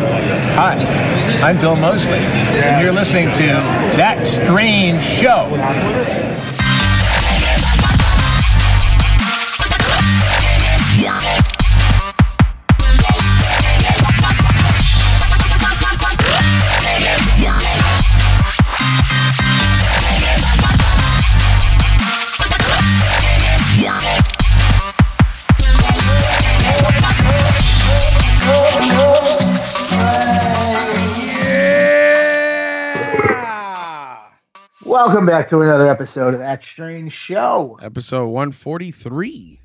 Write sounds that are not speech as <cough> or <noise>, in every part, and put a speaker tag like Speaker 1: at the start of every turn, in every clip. Speaker 1: Hi, I'm Bill Mosley, and you're listening to That Strange Show.
Speaker 2: Welcome back to another episode of That Strange Show.
Speaker 3: Episode 143.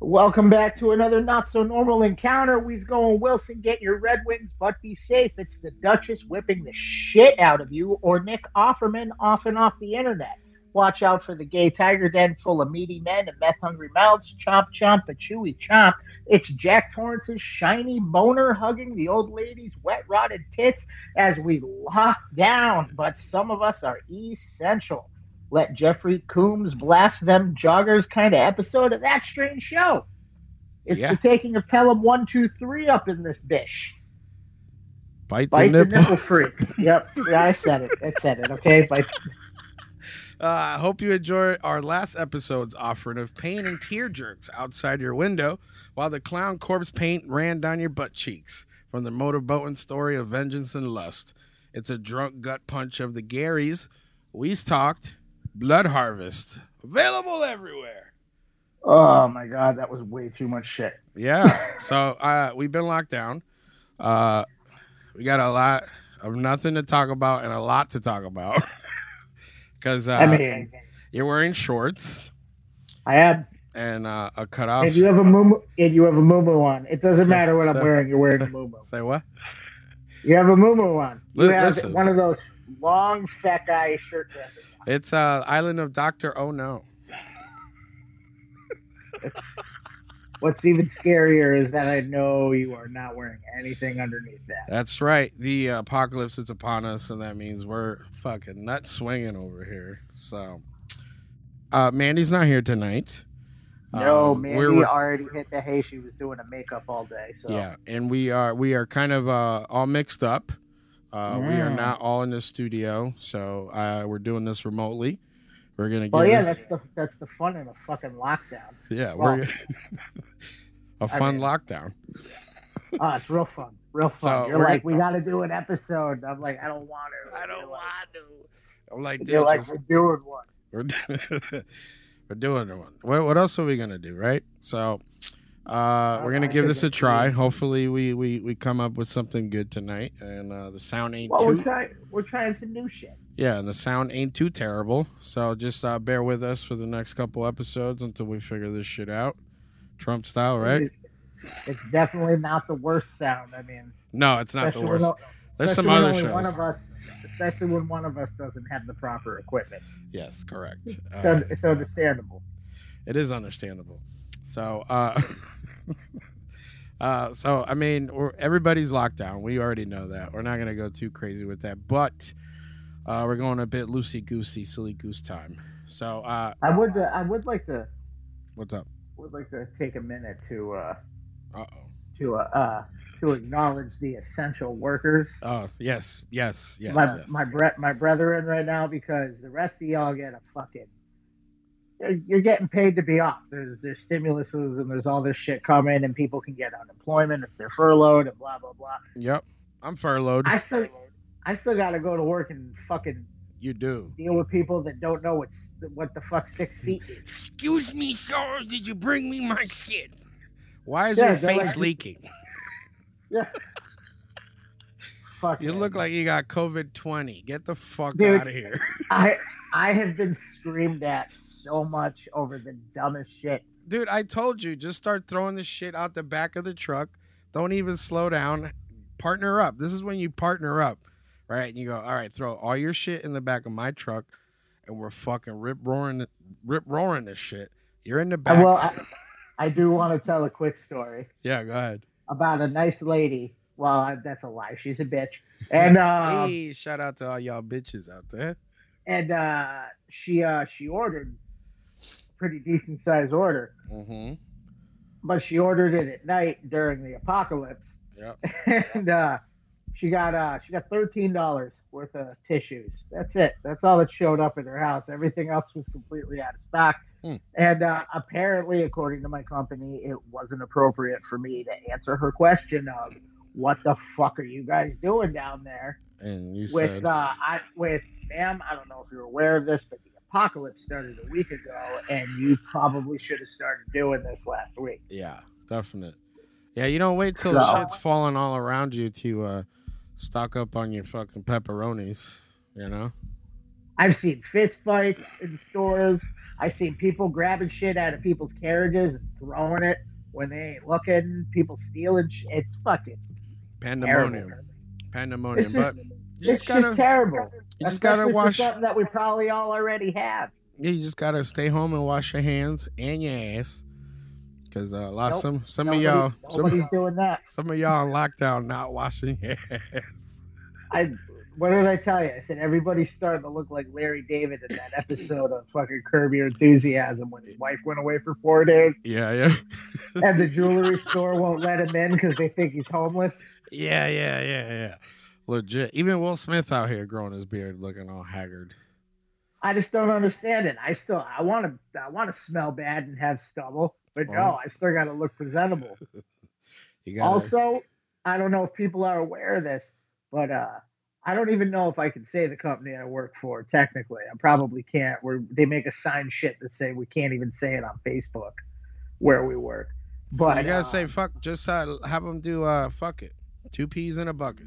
Speaker 2: Welcome back to another not so normal encounter. We's going Wilson, get your Red Wings, but be safe. It's the Duchess whipping the shit out of you, or Nick Offerman off and off the internet. Watch out for the gay tiger den full of meaty men and meth hungry mouths. Chomp chomp, a chewy chomp. It's Jack Torrance's shiny boner hugging the old lady's wet rotted tits as we lock down, but some of us are essential. Let Jeffrey Coombs blast them joggers kind of episode of that strange show. It's
Speaker 3: Yeah.
Speaker 2: the taking of Pelham 123 up in this bitch.
Speaker 3: Bite,
Speaker 2: Bite
Speaker 3: the
Speaker 2: the
Speaker 3: nipple. <laughs>
Speaker 2: nipple free. Yep. Yeah, I said it. I said it. Okay. Bite.
Speaker 3: Uh, I hope you enjoy our last episode's offering of pain and tear jerks outside your window while the clown corpse paint ran down your butt cheeks from the motorboating story of vengeance and lust. It's a drunk gut punch of the Garys. We's talked. Blood Harvest. Available everywhere.
Speaker 2: Oh my God. That was way too much shit.
Speaker 3: Yeah. So uh, we've been locked down. Uh, we got a lot of nothing to talk about and a lot to talk about <laughs> because uh,
Speaker 2: I mean,
Speaker 3: you're wearing shorts
Speaker 2: I had.
Speaker 3: and uh, a cutoff.
Speaker 2: If you have a mumu, if you have a mumu on, it doesn't matter what I'm
Speaker 3: so-
Speaker 2: wearing. You're wearing a mumu.
Speaker 3: Say what?
Speaker 2: You have a mumu on. You
Speaker 3: Li-
Speaker 2: have
Speaker 3: listen.
Speaker 2: one of those long fat guy shirt dresses.
Speaker 3: It's uh, Island of Doctor Oh No.
Speaker 2: What's even scarier is that I know you are not wearing anything underneath that.
Speaker 3: That's right. The apocalypse is upon us, and that means we're fucking nut swinging over here. So, uh, Mandy's not here tonight.
Speaker 2: No,
Speaker 3: Um,
Speaker 2: man,
Speaker 3: we're-
Speaker 2: we already hit the hay. She was doing a makeup all day. So
Speaker 3: Yeah, and we are we are kind of uh, all mixed up. Uh, We are
Speaker 2: Mm.
Speaker 3: not all in the studio, so uh, we're doing this remotely. We're gonna.
Speaker 2: Well,
Speaker 3: give
Speaker 2: yeah,
Speaker 3: this-
Speaker 2: that's the that's the fun in a fucking lockdown.
Speaker 3: yeah, we're <laughs> a
Speaker 2: I
Speaker 3: fun
Speaker 2: mean-
Speaker 3: lockdown.
Speaker 2: Oh, it's real fun, real fun.
Speaker 3: <laughs> So,
Speaker 2: You're
Speaker 3: we're
Speaker 2: like, we got to do an episode. I'm like, I don't want to. You're like,
Speaker 3: to. I'm like, dude,
Speaker 2: You're like,
Speaker 3: just-
Speaker 2: we're doing one.
Speaker 3: we're, <laughs> we're doing one. What, what else are we gonna do, right? So, uh, we're gonna
Speaker 2: I
Speaker 3: give
Speaker 2: think
Speaker 3: this a
Speaker 2: it's
Speaker 3: try.
Speaker 2: good.
Speaker 3: Hopefully, we we we come up with something good tonight, and uh, the sound ain't
Speaker 2: Well,
Speaker 3: too.
Speaker 2: we're trying we're trying some new shit.
Speaker 3: Yeah, and the sound ain't too terrible. So just uh, bear with us for the next couple episodes until we figure this shit out. Trump style, right?
Speaker 2: It's, it's definitely not the worst sound. I mean,
Speaker 3: No, it's not the
Speaker 2: especially
Speaker 3: worst.
Speaker 2: When,
Speaker 3: There's some
Speaker 2: especially when
Speaker 3: other
Speaker 2: only One
Speaker 3: shows.
Speaker 2: of us, especially when one of us doesn't have the proper equipment.
Speaker 3: Yes, correct.
Speaker 2: It's,
Speaker 3: Uh,
Speaker 2: un- it's understandable.
Speaker 3: it is understandable. So, uh, <laughs> uh, so I mean, we're, everybody's locked down. We already know that. We're not gonna go too crazy with that, but uh, we're going a bit loosey goosey, silly goose time. So, uh,
Speaker 2: I would uh, I would like to
Speaker 3: what's up?
Speaker 2: would like to take a minute to uh,
Speaker 3: Uh oh.
Speaker 2: to uh, uh, to acknowledge the essential workers.
Speaker 3: Oh yes, yes, yes.
Speaker 2: my
Speaker 3: yes.
Speaker 2: my bre- my brethren right now because the rest of y'all get a fucking you're, you're getting paid to be off. There's there's stimuluses and there's all this shit coming and people can get unemployment if they're furloughed and blah blah blah.
Speaker 3: Yep. I'm furloughed.
Speaker 2: I still I still got to go to work and fucking
Speaker 3: You do.
Speaker 2: deal with people that don't know what's what the fuck six feet is.
Speaker 3: Excuse me, sir. Did you bring me my shit? Why is
Speaker 2: Yeah,
Speaker 3: your
Speaker 2: they're
Speaker 3: face
Speaker 2: like-
Speaker 3: leaking?
Speaker 2: Fuck
Speaker 3: You
Speaker 2: man.
Speaker 3: look like you got COVID twenty. Get the fuck
Speaker 2: Dude.
Speaker 3: out of here.
Speaker 2: I I have been screamed at so much over the dumbest shit.
Speaker 3: Dude, I told you, just start throwing this shit out the back of the truck. Don't even slow down. Partner up. This is when you partner up, right? And you go, all right, throw all your shit in the back of my truck, and we're fucking rip roaring, rip roaring this shit. You're in the
Speaker 2: And,
Speaker 3: back.
Speaker 2: Uh, Well, I, I do want to tell a quick story.
Speaker 3: yeah, go ahead.
Speaker 2: about a nice lady. Well, I- that's a lie. She's a bitch. And uh,
Speaker 3: hey, shout out to all y'all bitches out there.
Speaker 2: and uh, she uh, she ordered pretty decent size order,
Speaker 3: Mm-hmm.
Speaker 2: but she ordered it at night during the apocalypse.
Speaker 3: Yep.
Speaker 2: <laughs> And uh, She got uh she got thirteen dollars worth of tissues. That's it. That's all that showed up in her house. Everything else was completely out of stock.
Speaker 3: Hmm.
Speaker 2: And uh, apparently, according to my company, it wasn't appropriate for me to answer her question of what the fuck are you guys doing down there?
Speaker 3: And you
Speaker 2: with
Speaker 3: said,
Speaker 2: uh, I with ma'am, I don't know if you're aware of this, but the apocalypse started a week ago, and you probably should have started doing this last week.
Speaker 3: yeah, definite. Yeah, you don't wait till
Speaker 2: So-
Speaker 3: shit's falling all around you to uh, stock up on your fucking pepperonis. You know?
Speaker 2: I've seen fist fights in stores. I've seen people grabbing shit out of people's carriages and throwing it when they ain't looking. People stealing shit. It's fucking terrible.
Speaker 3: Pandemonium,
Speaker 2: It's
Speaker 3: pandemonium.
Speaker 2: just,
Speaker 3: But
Speaker 2: <laughs>
Speaker 3: you
Speaker 2: it's
Speaker 3: just gotta,
Speaker 2: just terrible.
Speaker 3: you just gotta
Speaker 2: Especially for
Speaker 3: wash.
Speaker 2: something that we probably all already have.
Speaker 3: Yeah, you just gotta stay home and wash your hands and your ass, because uh, lot
Speaker 2: Nope.
Speaker 3: some some
Speaker 2: Nobody-
Speaker 3: of y'all
Speaker 2: nobody's
Speaker 3: some,
Speaker 2: doing that.
Speaker 3: some of y'all in lockdown not washing your ass.
Speaker 2: I what did I tell you? I said everybody's starting to look like Larry David in that episode of fucking Curb Your Enthusiasm when his wife went away for four days
Speaker 3: <laughs> <laughs> Yeah, yeah,
Speaker 2: and the jewelry store won't let him in because they think he's homeless.
Speaker 3: yeah, yeah, yeah, yeah. Legit. Even Will Smith out here growing his beard, looking all haggard.
Speaker 2: I just don't understand it. I still I want to I want to smell bad and have stubble, but no,
Speaker 3: Well.
Speaker 2: I still got to look presentable.
Speaker 3: Oh. You gotta,
Speaker 2: Also, I don't know if people are aware of this, but uh, I don't even know if I can say the company I work for. Technically, I probably can't. Where they make us sign shit that say we can't even say it on Facebook where we work. But
Speaker 3: you gotta
Speaker 2: uh,
Speaker 3: say fuck. Just uh, have them do uh, fuck it. Two peas in a bucket.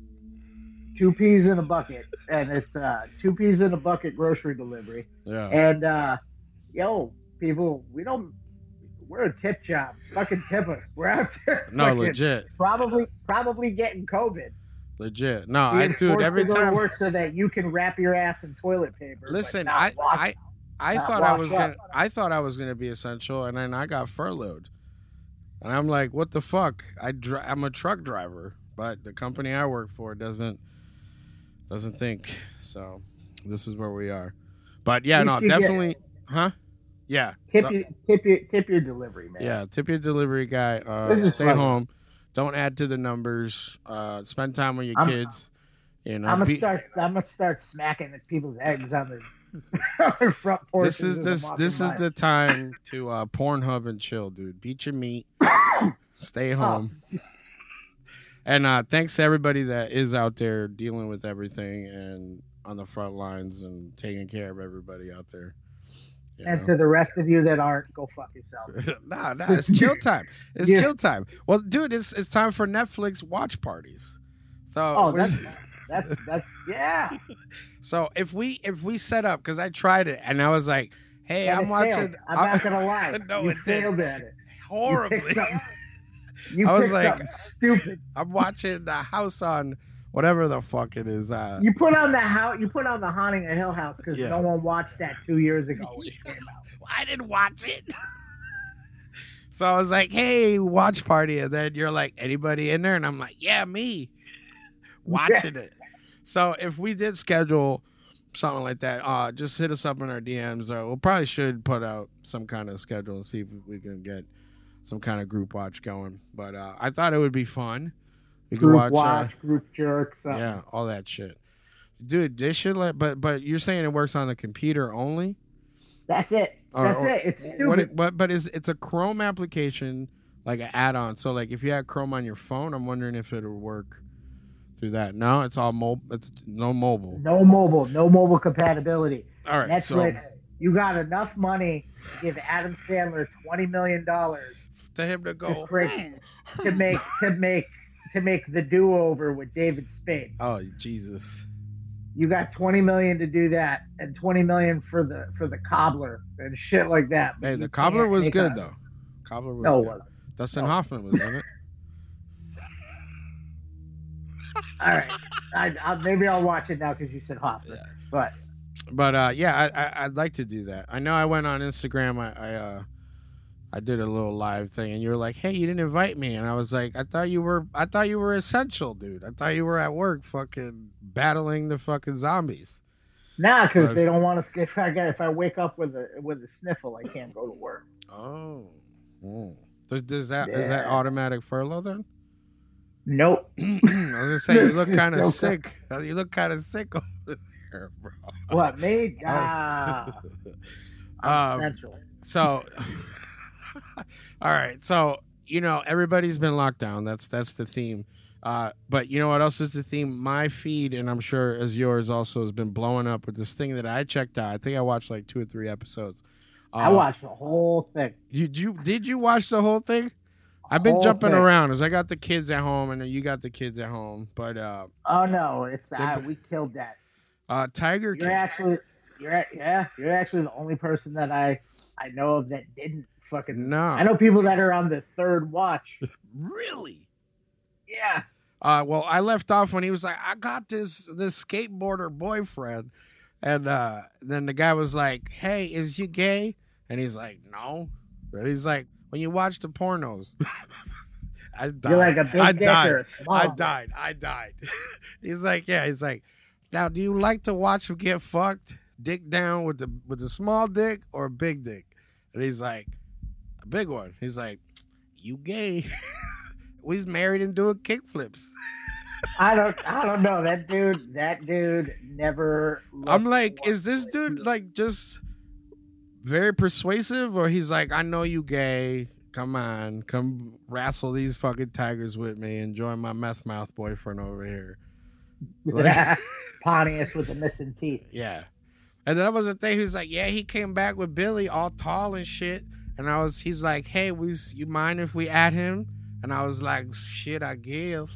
Speaker 2: two peas in a bucket, and it's uh, two peas in a bucket grocery delivery.
Speaker 3: Yeah.
Speaker 2: And uh, yo, people, we don't. We're a tip job. Fucking tip us. <laughs> We're out there.
Speaker 3: No,
Speaker 2: fucking
Speaker 3: legit,
Speaker 2: Probably, probably getting COVID.
Speaker 3: legit. No, I
Speaker 2: Being
Speaker 3: dude.
Speaker 2: forced
Speaker 3: Every
Speaker 2: to go to
Speaker 3: time.
Speaker 2: work so that you can wrap your ass in toilet paper. but
Speaker 3: Listen,
Speaker 2: not
Speaker 3: I,
Speaker 2: wash-
Speaker 3: I, I
Speaker 2: not
Speaker 3: thought I
Speaker 2: wash
Speaker 3: was
Speaker 2: up.
Speaker 3: gonna, I thought I was gonna be essential, and then I got furloughed, and I'm like, what the fuck? I dri- I'm a truck driver, but the company I work for doesn't, doesn't think. So, this is where we are. But yeah,
Speaker 2: At
Speaker 3: no,
Speaker 2: least you get it.
Speaker 3: definitely, huh? Yeah,
Speaker 2: tip your tip your tip your delivery man.
Speaker 3: yeah. Tip your delivery guy. Uh,
Speaker 2: This is
Speaker 3: stay
Speaker 2: fun.
Speaker 3: home. Don't add to the numbers. Uh, spend time with your
Speaker 2: I'm-
Speaker 3: kids. You know,
Speaker 2: I'm gonna
Speaker 3: be-
Speaker 2: start. I'm gonna start smacking at people's eggs on their, <laughs> on their front porches.
Speaker 3: this is
Speaker 2: as I'm
Speaker 3: this
Speaker 2: walking
Speaker 3: this is
Speaker 2: by.
Speaker 3: the time to uh Pornhub and chill, dude. Beat your meat, stay
Speaker 2: Oh.
Speaker 3: home. And uh thanks to everybody that is out there dealing with everything and on the front lines and taking care of everybody out there. You
Speaker 2: And
Speaker 3: know? <laughs>
Speaker 2: to the rest of you that aren't, go fuck yourself.
Speaker 3: nah, nah, it's chill time. It's
Speaker 2: Yeah.
Speaker 3: chill time. Well, dude, it's it's time for Netflix watch parties. So
Speaker 2: Oh,
Speaker 3: we're-
Speaker 2: that's that's that's yeah.
Speaker 3: <laughs> so if we if we set up because I tried it and I was like, hey,
Speaker 2: And
Speaker 3: I'm
Speaker 2: it
Speaker 3: watching.
Speaker 2: failed. I'm not
Speaker 3: <laughs>
Speaker 2: gonna lie.
Speaker 3: No,
Speaker 2: you
Speaker 3: it didn't.
Speaker 2: failed at it. You picked
Speaker 3: horribly. <laughs>
Speaker 2: <laughs> something. You
Speaker 3: I was
Speaker 2: picked
Speaker 3: like-
Speaker 2: something
Speaker 3: <laughs>
Speaker 2: stupid.
Speaker 3: I'm watching the house on whatever the fuck it is. Uh,
Speaker 2: You put on the house. You put on the haunting of Hill House because
Speaker 3: Yeah. Oh,
Speaker 2: no one watched that two years ago when it came out.
Speaker 3: I didn't watch it. <laughs> so I was like, "Hey, watch party," and then you're like, "Anybody in there?" And I'm like, "Yeah, me." watching it. So if we did schedule something like that, uh, just hit us up in our DMs. Or we'll probably should put out some kind of schedule and see if we can get some kind of group watch going. But uh, I thought it would be fun. We could
Speaker 2: group
Speaker 3: watch.
Speaker 2: watch,
Speaker 3: uh,
Speaker 2: group jerks. uh,
Speaker 3: Yeah, all that shit. Dude, this should let but but you're saying it works on the computer only?
Speaker 2: That's it.
Speaker 3: Or-
Speaker 2: That's
Speaker 3: or-
Speaker 2: it. It's stupid.
Speaker 3: What it, what but is it's a Chrome application like an add-on. So like if you had Chrome on your phone, I'm wondering if it'll work through that. No, it's all mobile. It's no mobile.
Speaker 2: no mobile. No mobile compatibility.
Speaker 3: All right.
Speaker 2: Netflix.
Speaker 3: So
Speaker 2: you got enough money to give Adam Sandler twenty million dollars
Speaker 3: to him to
Speaker 2: to
Speaker 3: go.
Speaker 2: create to make to make to make the do over with David Spade.
Speaker 3: Oh, Jesus.
Speaker 2: You got twenty million to do that, and twenty million for the for the cobbler and shit like that.
Speaker 3: Hey,
Speaker 2: You
Speaker 3: the cobbler
Speaker 2: can't
Speaker 3: was
Speaker 2: make
Speaker 3: good
Speaker 2: a-
Speaker 3: though. Cobbler was
Speaker 2: No, it
Speaker 3: good.
Speaker 2: wasn't.
Speaker 3: Dustin
Speaker 2: No.
Speaker 3: Hoffman was in it.
Speaker 2: all right. I, I, maybe I'll watch it now because you said Hoffman.
Speaker 3: Yeah.
Speaker 2: But
Speaker 3: but uh, yeah, I, I, I'd like to do that. I know I went on Instagram. I, I uh, I did a little live thing, and you were like, "Hey, you didn't invite me," and I was like, "I thought you were. I thought you were essential, dude. I thought you were at work, fucking battling the fucking zombies."
Speaker 2: Nah, because
Speaker 3: Uh,
Speaker 2: they don't want to. If I get, if I wake up with a with a sniffle, I can't go to work.
Speaker 3: Oh, does, does that is that
Speaker 2: Yeah.
Speaker 3: automatic furlough then?
Speaker 2: Nope.
Speaker 3: I was gonna say you look kind of
Speaker 2: Okay.
Speaker 3: sick. You look kind of sick over there, bro. <laughs>
Speaker 2: What me? Ah,
Speaker 3: Um,
Speaker 2: central.
Speaker 3: So, <laughs> all right. So you know everybody's been locked down. That's that's the theme. Uh, but you know what else is the theme? My feed, and I'm sure as yours also, has been blowing up with this thing that I checked out. I think I watched like two or three episodes. Uh,
Speaker 2: I watched the whole thing.
Speaker 3: You, you did you watch the whole thing? I've been
Speaker 2: Whole
Speaker 3: jumping
Speaker 2: thing.
Speaker 3: around as I got the kids at home, and you got the kids at home. But uh,
Speaker 2: Oh no, it's I,
Speaker 3: They-
Speaker 2: we killed that.
Speaker 3: uh, Tiger
Speaker 2: You're
Speaker 3: King.
Speaker 2: actually, you're a- yeah, you're actually the only person that I I know of that didn't fucking.
Speaker 3: No,
Speaker 2: I know people that are on the third watch.
Speaker 3: really. <laughs>
Speaker 2: Yeah,
Speaker 3: Uh, well, I left off when he was like, "I got this this skateboarder boyfriend," and uh, then the guy was like, "Hey, is you gay?" And he's like, "No," but he's like, "When you watch the pornos." <laughs> I died.
Speaker 2: <laughs> you're like a big Oh.
Speaker 3: I
Speaker 2: dick
Speaker 3: died.
Speaker 2: or a small.
Speaker 3: I
Speaker 2: one.
Speaker 3: died. I died. <laughs> he's like, yeah. He's like, now, do you like to watch him get fucked, dick down with the with the small dick or a big dick? And he's like, a big one. He's like, you gay? <laughs> We's married and doing kickflips.
Speaker 2: I don't. I don't know that dude. That dude never.
Speaker 3: I'm
Speaker 2: looked
Speaker 3: like,
Speaker 2: one
Speaker 3: is this
Speaker 2: way. <laughs>
Speaker 3: dude like just very persuasive, or he's like, I know you gay. Come on, come wrestle these fucking tigers with me. Enjoy my meth mouth boyfriend over here. like-
Speaker 2: Pontius with the missing teeth?
Speaker 3: Yeah. And that was the thing. He was like, yeah, he came back with Billy all tall and shit. And I was, he's like, hey, we, you mind if we add him? And I was like, shit, I guess.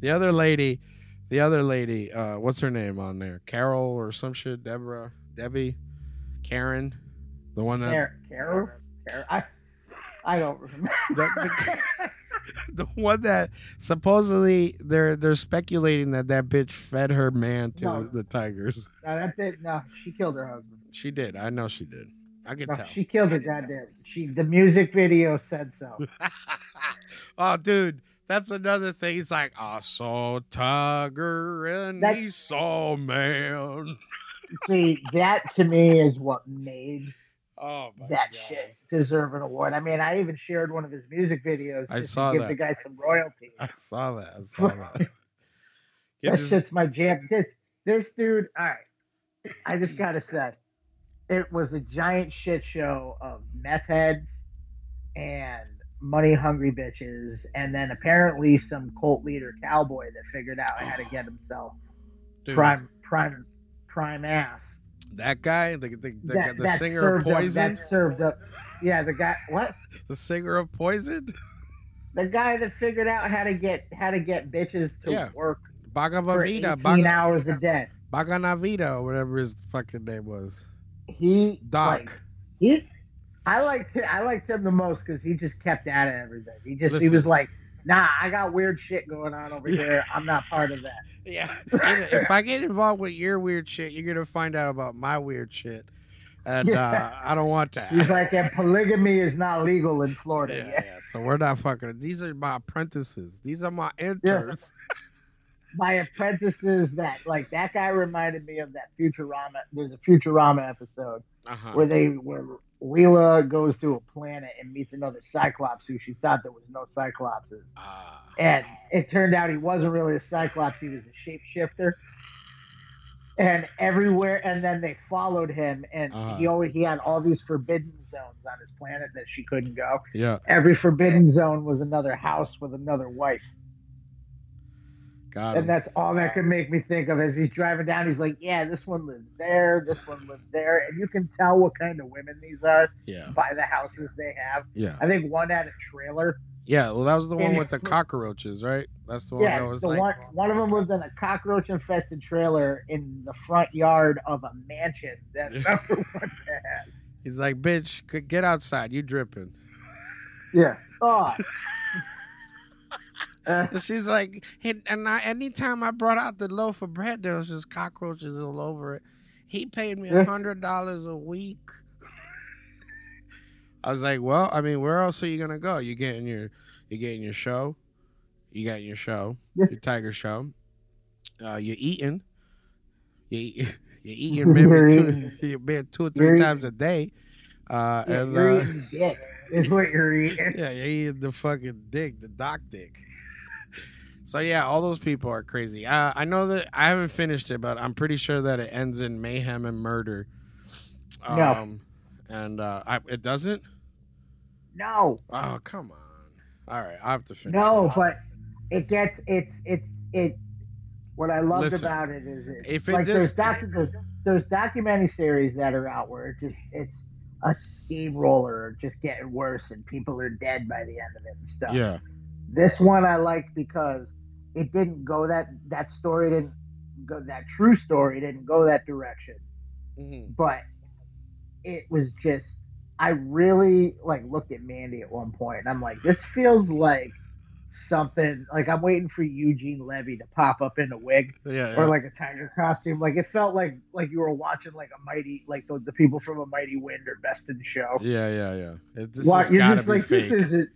Speaker 3: the other lady, the other lady, uh, what's her name on there? Carol or some shit? Deborah? Debbie? Karen? The one that,
Speaker 2: Car- Carol. Carol. I. I
Speaker 3: <laughs>
Speaker 2: don't remember. <laughs>
Speaker 3: the- <laughs> the one that supposedly they're they're speculating that that bitch fed her man to
Speaker 2: No.
Speaker 3: the tigers.
Speaker 2: no, that bit. No, she killed her husband.
Speaker 3: She did. I know she did. I could
Speaker 2: No,
Speaker 3: tell.
Speaker 2: she killed her goddamn. She. The music video said so.
Speaker 3: <laughs> oh, dude, that's another thing. He's like, I saw tiger and
Speaker 2: That-
Speaker 3: he saw man.
Speaker 2: See, that to me is what made
Speaker 3: Oh my
Speaker 2: that
Speaker 3: god.
Speaker 2: shit deserve an award. I mean, I even shared one of his music videos
Speaker 3: I
Speaker 2: just
Speaker 3: saw
Speaker 2: to give
Speaker 3: that.
Speaker 2: the guy some royalty.
Speaker 3: I saw that. I
Speaker 2: <laughs>
Speaker 3: saw that. Get
Speaker 2: That
Speaker 3: this-
Speaker 2: shit's my jam. This this dude, all right. I just gotta say, it was a giant shit show of meth heads and money hungry bitches, and then apparently some cult leader cowboy that figured out how to get himself
Speaker 3: dude,
Speaker 2: prime prime prime ass.
Speaker 3: that guy, the the, the,
Speaker 2: That-
Speaker 3: the
Speaker 2: that
Speaker 3: singer of
Speaker 2: served up-
Speaker 3: Poison,
Speaker 2: that served up. Yeah, the guy. What?
Speaker 3: the singer of Poison,
Speaker 2: The guy that figured out how to get how to get bitches to
Speaker 3: Yeah.
Speaker 2: work for
Speaker 3: Bagavita,
Speaker 2: 18
Speaker 3: Baga,
Speaker 2: hours a day.
Speaker 3: Baganavita, whatever his fucking name was,
Speaker 2: He
Speaker 3: Doc.
Speaker 2: like, he, I liked I liked him the most because he just kept at it everything. He just he
Speaker 3: Listen.
Speaker 2: was like, nah, I got weird shit going on over
Speaker 3: Yeah.
Speaker 2: here. I'm not part of that.
Speaker 3: Yeah. <laughs>
Speaker 2: <laughs>
Speaker 3: if I get involved with your weird shit, you're gonna find out about my weird shit, and uh,
Speaker 2: Yeah.
Speaker 3: I don't want that.
Speaker 2: He's like, and polygamy is not legal in Florida.
Speaker 3: yeah,
Speaker 2: yet."
Speaker 3: yeah. So we're not fucking. These are my apprentices. These are my interns.
Speaker 2: My apprentices that like that guy reminded me of that Futurama. There's a Futurama episode
Speaker 3: Uh-huh.
Speaker 2: where they where Leela goes to a planet and meets another Cyclops who she thought there was no Cyclopses.
Speaker 3: Ah.
Speaker 2: And it turned out he wasn't really a Cyclops, he was a shapeshifter. And everywhere, and then they followed him, and
Speaker 3: Uh-huh.
Speaker 2: he always he had all these forbidden zones on his planet that she couldn't go.
Speaker 3: yeah.
Speaker 2: Every forbidden zone was another house with another wife,
Speaker 3: Got
Speaker 2: and
Speaker 3: it.
Speaker 2: that's all that could make me think of. As he's driving down, he's like, "Yeah, this one lives there, this one lives there," and you can tell what kind of women these are
Speaker 3: Yeah.
Speaker 2: by the houses they have.
Speaker 3: Yeah.
Speaker 2: I think one had a trailer.
Speaker 3: Yeah. Well, that was the one
Speaker 2: And-
Speaker 3: with the cockroaches, right? That's the one
Speaker 2: Yeah,
Speaker 3: that was
Speaker 2: the
Speaker 3: like.
Speaker 2: one, one of them was in a cockroach infested trailer in the front yard of a mansion. That's
Speaker 3: Yeah.
Speaker 2: number one bad.
Speaker 3: He's like, bitch, g- get outside. You dripping.
Speaker 2: Yeah.
Speaker 3: <laughs>
Speaker 2: Oh. Uh,
Speaker 3: And she's like, hey, and I, anytime I brought out the loaf of bread, there was just cockroaches all over it. He paid me a
Speaker 2: Yeah.
Speaker 3: hundred dollars a week. I was like, well, I mean, where else are you gonna go? You getting your, you getting your show, you got your show,
Speaker 2: Yeah.
Speaker 3: your tiger show. Uh, you're eating, you eat, <laughs> you're
Speaker 2: <laughs>
Speaker 3: eating
Speaker 2: You're
Speaker 3: maybe two,
Speaker 2: eating.
Speaker 3: you're being two or 3
Speaker 2: You're
Speaker 3: times a day. Uh,
Speaker 2: yeah,
Speaker 3: and
Speaker 2: you're
Speaker 3: uh,
Speaker 2: eating dick. is what you're eating.
Speaker 3: Yeah, you're eating the fucking dick, the doc dick. <laughs> so yeah, all those people are crazy. Uh, I know that I haven't finished it, but I'm pretty sure that it ends in mayhem and murder. Um,
Speaker 2: No.
Speaker 3: and uh, I, it doesn't.
Speaker 2: No,
Speaker 3: Oh come on! All right, I have to finish.
Speaker 2: no, but it gets it's it's it. What I loved
Speaker 3: Listen,
Speaker 2: about it is it's
Speaker 3: if it
Speaker 2: like there's,
Speaker 3: just-
Speaker 2: docu- there's there's documentary series that are out where it just it's a steamroller just getting worse and people are dead by the end of it and stuff.
Speaker 3: it. Yeah,
Speaker 2: This one I liked because it didn't go that that story didn't go that true story didn't go that direction,
Speaker 3: Mhm.
Speaker 2: but it was just I really like looked at Mandy at one point and I'm like, this feels like something like I'm waiting for Eugene Levy to pop up in a wig
Speaker 3: yeah, yeah.
Speaker 2: or like a tiger costume. Like it felt like like you were watching like a mighty like the, the people from a mighty wind or best in show.
Speaker 3: yeah, yeah, yeah. It, this
Speaker 2: Wa-
Speaker 3: has gotta be
Speaker 2: this
Speaker 3: fake.
Speaker 2: isn't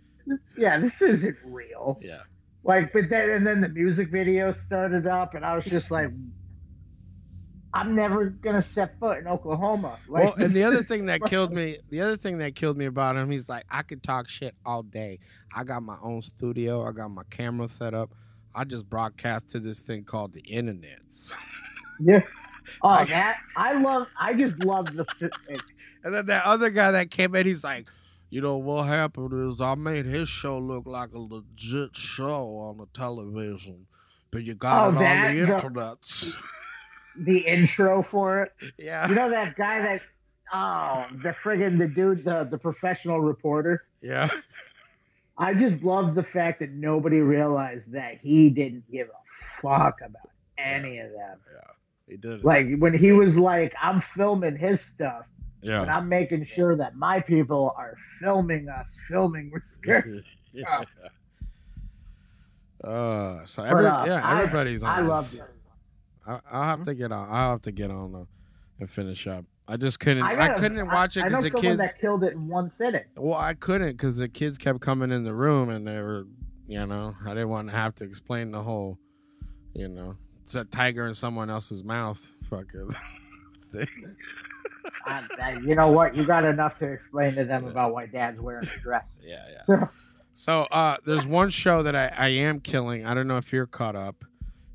Speaker 2: yeah, this isn't real
Speaker 3: Yeah,
Speaker 2: like but then and then the music video started up and i was just like i'm never gonna set foot in oklahoma like
Speaker 3: well, and the
Speaker 2: <laughs>
Speaker 3: other thing that killed me, the other thing that killed me about him, he's like, I could talk shit all day. I got my own studio. I got my camera set up. I just broadcast to this thing called the internet.
Speaker 2: yeah. oh
Speaker 3: I-
Speaker 2: that i love i just love the
Speaker 3: And then that other guy that came in, he's like, you know what happened is I made his show look like a legit show on the television, but you got
Speaker 2: Oh,
Speaker 3: it on
Speaker 2: that-
Speaker 3: the
Speaker 2: the-
Speaker 3: internet. <laughs>
Speaker 2: the intro for it you
Speaker 3: yeah,
Speaker 2: know that guy that oh the friggin the dude the the professional reporter
Speaker 3: yeah,
Speaker 2: i just love the fact that nobody realized that he didn't give a fuck about any of them
Speaker 3: he did it.
Speaker 2: like when he was like i'm filming his stuff but
Speaker 3: yeah.
Speaker 2: I'm making sure that my people are filming us, filming. We're scared.
Speaker 3: yeah. <laughs> Uh, so every,
Speaker 2: uh,
Speaker 3: yeah,
Speaker 2: I-
Speaker 3: everybody's on.
Speaker 2: I
Speaker 3: this.
Speaker 2: loved it. Mm-hmm.
Speaker 3: I, I'll have to get on. I'll have to get on uh, and finish up. I just couldn't.
Speaker 2: I,
Speaker 3: I,
Speaker 2: gotta-
Speaker 3: couldn't watch it
Speaker 2: I
Speaker 3: because
Speaker 2: know
Speaker 3: the
Speaker 2: someone
Speaker 3: kids.
Speaker 2: that killed it in one sitting.
Speaker 3: Well, I couldn't because the kids kept coming in the room and they were, you know, I didn't want to have to explain the whole, you know, it's a tiger in someone else's mouth. <laughs> Fucking.
Speaker 2: I, I, you know what? You got enough to explain to them about why Dad's wearing a dress.
Speaker 3: Yeah, yeah.
Speaker 2: <laughs> So,
Speaker 3: So uh, there's one show that I, I am killing. I don't know if you're caught up.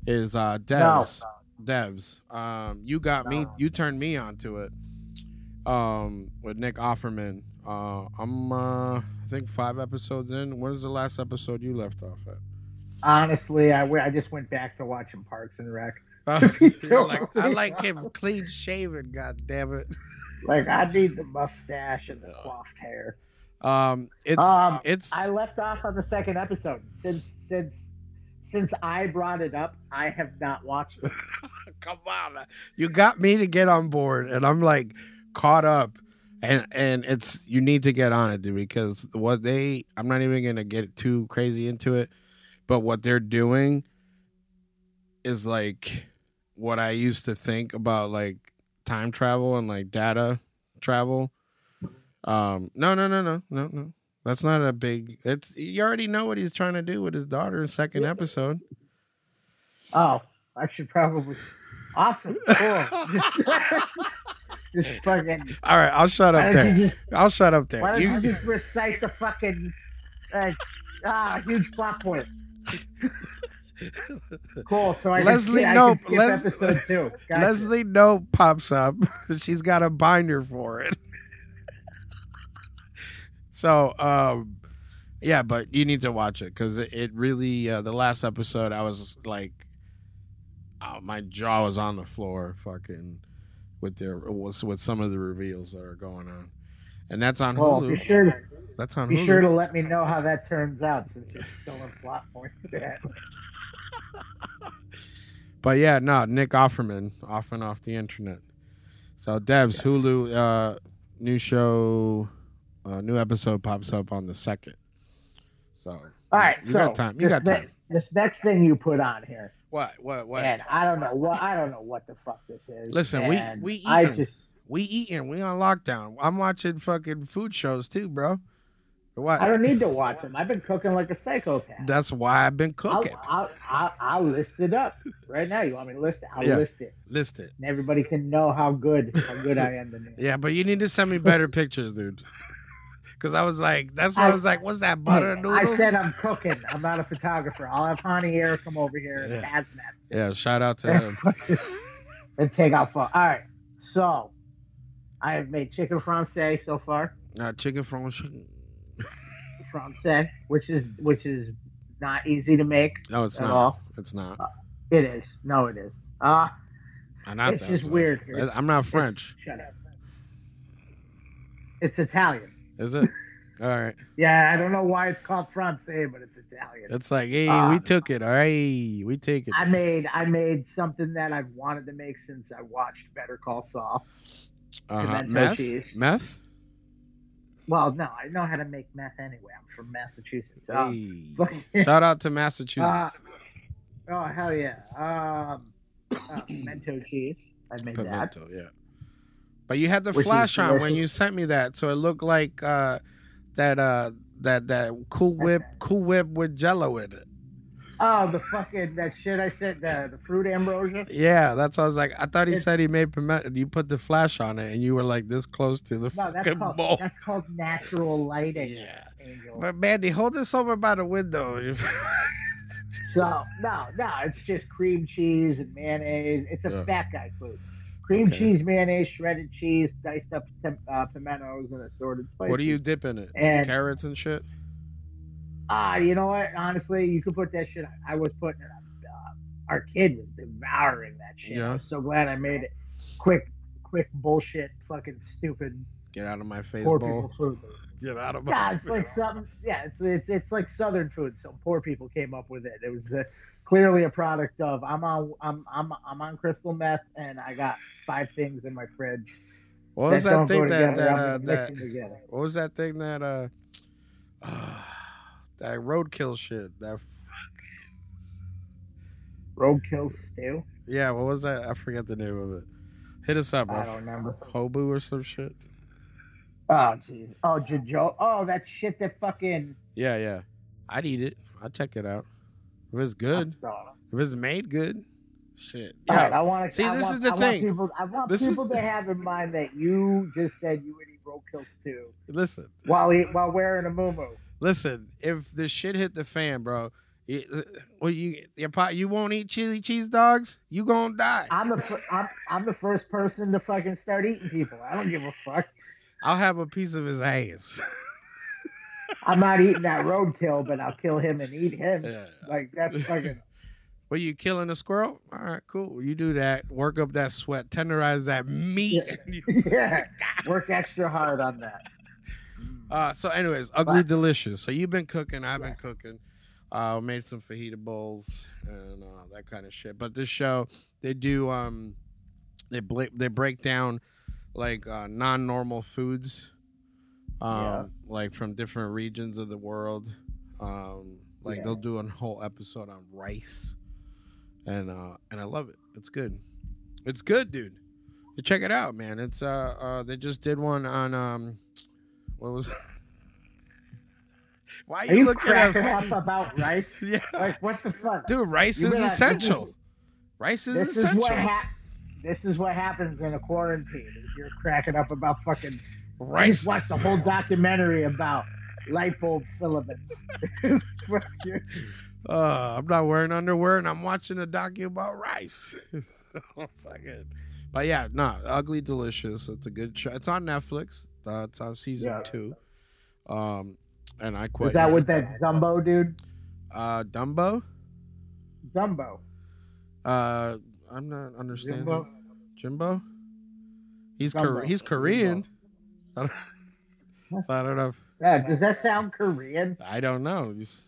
Speaker 3: Is uh,
Speaker 2: no,
Speaker 3: Devs. Devs. Um, you got me.
Speaker 2: No.
Speaker 3: You turned me onto it. Um, with Nick Offerman. Uh, I'm uh, I think five episodes in. When is the last episode you left off at? <laughs>
Speaker 2: honestly, I, w- I just went back to watching Parks and Rec. <laughs>
Speaker 3: Uh, you're like, I like him clean shaven. God damn it.
Speaker 2: Like I need the mustache and the coiffed hair.
Speaker 3: Um, it's
Speaker 2: Um,
Speaker 3: it's
Speaker 2: I left off on the second episode. Since since since I brought it up, I have not watched
Speaker 3: <laughs>
Speaker 2: it.
Speaker 3: come on. You got me to get on board, and I'm like caught up. And and it's you need to get on it, dude, because what they I'm not even gonna get too crazy into it, but what they're doing is like what I used to think about like time travel and like data travel. Um, no, no, no, no, no, no. That's not a big. It's you already know what he's trying to do with his daughter in second episode.
Speaker 2: Oh, I should probably.
Speaker 3: <laughs>
Speaker 2: Awesome. Cool. <laughs> just, just fucking.
Speaker 3: All right, I'll shut
Speaker 2: Why
Speaker 3: up
Speaker 2: don't,
Speaker 3: there.
Speaker 2: you just,
Speaker 3: I'll shut up
Speaker 2: why
Speaker 3: there.
Speaker 2: don't you,
Speaker 3: You,
Speaker 2: just recite the fucking uh, ah huge plot point? cool. So I
Speaker 3: Leslie
Speaker 2: can,
Speaker 3: Knope,
Speaker 2: I can
Speaker 3: Les-
Speaker 2: skip episode two. Gotcha.
Speaker 3: Leslie No pops up. <laughs> She's got a binder for it. <laughs> so, um, yeah, but you need to watch it because it, it really. Uh, the last episode, I was like, oh, my jaw was on the floor, fucking, with their with, with some of the reveals that are going on, and that's on
Speaker 2: Well,
Speaker 3: Hulu.
Speaker 2: be sure
Speaker 3: that's on
Speaker 2: be
Speaker 3: Hulu.
Speaker 2: sure to let me know how that turns out since it's still in plot point.
Speaker 3: <laughs> But yeah, no, Nick Offerman, off and off the internet. So Debs, Hulu, uh, new show, uh, new episode pops up on the second. So
Speaker 2: All right.
Speaker 3: you
Speaker 2: so
Speaker 3: got time. You
Speaker 2: this
Speaker 3: got
Speaker 2: ne-
Speaker 3: time.
Speaker 2: this next thing you put on here.
Speaker 3: What? What? What?
Speaker 2: And I don't know what I don't know what the fuck this is.
Speaker 3: Listen, we-
Speaker 2: And
Speaker 3: we
Speaker 2: I
Speaker 3: eating.
Speaker 2: just
Speaker 3: We eating. We on lockdown. I'm watching fucking food shows too, bro. What?
Speaker 2: I don't need to watch them. I've been cooking like a psychopath.
Speaker 3: That's why I've been
Speaker 2: I'll,
Speaker 3: cooking.
Speaker 2: I'll, I'll, I'll list it up right now. You want me to list it? I'll
Speaker 3: Yeah.
Speaker 2: list it,
Speaker 3: List it.
Speaker 2: and everybody can know how good how good I am. To me. <laughs>
Speaker 3: Yeah, but you need to send me better pictures, dude. <laughs> because I was like, that's why I,
Speaker 2: I-
Speaker 3: was like, what's that butter
Speaker 2: Hey,
Speaker 3: noodles?
Speaker 2: I said I'm cooking. I'm not a photographer. I'll have Honey Air come over here and
Speaker 3: Yeah.
Speaker 2: hazmat
Speaker 3: yeah, shout out
Speaker 2: <laughs>
Speaker 3: to him.
Speaker 2: and take out photos. All right. So I have made chicken francais so far.
Speaker 3: Now chicken from
Speaker 2: Francais, which is which is not easy to make
Speaker 3: No, it's
Speaker 2: at
Speaker 3: not.
Speaker 2: all. Uh,
Speaker 3: It's not.
Speaker 2: It is. No, it is. Ah,
Speaker 3: I'm not
Speaker 2: it's
Speaker 3: that
Speaker 2: just
Speaker 3: close.
Speaker 2: weird.
Speaker 3: I- I'm not French,
Speaker 2: shut up. It's Italian.
Speaker 3: is
Speaker 2: <laughs>
Speaker 3: it? All right.
Speaker 2: Yeah, I don't know why it's called francais, but it's Italian.
Speaker 3: It's like, hey, we
Speaker 2: Ah.
Speaker 3: took it. All right, we take it.
Speaker 2: I made I made something that I've wanted to make since I watched Better Call Saul.
Speaker 3: Uh-huh.
Speaker 2: pimento
Speaker 3: Meth?
Speaker 2: cheese.
Speaker 3: Meth?
Speaker 2: Well, no, I know how to make meth anyway. I'm from Massachusetts. Um,
Speaker 3: Hey.
Speaker 2: <laughs> but-
Speaker 3: Shout out to Massachusetts.
Speaker 2: oh hell yeah! Um,
Speaker 3: <coughs>
Speaker 2: uh, pimento cheese. I made that.
Speaker 3: Pimento, yeah. But you had the
Speaker 2: Which is
Speaker 3: flash on when
Speaker 2: delicious.
Speaker 3: you sent me that, so it looked like uh, that uh, that that Cool Whip Cool Whip with Jello in it.
Speaker 2: Oh, the fucking that shit I said the the fruit ambrosia.
Speaker 3: Yeah, that's what I was like. I thought he
Speaker 2: It's-
Speaker 3: said he made pimento. You put the flash on it, and you were like this close to the
Speaker 2: No, that's
Speaker 3: fucking
Speaker 2: called
Speaker 3: bowl.
Speaker 2: that's called natural lighting.
Speaker 3: Yeah.
Speaker 2: Angel.
Speaker 3: But Mandy, hold this over by the window. <laughs>
Speaker 2: So no, no, it's just cream cheese and mayonnaise. It's a
Speaker 3: Yeah.
Speaker 2: fat guy food. Cream
Speaker 3: Okay.
Speaker 2: cheese, mayonnaise, shredded cheese, diced up tem- uh, pimentos, and assorted spices.
Speaker 3: what do you dip in it?
Speaker 2: And
Speaker 3: Carrots and shit.
Speaker 2: ah, you know what? Honestly, you could put that shit. On. I was putting it on. Uh, our kid was devouring that shit.
Speaker 3: Yeah.
Speaker 2: I'm so glad I made it. Quick, quick bullshit, fucking stupid
Speaker 3: Get out of my face,
Speaker 2: poor
Speaker 3: bowl.
Speaker 2: people food.
Speaker 3: Get out of <laughs> my.
Speaker 2: Yeah, it's like something. Yeah, it's, it's it's like Southern food. So poor people came up with it. It was uh clearly a product of I'm on I'm I'm I'm on crystal meth and I got five things in my fridge.
Speaker 3: What was that
Speaker 2: don't go
Speaker 3: thing that
Speaker 2: together.
Speaker 3: that, uh,
Speaker 2: I'm gonna
Speaker 3: that
Speaker 2: mix them together.
Speaker 3: what was that thing that uh, <sighs> that roadkill shit that
Speaker 2: roadkill stew?
Speaker 3: yeah what was that I forget the name of it. Hit us up,
Speaker 2: I
Speaker 3: uh,
Speaker 2: don't remember.
Speaker 3: Hobu or some shit.
Speaker 2: Oh jeez. Oh Jojo. Oh that shit that fucking.
Speaker 3: Yeah, yeah. I'd eat it. I'd check it out. If it's good,
Speaker 2: Oh,
Speaker 3: if it's made good, shit.
Speaker 2: all right,
Speaker 3: Yeah,
Speaker 2: I want to
Speaker 3: See, this is the thing.
Speaker 2: Want people, I want
Speaker 3: This is
Speaker 2: people
Speaker 3: the-
Speaker 2: to have in mind that you just said you would eat roadkill stew
Speaker 3: listen.
Speaker 2: while eat, while wearing a muumuu.
Speaker 3: Listen, if the shit hit the fan, bro, you, well, you your pot, you won't eat chili cheese dogs, you gonna die.
Speaker 2: I'm the fir- I'm, I'm the first person to fucking start eating people. I don't give a fuck.
Speaker 3: I'll have a piece of his ass.
Speaker 2: I'm not eating that roadkill, but I'll kill him and eat him.
Speaker 3: yeah.
Speaker 2: Like
Speaker 3: <laughs>
Speaker 2: that's fucking.
Speaker 3: Well, you killing a squirrel? All right, cool. You do that, work up that sweat, tenderize that meat.
Speaker 2: Yeah, work extra hard on that.
Speaker 3: Uh, so, anyways, ugly delicious. So you've been cooking, I've been cooking. Uh, made some fajita bowls and uh, that kind of shit. But this show, they do um, they bla- they break down like uh, non normal foods, um,
Speaker 2: Yeah.
Speaker 3: like from different regions of the world. Um, like
Speaker 2: Yeah.
Speaker 3: they'll do a whole episode on rice, and uh, and I love it. It's good. It's good, dude. You check it out, man. It's uh, uh they just did one on um, what was? <laughs> Why
Speaker 2: Are you,
Speaker 3: looking at
Speaker 2: cracking up about rice?
Speaker 3: <laughs> Yeah,
Speaker 2: Like what the fuck?
Speaker 3: dude, rice
Speaker 2: You
Speaker 3: is
Speaker 2: realize-
Speaker 3: essential. Rice is
Speaker 2: this is
Speaker 3: essential.
Speaker 2: what hap This is what happens in a quarantine. is You're cracking up about fucking. I
Speaker 3: rice.
Speaker 2: just watched the whole documentary about light bulb filaments. <laughs> Fuck you.
Speaker 3: Uh, I'm not wearing underwear, and I'm watching a docu about rice. <laughs> so fucking. But yeah, no, ugly delicious. It's a good show. It's on Netflix. Uh, it's on season
Speaker 2: Yeah.
Speaker 3: two. Um, and I quit.
Speaker 2: Is that with that Dumbo dude?
Speaker 3: uh Dumbo?
Speaker 2: Dumbo.
Speaker 3: Uh, I'm not understanding.
Speaker 2: Dumbo.
Speaker 3: Jimbo? He's Kor-
Speaker 2: Dumbo.
Speaker 3: he's Korean. I don't, <laughs> so I don't know. If,
Speaker 2: Yeah, does that sound Korean?
Speaker 3: I don't know. He's-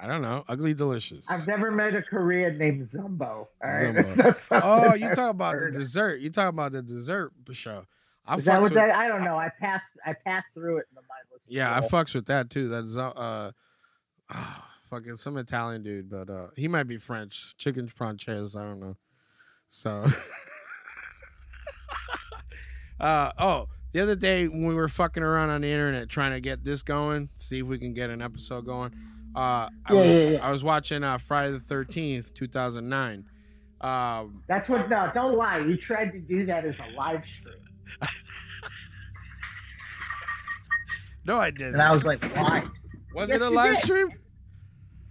Speaker 3: I don't know. Ugly delicious.
Speaker 2: I've never met a Korean named Zumbo. All right.
Speaker 3: Zumbo.
Speaker 2: <laughs> That's not something
Speaker 3: oh, you
Speaker 2: I've
Speaker 3: talk about the
Speaker 2: heard of.
Speaker 3: dessert. You talk about the dessert show. I
Speaker 2: Is
Speaker 3: fucks
Speaker 2: that what
Speaker 3: with,
Speaker 2: that? I don't know. I passed. I passed through it in the mindless.
Speaker 3: Yeah, I
Speaker 2: scroll.
Speaker 3: fucks with that too. That's uh, <sighs> uh fucking some Italian dude, but uh he might be French. Chicken franchise, I don't know. So <laughs> uh oh, the other day when we were fucking around on the internet trying to get this going, see if we can get an episode going. Uh I
Speaker 2: Yeah,
Speaker 3: was
Speaker 2: yeah, yeah.
Speaker 3: I was watching uh Friday the thirteenth, two thousand nine. Um
Speaker 2: That's what. No, don't lie. You tried to do that as a live stream.
Speaker 3: No, I didn't.
Speaker 2: And I was like, why?
Speaker 3: was
Speaker 2: Yes,
Speaker 3: it a
Speaker 2: you
Speaker 3: live
Speaker 2: did.
Speaker 3: stream?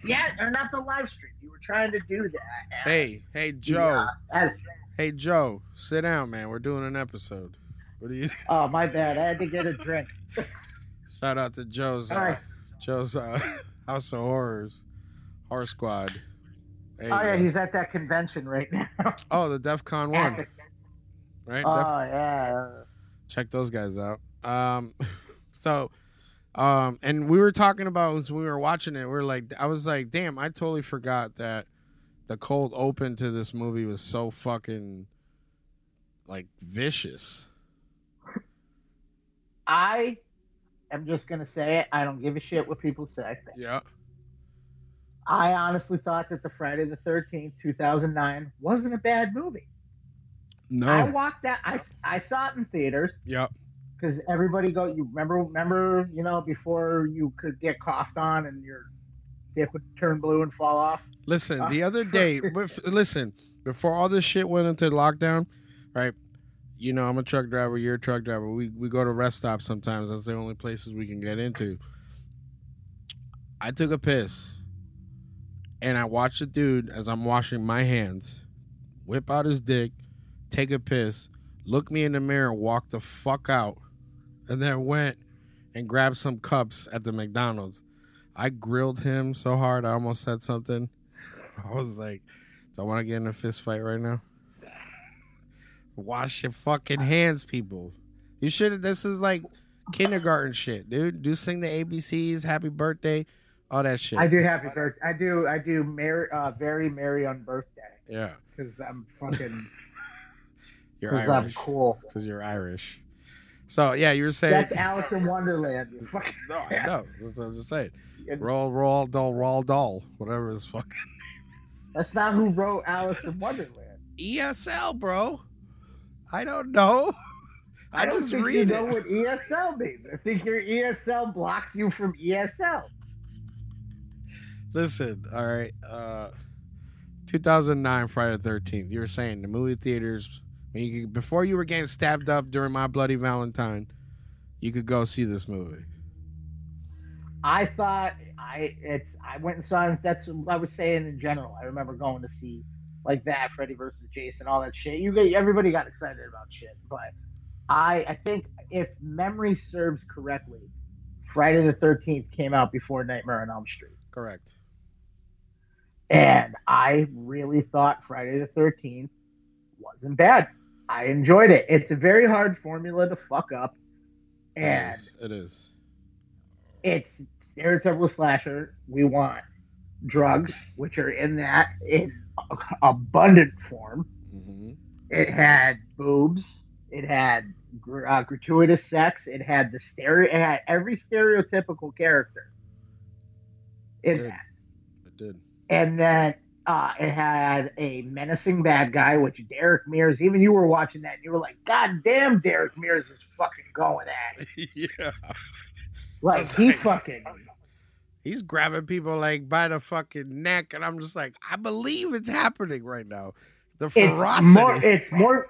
Speaker 2: Yeah, or not the live stream. You were trying to do that.
Speaker 3: Hey, hey, Joe.
Speaker 2: Yeah, that's-
Speaker 3: Hey, Joe. Sit down, man. We're doing an episode. What do you? <laughs>
Speaker 2: oh, my bad. I had to get a drink.
Speaker 3: Shout out to Joe's. Uh,
Speaker 2: All right.
Speaker 3: Joe's uh, <laughs> House of Horrors, Horror Squad. There you
Speaker 2: Oh, yeah,
Speaker 3: go.
Speaker 2: he's at that convention right now. <laughs>
Speaker 3: oh, the DEF CON one, right?
Speaker 2: Oh,
Speaker 3: Def-
Speaker 2: yeah.
Speaker 3: check those guys out. Um, <laughs> so, um, and we were talking about as we were watching it, we were like, I was like, damn, I totally forgot that the cold open to this movie was so fucking like vicious.
Speaker 2: I am just going to say it. I don't give a shit what people say.
Speaker 3: Yeah.
Speaker 2: I honestly thought that the Friday the 13th, 2009 wasn't a bad movie. I
Speaker 3: No.
Speaker 2: walked out, I, I saw it in theaters
Speaker 3: Yep.
Speaker 2: because everybody go, you remember, remember, you know, before you could get coughed on and your dick would turn blue and fall off.
Speaker 3: Listen, the other day, bef- listen, before all this shit went into lockdown, right? You know, I'm a truck driver. You're a truck driver. We we go to rest stops sometimes. That's the only places we can get into. I took a piss, and I watched a dude as I'm washing my hands, whip out his dick, take a piss, look me in the mirror, walk the fuck out, and then went and grabbed some cups at the McDonald's. I grilled him so hard I almost said something. <laughs> I was like, "Do I want to get in a fist fight right now?" <sighs> Wash your fucking hands, people. You should. This is like kindergarten shit, dude. Do sing the ABCs, Happy Birthday, all that shit.
Speaker 2: I do happy birthday. I do, I do merry, uh, very merry on birthday
Speaker 3: Yeah,
Speaker 2: because I'm fucking,
Speaker 3: <laughs> you're
Speaker 2: because I'm
Speaker 3: Irish.
Speaker 2: cool.
Speaker 3: Because you're Irish. So yeah, you were saying.
Speaker 2: That's Alice in Wonderland. you fucking-
Speaker 3: <laughs> No, I know. That's what I'm just saying. Roll, roll, doll, roll, doll, whatever his fucking
Speaker 2: That's not who wrote Alice in Wonderland.
Speaker 3: ESL, E bro. I don't know. <laughs> I,
Speaker 2: don't
Speaker 3: just
Speaker 2: think
Speaker 3: read
Speaker 2: you
Speaker 3: it.
Speaker 2: know what ESL means. I think your ESL blocks you from E ESL.
Speaker 3: Listen, all right. Uh, 2009, Friday the 13th. You were saying the movie theaters, when you could, before you were getting stabbed up during My Bloody Valentine, you could go see this movie.
Speaker 2: I thought I it's I went and saw it. That's what I was saying in general. I remember going to see like that Freddy versus Jason, all that shit. You get everybody got excited about shit, but I I think if memory serves correctly, Friday the Thirteenth came out before Nightmare on Elm Street.
Speaker 3: Correct.
Speaker 2: And I really thought Friday the 13th wasn't bad. I enjoyed it. It's a very hard formula to fuck up. And
Speaker 3: it is. It is.
Speaker 2: it's stereotypical slasher. We want drugs, which are in that in abundant form.
Speaker 3: hmm
Speaker 2: It had boobs. It had gr- uh, gratuitous sex. It had the stereo. It had every stereotypical character in
Speaker 3: Good.
Speaker 2: that
Speaker 3: It did. <laughs>
Speaker 2: and then uh, it had a menacing bad guy, which Derek Mears. Even you were watching that, and you were like, "God damn, Derek Mears is fucking going at it.
Speaker 3: yeah.
Speaker 2: Like
Speaker 3: was
Speaker 2: he
Speaker 3: like-
Speaker 2: fucking
Speaker 3: He's grabbing people like by the fucking neck, and I'm just like, I believe it's happening right now. The
Speaker 2: it's
Speaker 3: ferocity.
Speaker 2: more. It's more.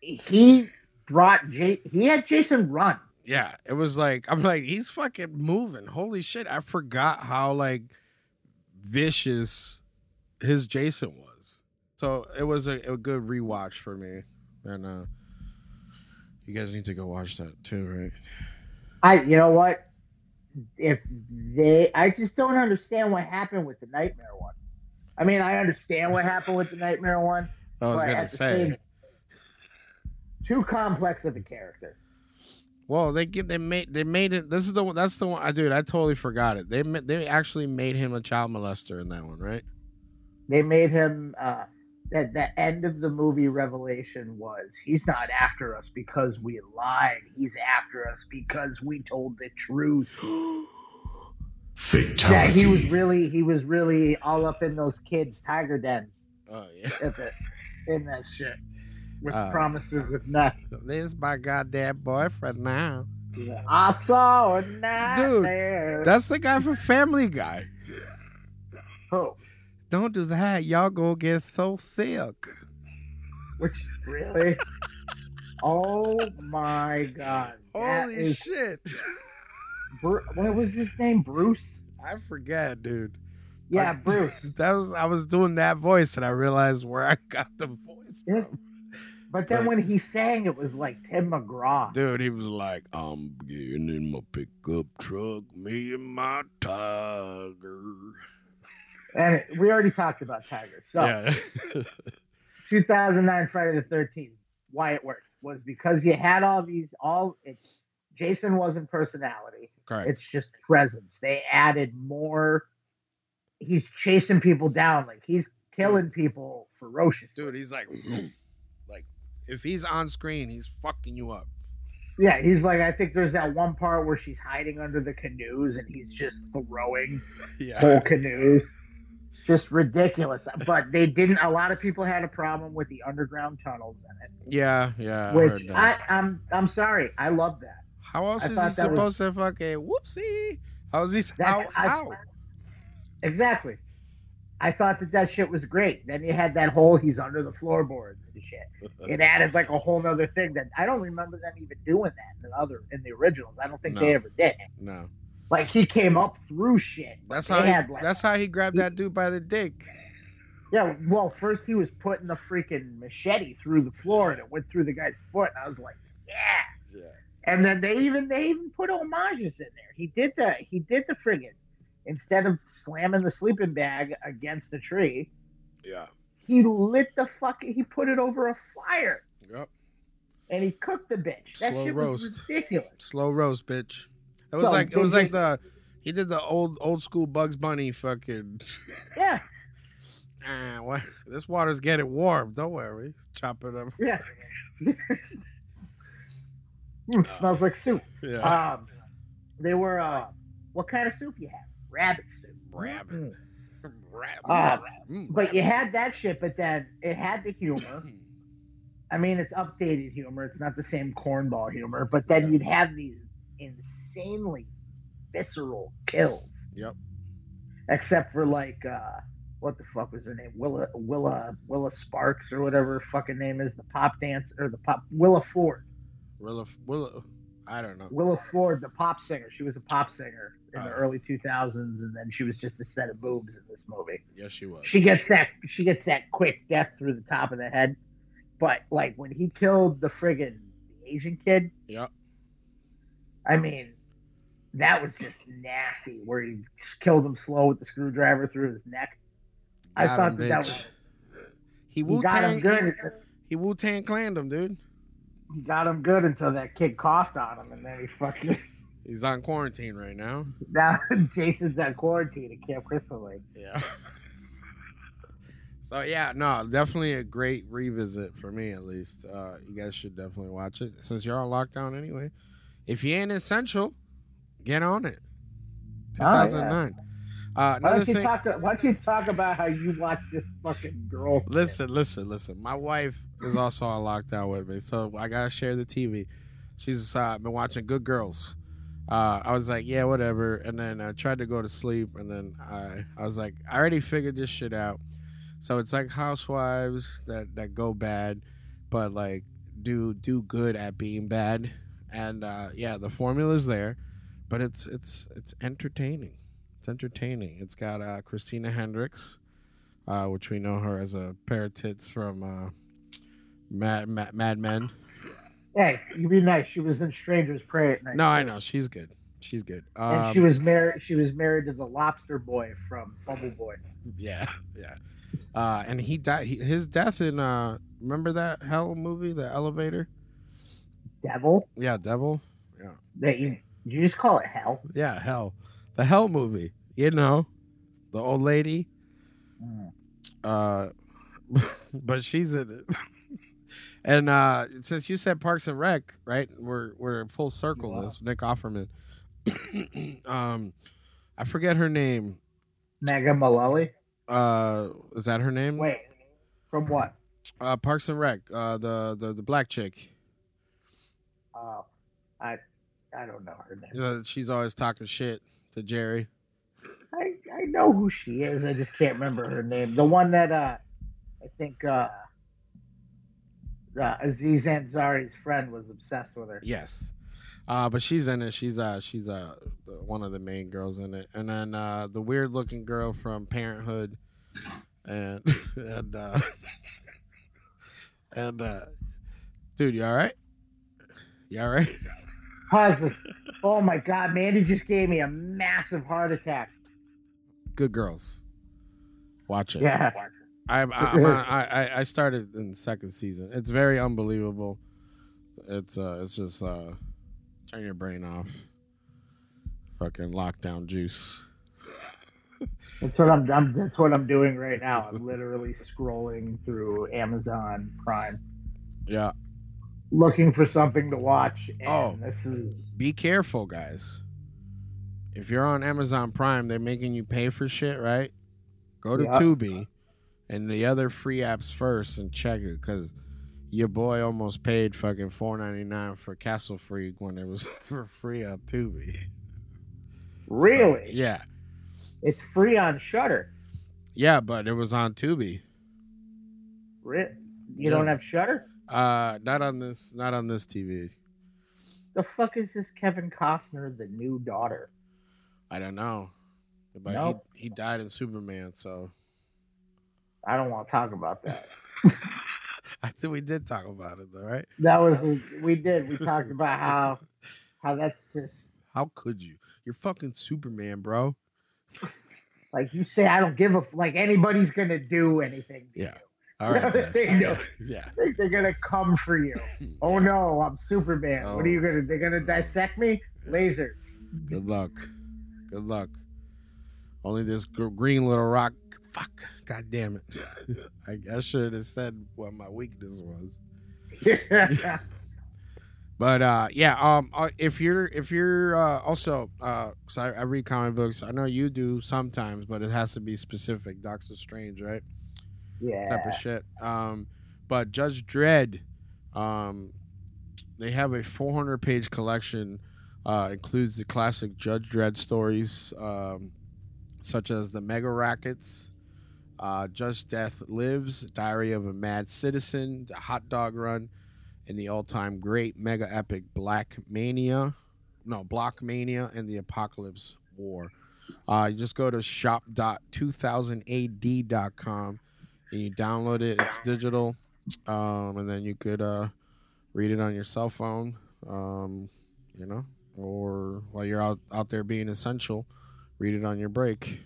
Speaker 2: He brought J. He had Jason run.
Speaker 3: yeah, it was like I'm like he's fucking moving. Holy shit! I forgot how like vicious his Jason was. So it was a, a good rewatch for me, and uh you guys need to go watch that too, right?
Speaker 2: I. You know what? If they, I just don't understand what happened with the nightmare one. I mean, I understand what happened with the nightmare one.
Speaker 3: I was
Speaker 2: but
Speaker 3: gonna
Speaker 2: at the
Speaker 3: say.
Speaker 2: same- too complex of a character.
Speaker 3: Well, they get they made they made it. This is the one. That's the one. I dude, I totally forgot it. They ma- they actually made him a child molester in that one, right?
Speaker 2: they made him uh that the end of the movie revelation was he's not after us because we lied he's after us because we told the
Speaker 3: <gasps>
Speaker 2: truth that he was really he was really all up in those kids tiger dens
Speaker 3: Oh yeah. <laughs>
Speaker 2: at the, in that shit with
Speaker 3: Uh.
Speaker 2: promises of nothing
Speaker 3: This is my goddamn boyfriend now.
Speaker 2: i saw a night
Speaker 3: Dude,
Speaker 2: there.
Speaker 3: That's the guy from Family Guy.
Speaker 2: Oh,
Speaker 3: Don't do that. Y'all go get so thick.
Speaker 2: which
Speaker 3: <laughs>
Speaker 2: really oh my god that
Speaker 3: Holy
Speaker 2: is
Speaker 3: shit.
Speaker 2: Bru- what was his name? Bruce?
Speaker 3: <laughs> I forget, dude.
Speaker 2: Yeah,
Speaker 3: I-
Speaker 2: Bruce.
Speaker 3: That was I was doing that voice and I realized where I got the voice
Speaker 2: Yeah.
Speaker 3: from.
Speaker 2: But then when he sang, it was like Tim McGraw.
Speaker 3: Dude, he was like, I'm getting in my pickup truck, me and my tiger.
Speaker 2: And it- we already talked about Tiger. So
Speaker 3: Yeah. <laughs>
Speaker 2: 2009 Friday the 13th, why it worked was because you had all these, all it's Jason wasn't personality.
Speaker 3: Correct.
Speaker 2: It's just presence. They added more. He's chasing people down. Like he's killing people ferocious.
Speaker 3: Dude, he's like <clears throat> like if he's on screen, he's fucking you up.
Speaker 2: Yeah, he's like, I think there's that one part where she's hiding under the canoes and he's just throwing
Speaker 3: Yeah. <laughs>
Speaker 2: whole canoes. Just ridiculous. But they didn't, a lot of people had a problem with the underground tunnels in it,
Speaker 3: Yeah, yeah. I heard
Speaker 2: which
Speaker 3: that.
Speaker 2: I, I'm, I'm sorry. I love that.
Speaker 3: how else
Speaker 2: I
Speaker 3: is he
Speaker 2: thought that
Speaker 3: supposed
Speaker 2: was-
Speaker 3: to fucking whoopsie? How is he s- how
Speaker 2: That- I-
Speaker 3: how?
Speaker 2: Exactly. I thought that that shit was great. Then you had that whole he's under the floorboards and
Speaker 3: <laughs>
Speaker 2: shit. It added like a whole other thing that I don't remember them even doing that in the other in the originals. I don't think
Speaker 3: No.
Speaker 2: they ever did.
Speaker 3: No.
Speaker 2: Like he came up through shit. but
Speaker 3: That's
Speaker 2: they
Speaker 3: how he,
Speaker 2: had, like-
Speaker 3: that's how he grabbed that dude by the dick.
Speaker 2: Yeah, well, first he was putting the freaking machete through the floor and it went through the guy's foot. And I was like, yeah.
Speaker 3: Yeah.
Speaker 2: And then they even they even put homages in there. He did the he did the friggin' instead of slamming the sleeping bag against the tree,
Speaker 3: Yeah.
Speaker 2: he lit the fucking he put it over a fire
Speaker 3: Yep.
Speaker 2: and he cooked the bitch. That
Speaker 3: Slow
Speaker 2: shit was
Speaker 3: roast.
Speaker 2: ridiculous.
Speaker 3: Slow roast, bitch. It was
Speaker 2: So,
Speaker 3: like it
Speaker 2: they
Speaker 3: was like
Speaker 2: just-
Speaker 3: the he did the old old school Bugs Bunny fucking.
Speaker 2: Yeah,
Speaker 3: Ah, what? This water's getting warm. Don't worry, chop it up.
Speaker 2: yeah. Mm, smells like soup.
Speaker 3: Yeah,
Speaker 2: Um, they were uh, what kind of soup you have? Rabbit soup.
Speaker 3: rabbit, rabbit,
Speaker 2: Uh,
Speaker 3: Mm,
Speaker 2: But you had that shit, but then it had the
Speaker 3: <laughs>
Speaker 2: humor. I mean, it's updated humor. It's not the same cornball humor. But then
Speaker 3: Yeah.
Speaker 2: you'd have these insanely visceral kills.
Speaker 3: Yep.
Speaker 2: Except for like, uh, what the fuck was her name? Willa Willa Willa Sparks or whatever her fucking name is. The pop dance or the pop Willa Ford.
Speaker 3: Willa, Willa, I don't know.
Speaker 2: Willa Ford, the pop singer. She was a pop singer in
Speaker 3: Oh.
Speaker 2: the early 2000s, and then she was just a set of boobs in this movie
Speaker 3: Yes, she was.
Speaker 2: she gets that she gets that quick death through the top of the head. But like when he killed the friggin' Asian kid,
Speaker 3: Yeah.
Speaker 2: I mean, that was just nasty. Where he killed him slow with the screwdriver through his neck. I
Speaker 3: Got
Speaker 2: thought
Speaker 3: him,
Speaker 2: that that
Speaker 3: bitch.
Speaker 2: was
Speaker 3: He
Speaker 2: he
Speaker 3: Wu
Speaker 2: got
Speaker 3: Tang,
Speaker 2: him good.
Speaker 3: he Wu Tang clanned him, dude.
Speaker 2: He got him good until that kid coughed on him, and then he fucking <laughs>
Speaker 3: He's on quarantine right now.
Speaker 2: now <laughs> Jason's on quarantine at Camp Crystal Lake.
Speaker 3: Yeah. so yeah, no, definitely a great revisit for me at least. Uh, you guys should definitely watch it since you're on lockdown anyway. If you ain't essential, get on it.
Speaker 2: Oh, yeah.
Speaker 3: 2009. uh,
Speaker 2: Why
Speaker 3: another
Speaker 2: don't you
Speaker 3: thing.
Speaker 2: talk? Why don't you talk about how you watch this fucking girl?
Speaker 3: Listen, listen, listen. My wife is also on lockdown with me, so I gotta share the TV. She's uh, been watching Good Girls. Uh, I was like, yeah, whatever. And then I tried to go to sleep, and then I, I was like, I already figured this shit out. So it's like housewives that that go bad, but like do do good at being bad. And uh, yeah, the formula's there, but it's it's it's entertaining. It's entertaining. It's got uh, Christina Hendricks uh, which we know her as a pair of tits from uh, Mad, Mad Mad Men.
Speaker 2: Hey, you be nice. She was in Strangers Pray at night.
Speaker 3: No, I know she's good. She's good.
Speaker 2: And
Speaker 3: Um,
Speaker 2: she was married. She was married to the lobster boy from Bubble Boy.
Speaker 3: yeah, yeah. Uh, and he died. He, his death in uh, remember that Hell movie, The Elevator.
Speaker 2: Devil.
Speaker 3: Yeah, Devil.
Speaker 2: That you, you just call it hell.
Speaker 3: Yeah, Hell. The Hell movie. You know, the old lady. Mm. Uh, <laughs> but she's in it. <laughs> and uh, since you said Parks and Rec, right? We're we're in full circle.
Speaker 2: Wow.
Speaker 3: This Nick Offerman. <clears throat> um, I forget her name.
Speaker 2: Mega Mullally.
Speaker 3: Uh, is that her name?
Speaker 2: Wait, from what?
Speaker 3: Uh, Parks and Rec. Uh, the the the black chick.
Speaker 2: Oh, I, I don't know her name.
Speaker 3: Uh, she's always talking shit to Jerry.
Speaker 2: I, I know who she is. I just can't remember her name. The one that uh, I think uh, uh, Aziz Ansari's friend was obsessed with her.
Speaker 3: Yes. Uh, but she's in it. She's uh she's uh one of the main girls in it, and then uh, the weird looking girl from Parenthood, and <laughs> and uh, and uh, dude, you all right? You all right?
Speaker 2: Pause this. Oh my God, Mandy just gave me a massive heart attack.
Speaker 3: Good girls, watch it.
Speaker 2: Yeah.
Speaker 3: I I, I'm on- I I- I started in the second season. It's very unbelievable. It's uh it's just uh turn your brain off. Fucking lockdown juice.
Speaker 2: That's what I'm, I'm. That's what I'm doing right now. I'm literally scrolling through Amazon Prime,
Speaker 3: Yeah.
Speaker 2: looking for something to watch. And
Speaker 3: Oh.
Speaker 2: this is
Speaker 3: Be careful, guys. If you're on Amazon Prime, they're making you pay for shit, right? Go to
Speaker 2: Yeah.
Speaker 3: Tubi and the other free apps first and check it because your boy almost paid fucking four ninety nine for Castle Freak when it was <laughs> for free on Tubi.
Speaker 2: really.
Speaker 3: Yeah.
Speaker 2: It's free on Shutter.
Speaker 3: Yeah, but it was on Tubi.
Speaker 2: You
Speaker 3: Yeah.
Speaker 2: don't have Shutter?
Speaker 3: Uh, not on this, not on this TV.
Speaker 2: The fuck is this Kevin Costner, the new daughter?
Speaker 3: I don't know, but
Speaker 2: Nope.
Speaker 3: he, he died in Superman, so
Speaker 2: I don't want to talk about that.
Speaker 3: <laughs> I think we did talk about it, though, right?
Speaker 2: That was we did. We talked about how how that's just
Speaker 3: How could you? You're fucking Superman, bro.
Speaker 2: like you say. I don't give a f- like anybody's gonna do anything. to <laughs>
Speaker 3: Yeah.
Speaker 2: you.
Speaker 3: All right, Dad.
Speaker 2: There you go.
Speaker 3: yeah.
Speaker 2: Think They're gonna come for
Speaker 3: <laughs>
Speaker 2: you. Oh no, I'm Superman. What
Speaker 3: Oh.
Speaker 2: are you gonna? They're gonna dissect me?
Speaker 3: <laughs>
Speaker 2: <laughs> Lasers.
Speaker 3: Good luck. Good luck. Only this gr- green little rock. Fuck. God damn it. I, <laughs> I should have said what my weakness was. But uh, yeah, um, uh, if you're if you're uh, also, uh 'cause I, I read comic books. I know you do sometimes, but it has to be specific. Doctor Strange, right? Type
Speaker 2: yeah.
Speaker 3: of shit. Um, but Judge Dredd, um, they have a 400 page collection. Uh, includes the classic Judge Dredd stories, um, such as the Mega Rackets, uh, Judge Death Lives, Diary of a Mad Citizen, the Hot Dog Run, and the all-time great mega epic Black Mania, no Block Mania, and the Apocalypse War. Uh, you just go to shop.2000ad.com and you download it. It's digital, um, and then you could uh, read it on your cell phone, um, you know, or while you're out out there being essential, read it on your break.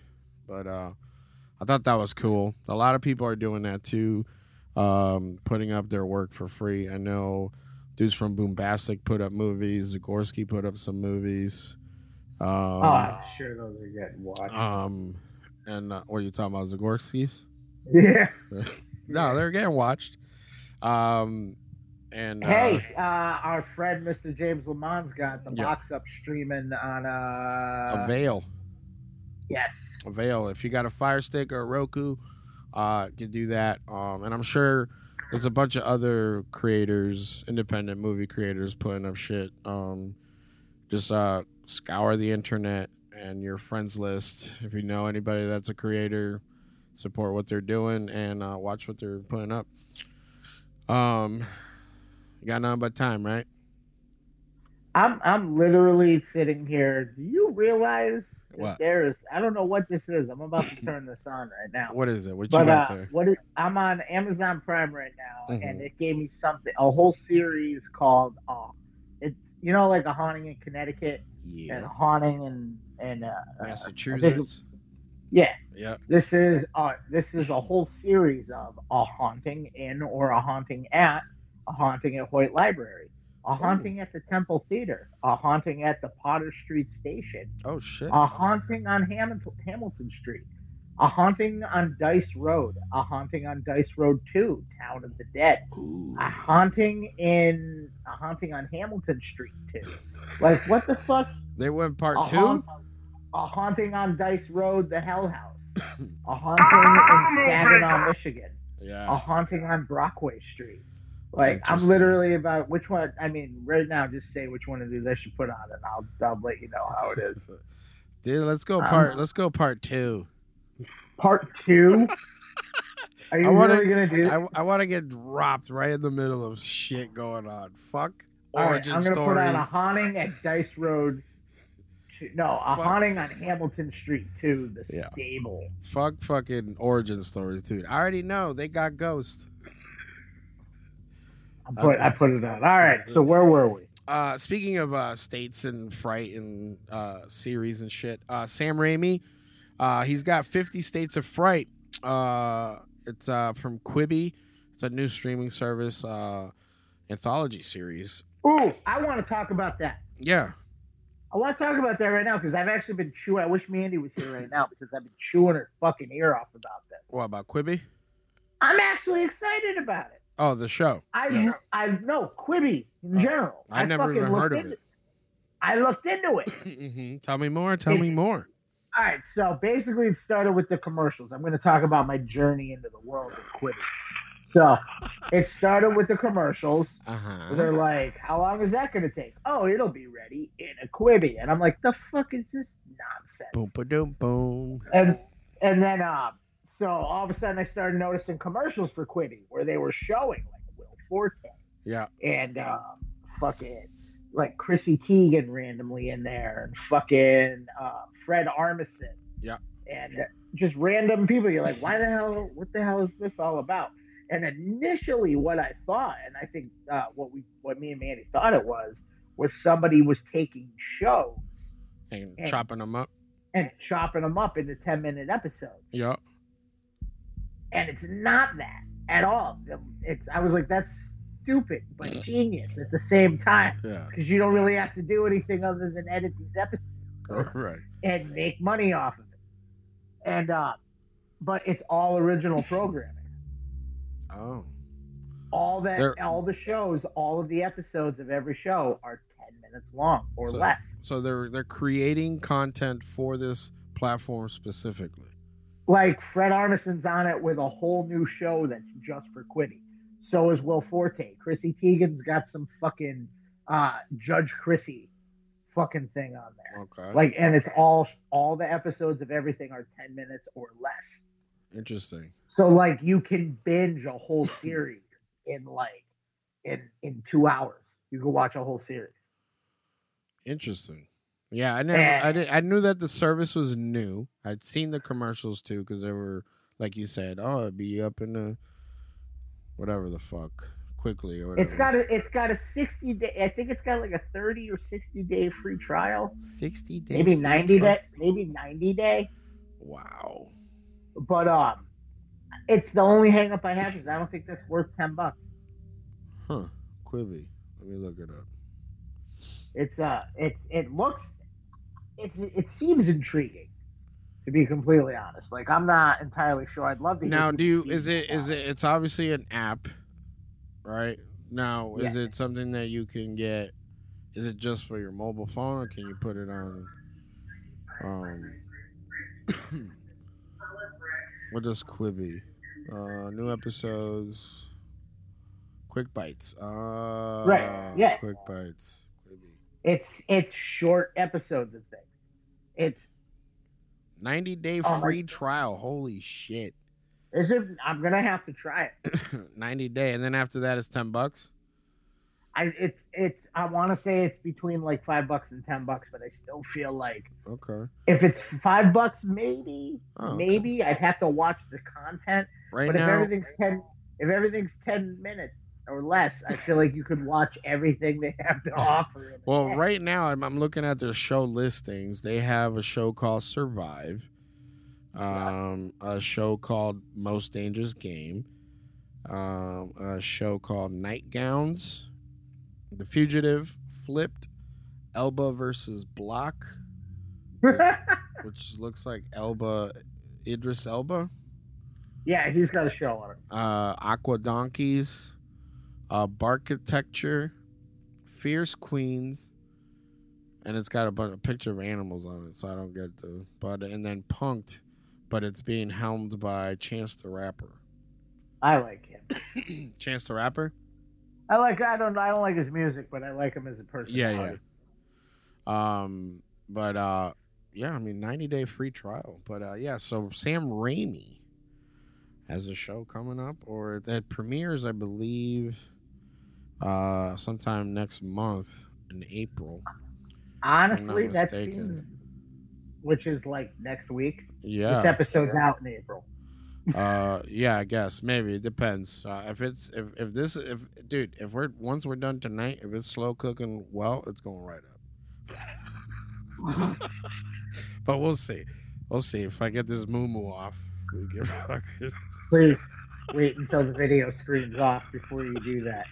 Speaker 3: But uh, I thought that was cool. A lot of people are doing that too um, putting up their work for free. I know dudes from Boombastic put up movies. Zagorski put up some movies. Um,
Speaker 2: Oh, I'm sure those are getting watched.
Speaker 3: um, and uh, what are you talking about, Zagorski's?
Speaker 2: <laughs> yeah.
Speaker 3: No, they're getting watched. Um, and uh,
Speaker 2: Hey, uh, our friend Mr. James Lamont's got the
Speaker 3: Yeah.
Speaker 2: box up streaming on uh
Speaker 3: a veil,
Speaker 2: yes.
Speaker 3: a veil. If you got a Fire Stick or a Roku, uh, you can do that. Um, and I'm sure there's a bunch of other creators, independent movie creators, putting up shit. Um, just uh, scour the internet and your friends list. If you know anybody that's a creator, support what they're doing and uh, watch what they're putting up. Um, you got nothing but time, right?
Speaker 2: I'm I'm literally sitting here. Do you realize that
Speaker 3: What?
Speaker 2: there is I don't know what this is. I'm about to turn this on right now.
Speaker 3: What is it? What you
Speaker 2: but
Speaker 3: got
Speaker 2: uh, Mm-hmm.
Speaker 3: there?
Speaker 2: what is, I'm on Amazon Prime right now,
Speaker 3: Mhm.
Speaker 2: and it gave me something a whole series called uh, it's you know like a haunting in Connecticut and
Speaker 3: Yeah,
Speaker 2: haunting and and uh, uh,
Speaker 3: Massachusetts.
Speaker 2: yeah
Speaker 3: Yeah.
Speaker 2: This is uh, this is a whole series of a haunting in or a haunting at a haunting at Hoyt Library, a haunting at the Temple Theater, a haunting at the Potter Street Station,
Speaker 3: Oh shit.
Speaker 2: a haunting on Hamilton, Hamilton Street, a haunting on Dice Road, a haunting on Dice Road Two, Town of the Dead, a haunting in a haunting on Hamilton Street Two. Like what the fuck?
Speaker 3: They went
Speaker 2: a
Speaker 3: part
Speaker 2: haun-
Speaker 3: two.
Speaker 2: a haunting on Dice Road, the Hell House. A haunting in Saginaw, Michigan. A
Speaker 3: Yeah.
Speaker 2: haunting on Brockway Street. Like I'm
Speaker 3: Interesting.
Speaker 2: literally about which one. I mean, right now, just say which one of these I should put on, and I'll I'll let you know how it is.
Speaker 3: Dude, let's go
Speaker 2: Um,
Speaker 3: part. let's go part two.
Speaker 2: Part <laughs> two. Are you
Speaker 3: I wanna-
Speaker 2: really gonna do?
Speaker 3: I, I want to get dropped right in the middle of shit going on. Fuck
Speaker 2: All right,
Speaker 3: origin
Speaker 2: I'm going to put
Speaker 3: stories.
Speaker 2: on a haunting at Dice Road. Two, no, a
Speaker 3: Fuck.
Speaker 2: haunting on Hamilton Street too. The
Speaker 3: Yeah.
Speaker 2: stable.
Speaker 3: Fuck fucking origin stories, dude. I already know they got ghosts.
Speaker 2: I put I put it on. All right. So where were we?
Speaker 3: Uh, speaking of uh, states and fright and uh, series and shit, uh, Sam Raimi, uh, he's got 50 states of fright. Uh, it's uh, from Quibi. It's a new streaming service uh, anthology series.
Speaker 2: Ooh, I want to talk about that.
Speaker 3: Yeah,
Speaker 2: I want to talk about that right now because I've actually been chewing. I wish Mandy was here right now because I've been chewing her fucking ear off about this.
Speaker 3: what about Quibi?
Speaker 2: I'm actually excited about it.
Speaker 3: Oh, the show.
Speaker 2: I
Speaker 3: Yeah.
Speaker 2: I know Quibi in
Speaker 3: Uh,
Speaker 2: general.
Speaker 3: I never
Speaker 2: fucking
Speaker 3: even heard
Speaker 2: looked
Speaker 3: of
Speaker 2: into-
Speaker 3: it.
Speaker 2: I looked into it.
Speaker 3: Mhm. Tell me more. Tell me more.
Speaker 2: All right, so basically, it started with the commercials. I'm going to talk about my journey into the world of Quibi. So it started with the commercials.
Speaker 3: Uh huh.
Speaker 2: They're like, "How long is that going to take?" Oh, it'll be ready in a Quibi, and I'm like, "The fuck is this nonsense?"
Speaker 3: Boom, ba doom, boom.
Speaker 2: and and then um, so all of a sudden I started noticing commercials for Quibi where they were showing like Will Forte
Speaker 3: Yeah.
Speaker 2: and um, fucking like Chrissy Teigen randomly in there and fucking uh, Fred Armisen.
Speaker 3: Yeah.
Speaker 2: And just random people. You're like, why the hell? What the hell is this all about? And initially, what I thought, and I think uh, what we, what me and Mandy thought it was, was somebody was taking shows
Speaker 3: And
Speaker 2: Yeah.
Speaker 3: chopping them up.
Speaker 2: and chopping them up into ten minute episodes.
Speaker 3: Yeah.
Speaker 2: and it's not that at all. It's I was like, that's stupid but genius at the same time
Speaker 3: Yeah.
Speaker 2: because you don't really have to do anything other than edit these episodes
Speaker 3: <laughs> Right.
Speaker 2: and make money off of it. And uh, but it's all original programming.
Speaker 3: Oh.
Speaker 2: All that,
Speaker 3: There-
Speaker 2: all the shows, all of the episodes of every show are ten minutes long or
Speaker 3: So-
Speaker 2: less.
Speaker 3: So they're they're creating content for this platform specifically.
Speaker 2: Like Fred Armisen's on it with a whole new show that's just for Quiddy. So is Will Forte. Chrissy Teigen's got some fucking uh, Judge Chrissy fucking thing on there.
Speaker 3: Okay.
Speaker 2: Like, and it's all all the episodes of everything are ten minutes or less.
Speaker 3: Interesting.
Speaker 2: So like you can binge a whole series in like in in two hours. You can watch a whole series.
Speaker 3: Interesting. Yeah, I never,
Speaker 2: Yeah.
Speaker 3: I did, I knew that the service was new. I'd seen the commercials too because they were like you said, oh, it'd be up in the whatever the fuck quickly or whatever.
Speaker 2: It's got a it's got a sixty day. I think it's got like a thirty or sixty day free trial.
Speaker 3: sixty days.
Speaker 2: Maybe ninety day. Maybe ninety day.
Speaker 3: Wow.
Speaker 2: But um, it's the only hang up I have is I don't think that's worth ten bucks.
Speaker 3: Huh. Quibi. Let me look it up.
Speaker 2: It's uh, it's it looks, it's it seems intriguing, to be completely honest. Like I'm not entirely sure. I'd love to. hear
Speaker 3: Now,
Speaker 2: people's
Speaker 3: do you
Speaker 2: feedback
Speaker 3: is it is
Speaker 2: on
Speaker 3: it? It's obviously an app, right? Now, is
Speaker 2: Yeah.
Speaker 3: it something that you can get? Is it just for your mobile phone, or can you put it on? Um, <coughs> what does Quibi? Uh, new episodes. Quick bites. Uh,
Speaker 2: yeah.
Speaker 3: Quick bites. Quibi.
Speaker 2: It's it's short episodes of things. It's
Speaker 3: Ninety day
Speaker 2: Oh, my-
Speaker 3: free trial. Holy shit. <coughs>
Speaker 2: is it. I'm gonna have to try it.
Speaker 3: Ninety day, and then after that, it's ten bucks.
Speaker 2: I it's it's. I want to say it's between like five bucks and ten bucks, but I still feel like
Speaker 3: Okay.
Speaker 2: if it's five bucks, maybe
Speaker 3: Oh, okay.
Speaker 2: maybe I'd have to watch the content.
Speaker 3: Right
Speaker 2: But if
Speaker 3: now.
Speaker 2: everything's ten, if everything's ten minutes or less, I feel like you could watch everything they have to offer. in a
Speaker 3: <laughs> Well,
Speaker 2: day. <laughs>
Speaker 3: right now I'm, I'm looking at their show listings. They have a show called Survive, um, a show called Most Dangerous Game, um, a show called Nightgowns, The Fugitive, Flipped, Elba versus Block, which looks like Elba, Idris Elba,
Speaker 2: yeah, he's got a show on it.
Speaker 3: uh, Aqua Donkeys, uh, Barkitecture, Fierce Queens, and it's got a bunch of picture of animals on it, so I don't get the but and then Punked, but it's being helmed by Chance the Rapper. <clears throat>
Speaker 2: I like him.
Speaker 3: Chance the Rapper?
Speaker 2: I like. I don't. I don't like his music, but I like him as a person.
Speaker 3: Yeah, yeah. Um, but uh, yeah, I mean, ninety day free trial. But uh, yeah, so Sam Raimi has a show coming up, or it, it premieres, I believe, uh, sometime next month in April.
Speaker 2: Honestly,
Speaker 3: not
Speaker 2: that
Speaker 3: mistaken.
Speaker 2: seems, which is like next week. This
Speaker 3: Yeah,
Speaker 2: episode's out in April.
Speaker 3: <laughs> uh, yeah, I guess maybe it depends. Uh, if it's if if this if dude if we're once we're done tonight, if it's slow cooking, well, it's going right up. But we'll see, we'll see if I get this moo moo off. We <laughs> get fucking.
Speaker 2: Please wait until the video streams off before you do that.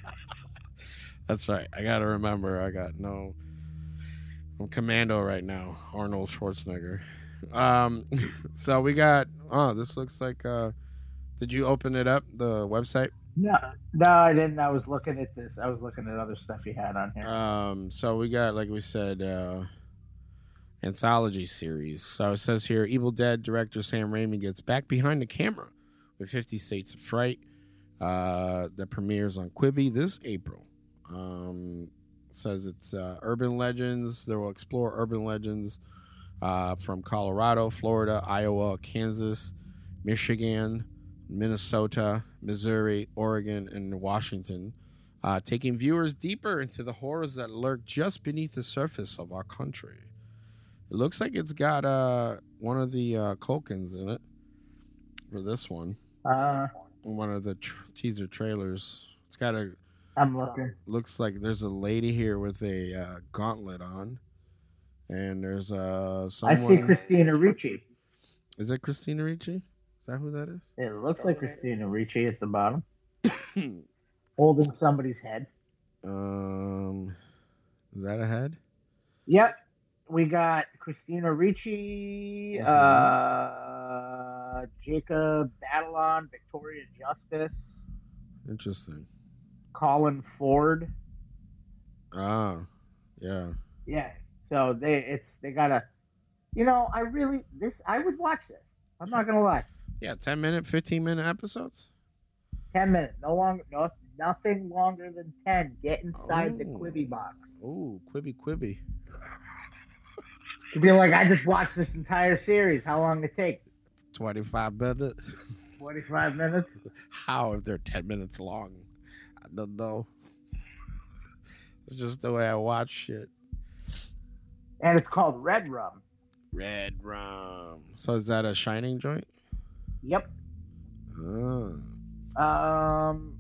Speaker 3: That's right. I gotta remember. I got no. I'm commando right now, Arnold Schwarzenegger. Um, <laughs> so we got. Oh, this looks like. Uh, did you open it up the website?
Speaker 2: No, no, I didn't. I was looking at this. I was looking at other stuff you had on here.
Speaker 3: Um, so we got like we said, uh, anthology series. So it says here, Evil Dead director Sam Raimi gets back behind the camera with Fifty States of Fright uh, that premieres on Quibi this April. Um, says it's uh, urban legends. They will explore urban legends uh, from Colorado, Florida, Iowa, Kansas, Michigan, Minnesota, Missouri, Oregon, and Washington, uh, taking viewers deeper into the horrors that lurk just beneath the surface of our country. It looks like it's got uh, one of the uh, Colkins in it for this one.
Speaker 2: Uh,
Speaker 3: One of the tr- teaser trailers. It's got a
Speaker 2: I'm looking.
Speaker 3: looks like there's a lady here with a uh, gauntlet on, and there's uh
Speaker 2: I see
Speaker 3: someone.
Speaker 2: Christina Ricci.
Speaker 3: Is it Christina Ricci? Is that who that is?
Speaker 2: It looks like Christina Ricci at
Speaker 3: <coughs>
Speaker 2: the bottom, holding somebody's head.
Speaker 3: Um, is that a head?
Speaker 2: Yep. We got Christina Ricci, uh, Jacob Batalon, Victoria Justice,
Speaker 3: Interesting.
Speaker 2: Colin Ford.
Speaker 3: Ah, yeah.
Speaker 2: Yeah. So they it's they got a you know, I really this I would watch this. I'm not gonna lie.
Speaker 3: Yeah, ten minute, fifteen minute episodes.
Speaker 2: Ten minutes, no longer no nothing longer than ten. Get inside the
Speaker 3: Oh.
Speaker 2: Quibi box.
Speaker 3: Ooh, quibby quibby.
Speaker 2: You'd be like, I just watched this entire series. How long did it take?
Speaker 3: Twenty five minutes.
Speaker 2: Forty five minutes?
Speaker 3: <laughs> How if they're ten minutes long? I don't know. It's just the way I watch shit.
Speaker 2: And it's called Red Rum.
Speaker 3: Red rum. So is that a shining joint?
Speaker 2: Yep.
Speaker 3: Oh.
Speaker 2: Um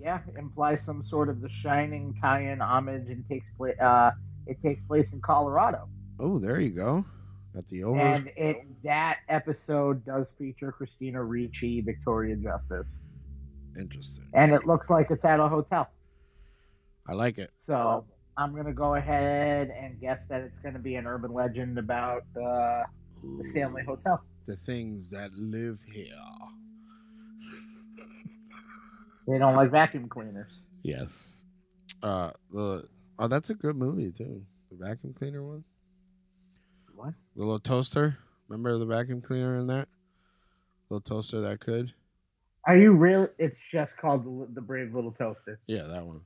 Speaker 2: yeah, implies some sort of the shining tie-in homage and takes place uh it takes place in Colorado.
Speaker 3: Oh, there you go. At the over.
Speaker 2: And it that episode does feature Christina Ricci, Victoria Justice,
Speaker 3: Interesting.
Speaker 2: and it looks like it's at a hotel.
Speaker 3: I like it.
Speaker 2: So I'm gonna go ahead and guess that it's gonna be an urban legend about uh, the Stanley Hotel.
Speaker 3: The things that live here.
Speaker 2: They don't like vacuum cleaners.
Speaker 3: Yes. Uh, the oh, that's a good movie too. The vacuum cleaner one.
Speaker 2: What?
Speaker 3: The little toaster. Remember the vacuum cleaner in that? Little toaster that could.
Speaker 2: Are you real? It's just called the, the Brave Little Toaster,
Speaker 3: Yeah, that one.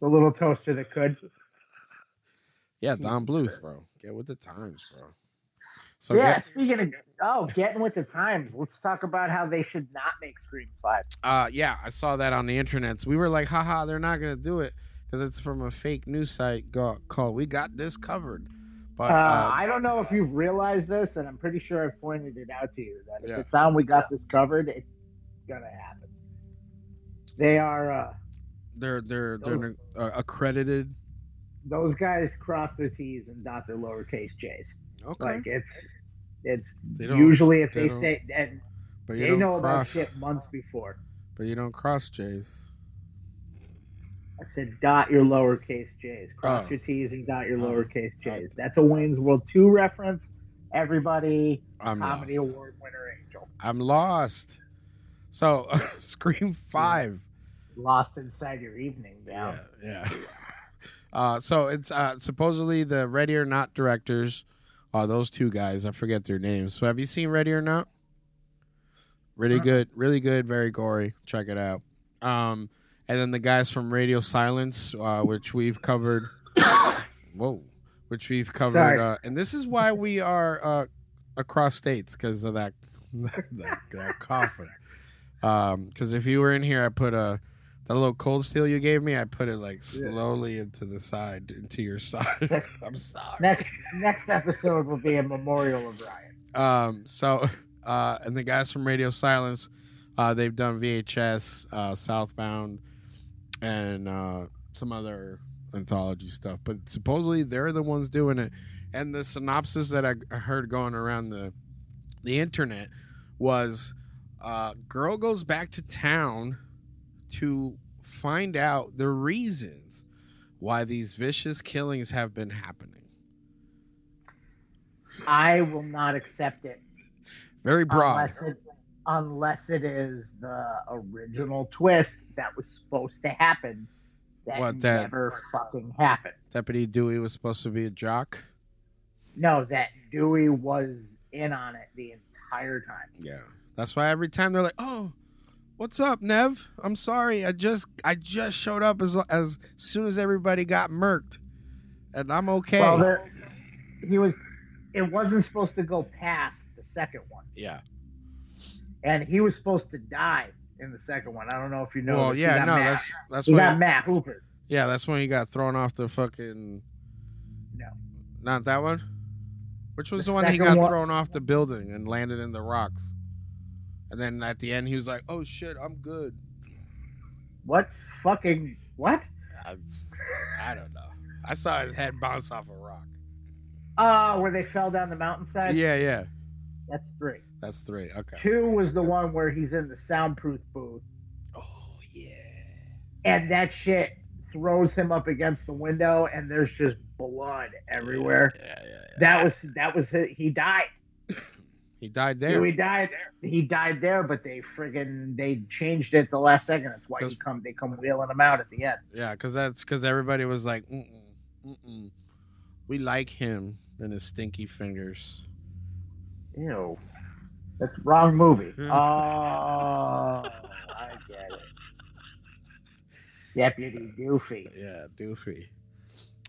Speaker 2: the little toaster that could.
Speaker 3: Yeah, Don Bluth, bro. Get with the times, bro. So
Speaker 2: yeah.
Speaker 3: get-
Speaker 2: Speaking of oh, getting with the times, let's talk about how they should not make Scream Five.
Speaker 3: Uh, yeah, I saw that on the internets. We were like, haha, they're not gonna do it because it's from a fake news site go- called "We Got This Covered." But
Speaker 2: Uh,
Speaker 3: uh,
Speaker 2: I don't know if you've realized this, and I'm pretty sure I've pointed it out to you that if
Speaker 3: Yeah.
Speaker 2: it's on We Got This Covered, it's going to happen. They are, uh,
Speaker 3: they're they're they're uh, accredited.
Speaker 2: those guys cross their T's and dot their lowercase J's.
Speaker 3: Okay,
Speaker 2: Like, it's, it's
Speaker 3: they don't,
Speaker 2: usually if
Speaker 3: they
Speaker 2: they,
Speaker 3: don't-
Speaker 2: say, and
Speaker 3: but you
Speaker 2: they
Speaker 3: don't
Speaker 2: know about
Speaker 3: cross,
Speaker 2: shit months before.
Speaker 3: but you don't cross J's.
Speaker 2: I said, dot your lowercase J's. Cross
Speaker 3: Oh.
Speaker 2: your T's and dot your
Speaker 3: Oh.
Speaker 2: lowercase
Speaker 3: Oh.
Speaker 2: J's. That's a Wayne's World 2 reference. Everybody,
Speaker 3: I'm
Speaker 2: Comedy
Speaker 3: lost.
Speaker 2: Award winner Angel.
Speaker 3: I'm lost. So, <laughs> Scream Five.
Speaker 2: Lost inside your evening, down.
Speaker 3: Yeah, yeah. <laughs> Uh, so it's uh, supposedly the Ready or Not directors are those two guys. I forget their names. So have you seen Ready or Not? Really
Speaker 2: Uh-uh.
Speaker 3: good, really good, very gory. Check it out. Um, and then the guys from Radio Silence, uh, which we've
Speaker 2: <coughs>
Speaker 3: covered. Whoa, which we've covered.
Speaker 2: Sorry.
Speaker 3: Uh, and this is why we are uh, across states because of <laughs>
Speaker 2: <laughs>
Speaker 3: Um, that that, that, that coughing. Because if you were in here, I put a That little cold steel you gave me, I put it like slowly into the side, into your <laughs> side. I'm sorry.
Speaker 2: Next next episode will be a memorial of Ryan.
Speaker 3: Um, so, <laughs> uh, and the guys from Radio Silence, uh, they've done VHS, uh, Southbound, and uh, some other anthology stuff. But supposedly they're the ones doing it. And the synopsis that I I heard going around the the internet was, uh, "Girl goes back to town to find out the reasons why these vicious killings have been happening."
Speaker 2: I will not accept it
Speaker 3: Very broad.
Speaker 2: unless it, unless it is the original twist that was supposed to happen that
Speaker 3: What, that-
Speaker 2: never fucking happened.
Speaker 3: Deputy Dewey was supposed to be a jock.
Speaker 2: No, that Dewey was in on it the entire time.
Speaker 3: Yeah. That's why every time they're like, "Oh, what's up, Nev? I'm sorry. I just I just showed up as as soon as everybody got murked, and I'm okay."
Speaker 2: Well, there, he was. It wasn't supposed to go past the second one,
Speaker 3: yeah.
Speaker 2: and he was supposed to die in the second one. I don't know if you know.
Speaker 3: well,
Speaker 2: but he
Speaker 3: yeah,
Speaker 2: got
Speaker 3: no,
Speaker 2: Matt-
Speaker 3: that's that's
Speaker 2: he got
Speaker 3: when
Speaker 2: Matt Hooper.
Speaker 3: yeah, that's when you got thrown off the fucking
Speaker 2: No.
Speaker 3: not that one. Which was the,
Speaker 2: The
Speaker 3: one that he
Speaker 2: second
Speaker 3: got
Speaker 2: one-
Speaker 3: thrown off the building and landed in the rocks, and then at the end he was like, "Oh shit, I'm good."
Speaker 2: What fucking what?
Speaker 3: I, I don't know. I saw his head bounce off a rock.
Speaker 2: Ah, where they fell down the mountainside.
Speaker 3: Yeah, yeah,
Speaker 2: that's three.
Speaker 3: that's three. Okay.
Speaker 2: Two was the one where he's in the soundproof booth,
Speaker 3: Oh yeah.
Speaker 2: and that shit throws him up against the window, and there's just blood everywhere.
Speaker 3: Yeah, yeah, yeah.
Speaker 2: That was that was his, he died.
Speaker 3: He died there.
Speaker 2: He died. He died there, but they friggin' they changed it the last second. That's why he
Speaker 3: 'Cause-
Speaker 2: come. They come wheeling him out at the end.
Speaker 3: yeah, because that's because everybody was like, mm mm, mm we like him and his stinky fingers.
Speaker 2: Ew, that's wrong movie.
Speaker 3: Hmm.
Speaker 2: oh, I get it. Deputy Doofy.
Speaker 3: Yeah, doofy.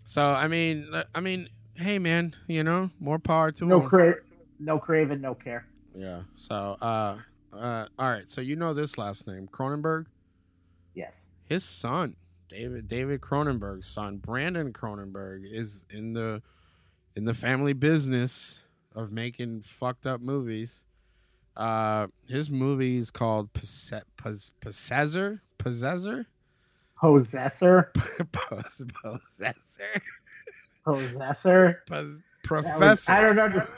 Speaker 3: So I mean, uh, I mean, hey man, you know, more power to
Speaker 2: No
Speaker 3: him.
Speaker 2: cra- no craven, no care.
Speaker 3: yeah. So, uh, uh, all right. So you know this last name, Cronenberg.
Speaker 2: Yes.
Speaker 3: His son, David David Cronenberg's son, Brandon Cronenberg, is in the in the family business of making fucked up movies. Uh, his movie is called Posse- Pos- Possessor. Possessor.
Speaker 2: Possessor,
Speaker 3: Pos- Possessor.
Speaker 2: possessor.
Speaker 3: Pos-
Speaker 2: That was- I
Speaker 3: Professor.
Speaker 2: don't under,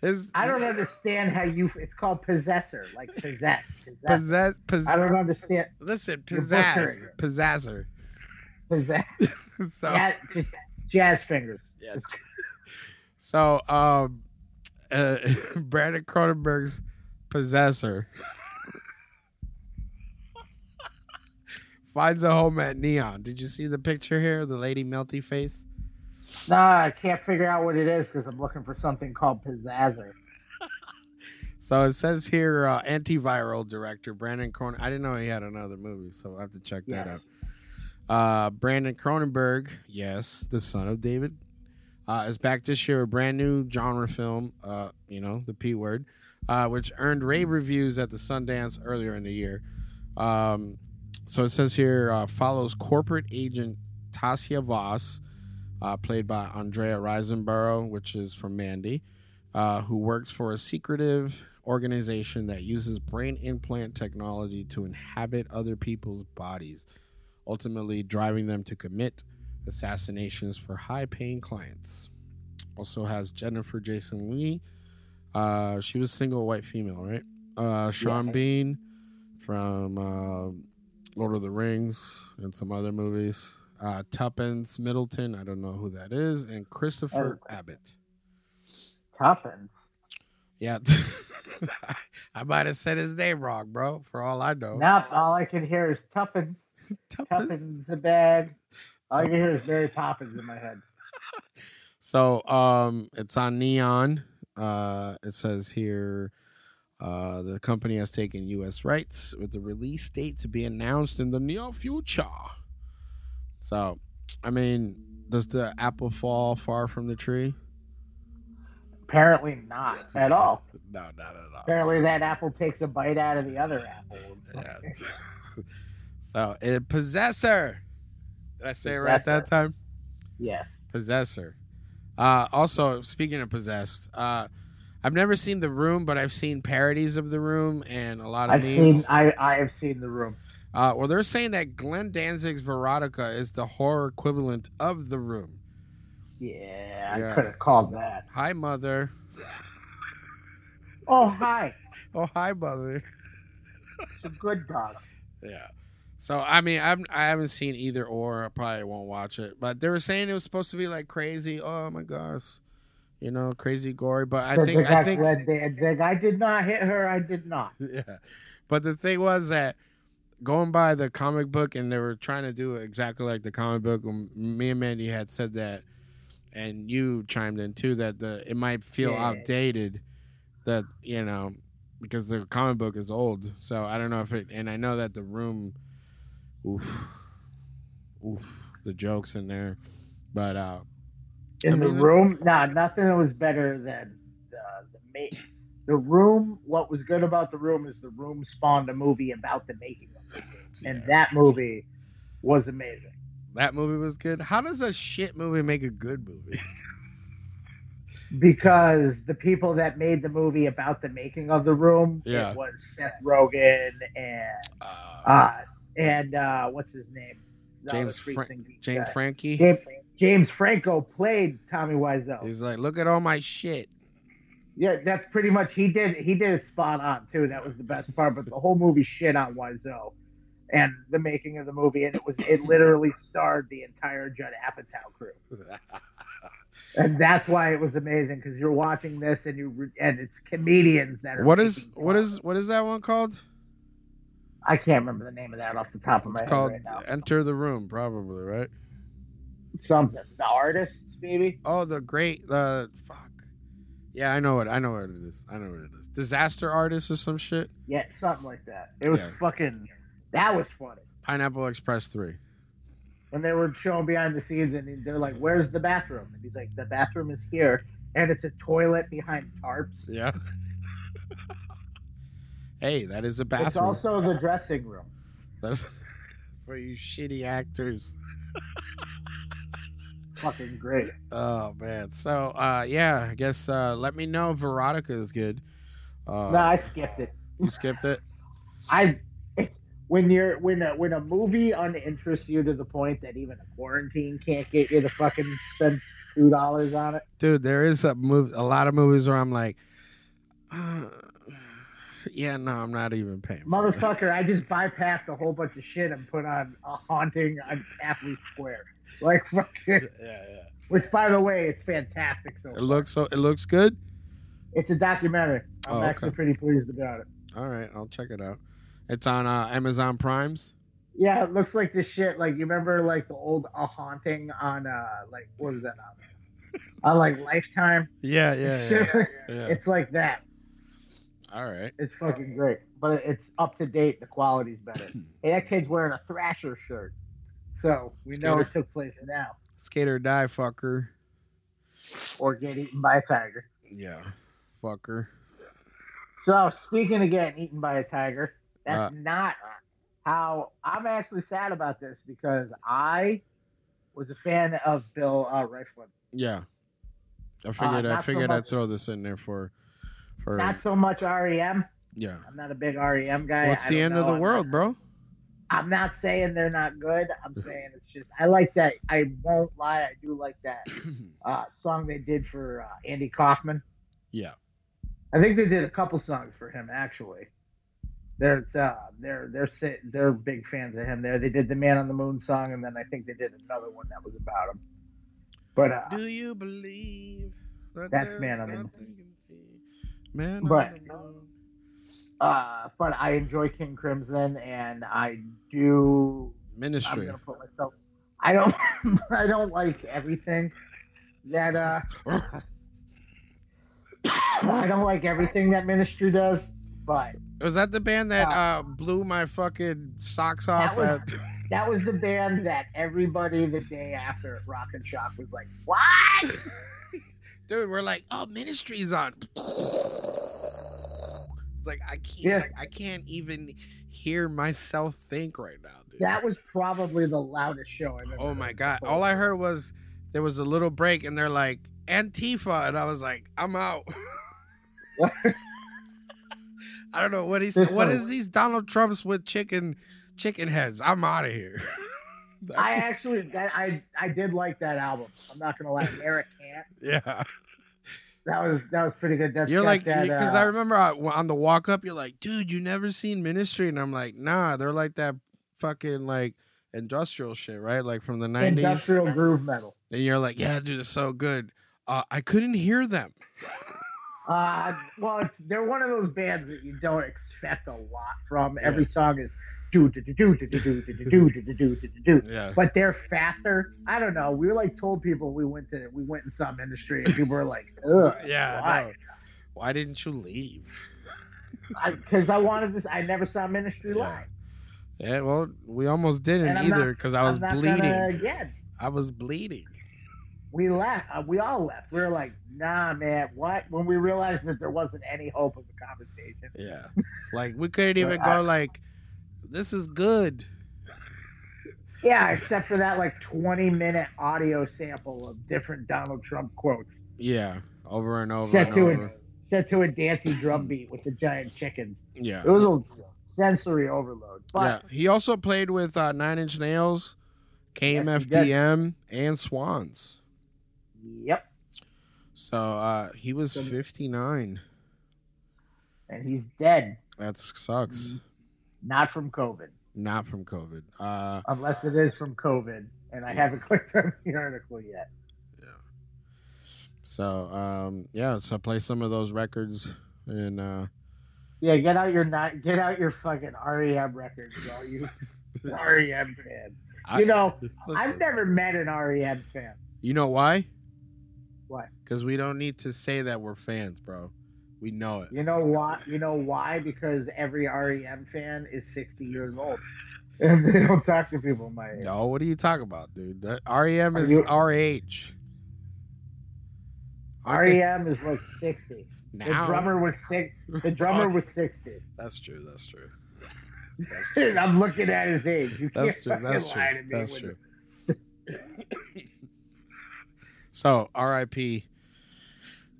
Speaker 3: His-
Speaker 2: I don't understand how you. It's called possessor, like possess. possess.
Speaker 3: Possess. Pos-
Speaker 2: I don't understand
Speaker 3: listen,
Speaker 2: You're
Speaker 3: pizzazz.
Speaker 2: butchering it.
Speaker 3: Possessor.
Speaker 2: possess.
Speaker 3: So
Speaker 2: jazz, just jazz fingers.
Speaker 3: Yeah. So, um, uh, <laughs> Brandon Cronenberg's possessor <laughs> finds a home at Neon. Did you see the picture here? The lady melty face.
Speaker 2: Nah, I can't figure out what it is because I'm looking for something called Pizzazzer.
Speaker 3: So it says here, uh, antiviral director Brandon Cron. I didn't know he had another movie, so I have to check that
Speaker 2: Yes.
Speaker 3: out. Uh, Brandon Cronenberg, yes, the son of David, uh, is back this year. A brand new genre film, uh, you know, the P word, uh, which earned rave reviews at the Sundance earlier in the year. Um, so it says here uh, follows corporate agent Tasia Voss, uh, played by Andrea Risenborough, which is from Mandy, uh, who works for a secretive organization that uses brain implant technology to inhabit other people's bodies, ultimately driving them to commit assassinations for high paying clients. Also has Jennifer Jason Lee. Uh, she was single white female, right? Uh, Sean
Speaker 2: Yeah.
Speaker 3: Bean from um Lord of the Rings and some other movies. Uh, Tuppence Middleton, I don't know who that is, and Christopher Abbott.
Speaker 2: Tuppence.
Speaker 3: Yeah. <laughs> I might have said his name wrong, bro, for all I know.
Speaker 2: Nope, all I can hear is Tuppence.
Speaker 3: Tuppence.
Speaker 2: Tuppence the bag. All I can hear is Mary Poppins in my head.
Speaker 3: So um it's on Neon. Uh it says here uh the company has taken US rights with the release date to be announced in the near future. So I mean, does the apple fall far from the tree?
Speaker 2: Apparently not at all.
Speaker 3: No, not at all.
Speaker 2: Apparently that apple takes a bite out of the other apple.
Speaker 3: Yeah. <laughs> So, uh, possessor. Did I say it right that
Speaker 2: Possessor.
Speaker 3: time?
Speaker 2: Yes.
Speaker 3: Possessor. Uh, also, speaking of possessed, uh, I've never seen The Room, but I've seen parodies of The Room and a lot of
Speaker 2: I've
Speaker 3: memes.
Speaker 2: seen I, I have seen the room.
Speaker 3: Uh, well, they're saying that Glenn Danzig's Veronica is the horror equivalent of The Room.
Speaker 2: Yeah,
Speaker 3: Yeah.
Speaker 2: I could have called that.
Speaker 3: Hi, mother.
Speaker 2: Oh hi.
Speaker 3: Oh, hi, mother.
Speaker 2: It's a good dog.
Speaker 3: Yeah. So I mean, I'm I haven't seen either or. I probably won't watch it. But they were saying it was supposed to be like crazy. Oh my gosh, you know, crazy gory. But I
Speaker 2: The- the
Speaker 3: think I
Speaker 2: guy
Speaker 3: think
Speaker 2: read the- the- I did not hit her, I did not.
Speaker 3: <laughs> yeah. But the thing was that going by the comic book, and they were trying to do it exactly like the comic book. And me and Mandy had said that, and you chimed in too that the it might feel
Speaker 2: Yeah.
Speaker 3: outdated. That you know because the comic book is old, so I don't know if it. And I know that the room, oof, oof, the jokes in there, but uh,
Speaker 2: in
Speaker 3: I
Speaker 2: the
Speaker 3: mean,
Speaker 2: room. Nah, nothing was better than uh, the ma- the room. What was good about the room is the room spawned a movie about the making of the room, and that movie was amazing.
Speaker 3: that movie was good. How does a shit movie make a good movie?
Speaker 2: Because the people that made the movie about the making of the room
Speaker 3: Yeah.
Speaker 2: it was Seth Rogen and
Speaker 3: Uh,
Speaker 2: uh, and uh, what's his name? The other
Speaker 3: James
Speaker 2: Freaks
Speaker 3: Fran-
Speaker 2: and Geeks
Speaker 3: James
Speaker 2: guy.
Speaker 3: Frankie.
Speaker 2: James, James Franco played Tommy Wiseau.
Speaker 3: He's like, look at all my shit.
Speaker 2: Yeah, that's pretty much he did. He did it spot on too. That was the best part. But the whole movie shit on Wiseau, and the making of the movie, and it was it literally starred the entire Judd Apatow crew, and that's why it was amazing because you're watching this and you re- and it's comedians that are.
Speaker 3: what is
Speaker 2: making
Speaker 3: what
Speaker 2: fun.
Speaker 3: is what is that one called?
Speaker 2: I can't remember the name of that off the top of
Speaker 3: It's
Speaker 2: my head
Speaker 3: called uh,
Speaker 2: right now.
Speaker 3: Enter the Room, probably right.
Speaker 2: Something the artists maybe.
Speaker 3: Oh, the great the fuck. Yeah, I know it. I know what it is. I know what it is. Disaster artist or some shit.
Speaker 2: Yeah, something like that. It was
Speaker 3: Yeah.
Speaker 2: fucking. That was funny.
Speaker 3: Pineapple Express three.
Speaker 2: when they were showing behind the scenes and they're like, Where's the bathroom? And he's like, The bathroom is here and it's a toilet behind tarps.
Speaker 3: Yeah. <laughs> hey, that is a
Speaker 2: It's
Speaker 3: bathroom. <laughs>
Speaker 2: also the dressing room.
Speaker 3: That is <laughs> for you shitty actors.
Speaker 2: Fucking great.
Speaker 3: Oh man. So uh yeah, I guess uh let me know if Veronica is good. Uh
Speaker 2: no, I skipped it.
Speaker 3: you skipped it.
Speaker 2: I <laughs> when you're when a when a movie uninterests you to the point that even a quarantine can't get you to fucking spend two dollars on it.
Speaker 3: dude there is a move a lot of movies where i'm like uh, yeah no i'm not even paying for that.
Speaker 2: Motherfucker, I just bypassed a whole bunch of shit and put on a haunting on Tapley Square. Like <laughs> fucking
Speaker 3: yeah, yeah.
Speaker 2: which by the way it's fantastic so
Speaker 3: it
Speaker 2: far.
Speaker 3: looks so it looks good
Speaker 2: It's a documentary. I'm
Speaker 3: Oh, okay.
Speaker 2: actually pretty pleased about it.
Speaker 3: all right i'll check it out it's on uh, amazon primes
Speaker 2: Yeah, it looks like this shit. Like you remember, like the old A Haunting on, uh, like what was that on?
Speaker 3: <laughs>
Speaker 2: on like Lifetime.
Speaker 3: yeah
Speaker 2: <laughs>
Speaker 3: yeah
Speaker 2: it's like that.
Speaker 3: <laughs> all right
Speaker 2: It's fucking great, but it's up to date. The quality's
Speaker 3: <clears throat>
Speaker 2: better. hey, that kid's wearing a Thrasher shirt, so we know it took place now.
Speaker 3: skater die fucker
Speaker 2: Or get eaten by a tiger.
Speaker 3: yeah fucker
Speaker 2: So speaking of getting eaten by a tiger, that's
Speaker 3: Uh.
Speaker 2: not how I'm actually sad about this because I was a fan of Bill uh, Reichman.
Speaker 3: yeah
Speaker 2: Uh,
Speaker 3: i figured i
Speaker 2: not so
Speaker 3: figured i'd
Speaker 2: much-
Speaker 3: throw this in there for for
Speaker 2: Not so much REM.
Speaker 3: yeah
Speaker 2: I'm not a big REM guy.
Speaker 3: what's
Speaker 2: I
Speaker 3: the
Speaker 2: don't
Speaker 3: end
Speaker 2: know.
Speaker 3: of the
Speaker 2: I'm
Speaker 3: world bro
Speaker 2: Not, I'm not saying they're not good.
Speaker 3: <laughs>
Speaker 2: I'm saying it's just I like that. I won't lie. I do like that <clears throat> uh, song they did for uh, Andy Kaufman.
Speaker 3: yeah
Speaker 2: I think they did a couple songs for him actually. They're uh, they're they're si- they're big fans of him. There they did the Man on the Moon song, and then I think they did another one that was about him. But uh,
Speaker 3: Do you believe that
Speaker 2: That's
Speaker 3: there's
Speaker 2: Man on the
Speaker 3: nothing in the- Man on
Speaker 2: But-
Speaker 3: the moon.
Speaker 2: uh, but I enjoy King Crimson, and I do I'm
Speaker 3: Ministry.
Speaker 2: gonna put myself. I don't. <laughs> I don't like everything that. uh <coughs>
Speaker 3: it
Speaker 2: I don't like everything that ministry does, but
Speaker 3: was that the band that uh, blew my fucking socks off? at,
Speaker 2: was-
Speaker 3: <laughs>
Speaker 2: that was the band that everybody the day after at Rock and Shock was like, "What?"
Speaker 3: dude, we're like, oh, Ministry's on. It's like I can't,
Speaker 2: Yeah.
Speaker 3: I can't even hear myself think right now, dude.
Speaker 2: That was probably the loudest show I've ever.
Speaker 3: Oh my
Speaker 2: heard.
Speaker 3: god! All I heard was there was a little break, and they're like Antifa, and I was like, I'm out. <laughs> I don't know what
Speaker 2: <laughs>
Speaker 3: he's. What is these Donald Trumps with chicken chicken heads? I'm out of here. <laughs>
Speaker 2: I actually, that, I I did like that album. I'm not gonna lie, Eric Camp.
Speaker 3: yeah.
Speaker 2: That was that was pretty good. That's
Speaker 3: You're
Speaker 2: got
Speaker 3: like,
Speaker 2: that,
Speaker 3: because
Speaker 2: uh,
Speaker 3: I remember I, on the walk up, you're like, dude, you never seen Ministry, and I'm like, nah, they're like that fucking like industrial shit, right? Like from the nineties.
Speaker 2: industrial groove metal.
Speaker 3: And you're like, yeah, dude, it's so good. Uh, I couldn't hear them.
Speaker 2: Uh, well, it's, they're one of those bands that you don't expect a lot from. Every song is do do do do do do do do do do do do do do.
Speaker 3: Yeah.
Speaker 2: But they're faster. I don't know. We like told people we went to we went in some industry and people were like, ugh,
Speaker 3: <laughs> Yeah. I
Speaker 2: why?
Speaker 3: know. Why didn't you leave?
Speaker 2: Because I, wanted this. I never saw Ministry live,
Speaker 3: Yeah, well, we almost didn't
Speaker 2: And I'm
Speaker 3: either
Speaker 2: not-
Speaker 3: because I was
Speaker 2: I'm not
Speaker 3: bleeding.
Speaker 2: Gonna, again,
Speaker 3: I was bleeding.
Speaker 2: we left. Uh, we all left. We were like, nah, man, what? When we realized that there wasn't any hope of a conversation. <laughs>
Speaker 3: Yeah. Like we couldn't even
Speaker 2: I-
Speaker 3: go like this is good.
Speaker 2: Yeah, except for that like 20 minute audio sample of different Donald Trump quotes
Speaker 3: Yeah. Over and over
Speaker 2: set
Speaker 3: and
Speaker 2: to
Speaker 3: over.
Speaker 2: a set to a dancing drum beat with the giant chickens.
Speaker 3: Yeah.
Speaker 2: It was a sensory overload.
Speaker 3: Yeah.
Speaker 2: But
Speaker 3: He also played with uh, Nine Inch Nails,
Speaker 2: Yes, he
Speaker 3: KMFDM, and Swans.
Speaker 2: yep,
Speaker 3: So uh, he was
Speaker 2: So-
Speaker 3: fifty nine.
Speaker 2: and he's dead,
Speaker 3: That
Speaker 2: Mm-hmm.
Speaker 3: sucks.
Speaker 2: not from COVID,
Speaker 3: Not from COVID. Uh,
Speaker 2: unless it is from COVID, and I haven't <laughs> clicked on the article yet.
Speaker 3: so um, yeah. So play some of those records and uh,
Speaker 2: Yeah, get out your not get out your fucking REM records,
Speaker 3: <laughs>
Speaker 2: all you REM fans.
Speaker 3: I- <laughs>
Speaker 2: You know,
Speaker 3: listen.
Speaker 2: I've never met an REM fan.
Speaker 3: You know why?
Speaker 2: Why?
Speaker 3: Because we don't need to say that we're fans, bro. We know it.
Speaker 2: You know why? You know why? Because every REM fan is 60 years old, and they don't talk to people my age.
Speaker 3: No, what are you talking about, dude? That REM
Speaker 2: Are
Speaker 3: is
Speaker 2: you-
Speaker 3: our age. Aren't they-
Speaker 2: REM E is like 60. The
Speaker 3: Now. Oh,
Speaker 2: drummer was six.
Speaker 3: <laughs>
Speaker 2: The drummer was 60.
Speaker 3: That's true. That's true. That's
Speaker 2: Dude, I'm looking at his age. You
Speaker 3: That's
Speaker 2: <laughs> can't
Speaker 3: true.
Speaker 2: fucking
Speaker 3: That's
Speaker 2: lie
Speaker 3: true.
Speaker 2: to me.
Speaker 3: That's
Speaker 2: with
Speaker 3: true.
Speaker 2: it.
Speaker 3: <laughs> so, R.I.P.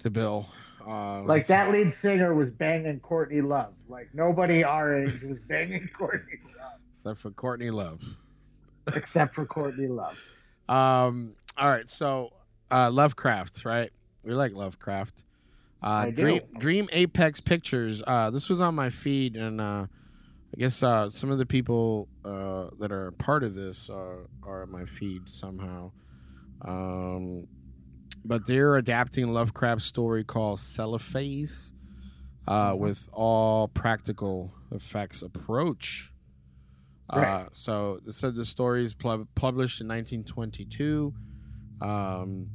Speaker 3: to Bill. Uh,
Speaker 2: Like
Speaker 3: let's-
Speaker 2: that lead singer was banging Courtney Love. Like nobody our age was banging <laughs> Courtney Love
Speaker 3: Except for Courtney Love.
Speaker 2: except for Courtney Love.
Speaker 3: Um. All right. So, uh, Lovecraft, right? We like Lovecraft. Uh,
Speaker 2: I do.
Speaker 3: Dream Dream Apex Pictures. Uh, this was on my feed, and uh, I guess uh, some of the people uh, that are a part of this are are on my feed somehow. Um, but they're adapting Lovecraft's story called Cellophase
Speaker 2: Mm-hmm.
Speaker 3: uh, with all practical effects approach. Uh,
Speaker 2: Right.
Speaker 3: so it said the story is pub- published in 1922. Um,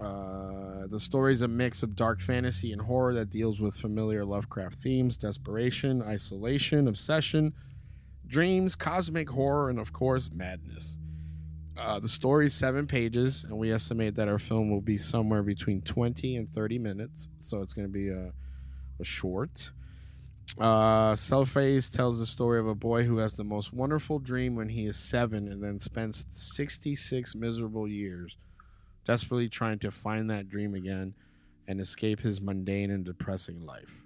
Speaker 3: uh, the story is a mix of dark fantasy and horror that deals with familiar Lovecraft themes desperation, isolation, obsession, dreams, cosmic horror, and of course, madness. Uh, the story is seven pages, and we estimate that our film will be somewhere between 20 and 30 minutes. So it's going to be a, a short. Uh, Cellphase tells the story of a boy who has the most wonderful dream when he is seven and then spends 66 miserable years desperately trying to find that dream again and escape his mundane and depressing life.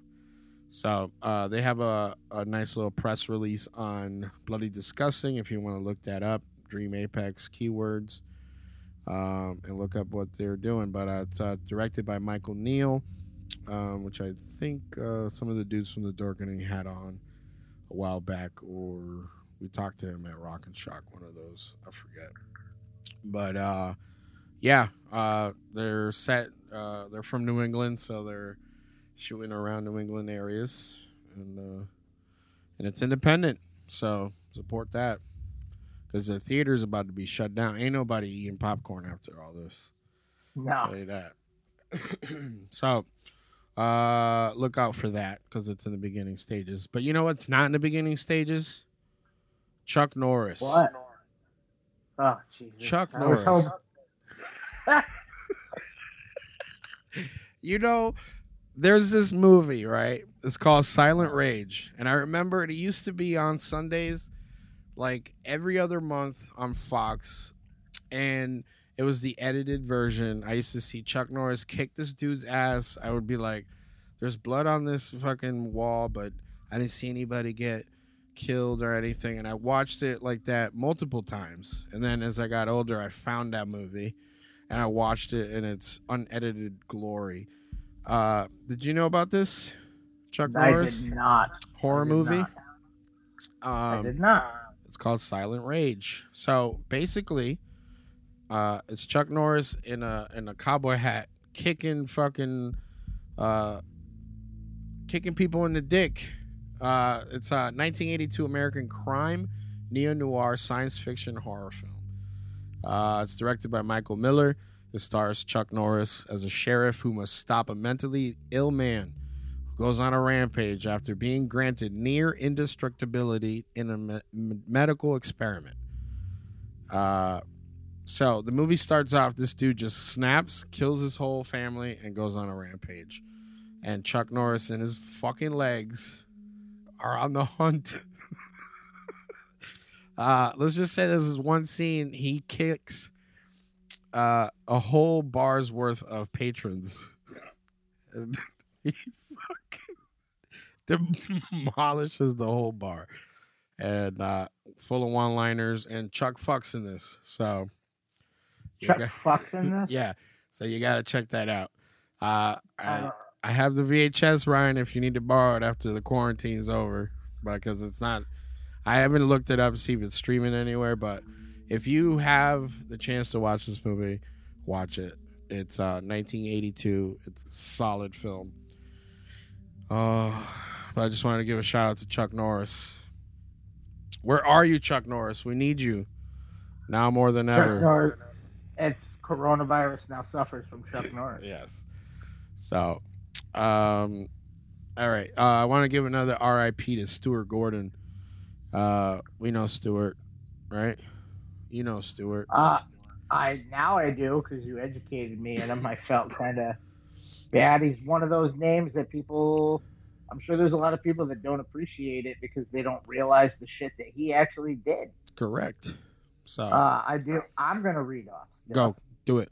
Speaker 3: So uh, they have a, a nice little press release on Bloody Disgusting if you want to look that up. Dream Apex keywords um, and look up what they're doing. But uh, it's uh, directed by Michael Neal, um, which I think uh, some of the dudes from The Dorkening had on a while back, or we talked to him at Rock and Shock, one of those. I forget. But uh, yeah, uh, they're set. Uh, they're from New England, so they're shooting around New England areas, and uh, and it's independent. So support that because the theater's about to be shut down. Ain't nobody eating popcorn after all this.
Speaker 2: No,
Speaker 3: Tell you that. <clears throat> so, uh, look out for that because it's in the beginning stages. But you know what's not in the beginning stages? Chuck Norris.
Speaker 2: what? Oh Jesus!
Speaker 3: Chuck
Speaker 2: I was
Speaker 3: Norris.
Speaker 2: hoping-
Speaker 3: You know, there's this movie, right? It's called Silent Rage. And I remember it used to be on Sundays, like every other month on Fox. And it was the edited version. I used to see Chuck Norris kick this dude's ass. I would be like, there's blood on this fucking wall, but I didn't see anybody get killed or anything. And I watched it like that multiple times. And then as I got older, I found that movie and I watched it in its unedited glory. Uh, did you know about this? Chuck
Speaker 2: I
Speaker 3: Norris
Speaker 2: did not.
Speaker 3: horror
Speaker 2: I did
Speaker 3: movie.
Speaker 2: not. I
Speaker 3: Um,
Speaker 2: did not.
Speaker 3: it's called Silent Rage. So basically, uh, it's Chuck Norris in a in a cowboy hat kicking fucking uh, kicking people in the dick. Uh, it's a 1982 American crime neo noir science fiction horror film. Uh, it's directed by Michael Miller. It stars Chuck Norris as a sheriff who must stop a mentally ill man who goes on a rampage after being granted near indestructibility in a me- m- medical experiment. Uh, so the movie starts off this dude just snaps, kills his whole family, and goes on a rampage. And Chuck Norris and his fucking legs are on the hunt. <laughs> uh, let's just say this is one scene. He kicks uh, a whole bar's worth of patrons. And <laughs> he fucking demolishes the whole bar. And uh, full of one liners. And Chuck fucks in this. So. you
Speaker 2: Chuck
Speaker 3: got-
Speaker 2: fucks in this.
Speaker 3: yeah. So you got to check that out. Uh, I,
Speaker 2: Uh,
Speaker 3: I have the VHS, Ryan, if you need to borrow it after the quarantine's over, because it's not, I haven't looked it up to see if it's streaming anywhere, but if you have the chance to watch this movie, watch it. It's uh, 1982. It's a solid film. Oh, but I just wanted to give a shout out to Chuck Norris. Where are you, Chuck Norris? We need you now more than ever.
Speaker 2: Chuck Norris. It's coronavirus now suffers from Chuck Norris.
Speaker 3: Yes. So, um, all right. Uh, I want to give another RIP to Stuart Gordon. Uh, we know Stuart, right? You know Stuart.
Speaker 2: Uh, I now I do because you educated me and him. I felt kind of bad. He's one of those names that people. I'm sure there's a lot of people that don't appreciate it because they don't realize the shit that he actually did.
Speaker 3: Correct. So
Speaker 2: Uh, I do. I'm gonna read off.
Speaker 3: go do it.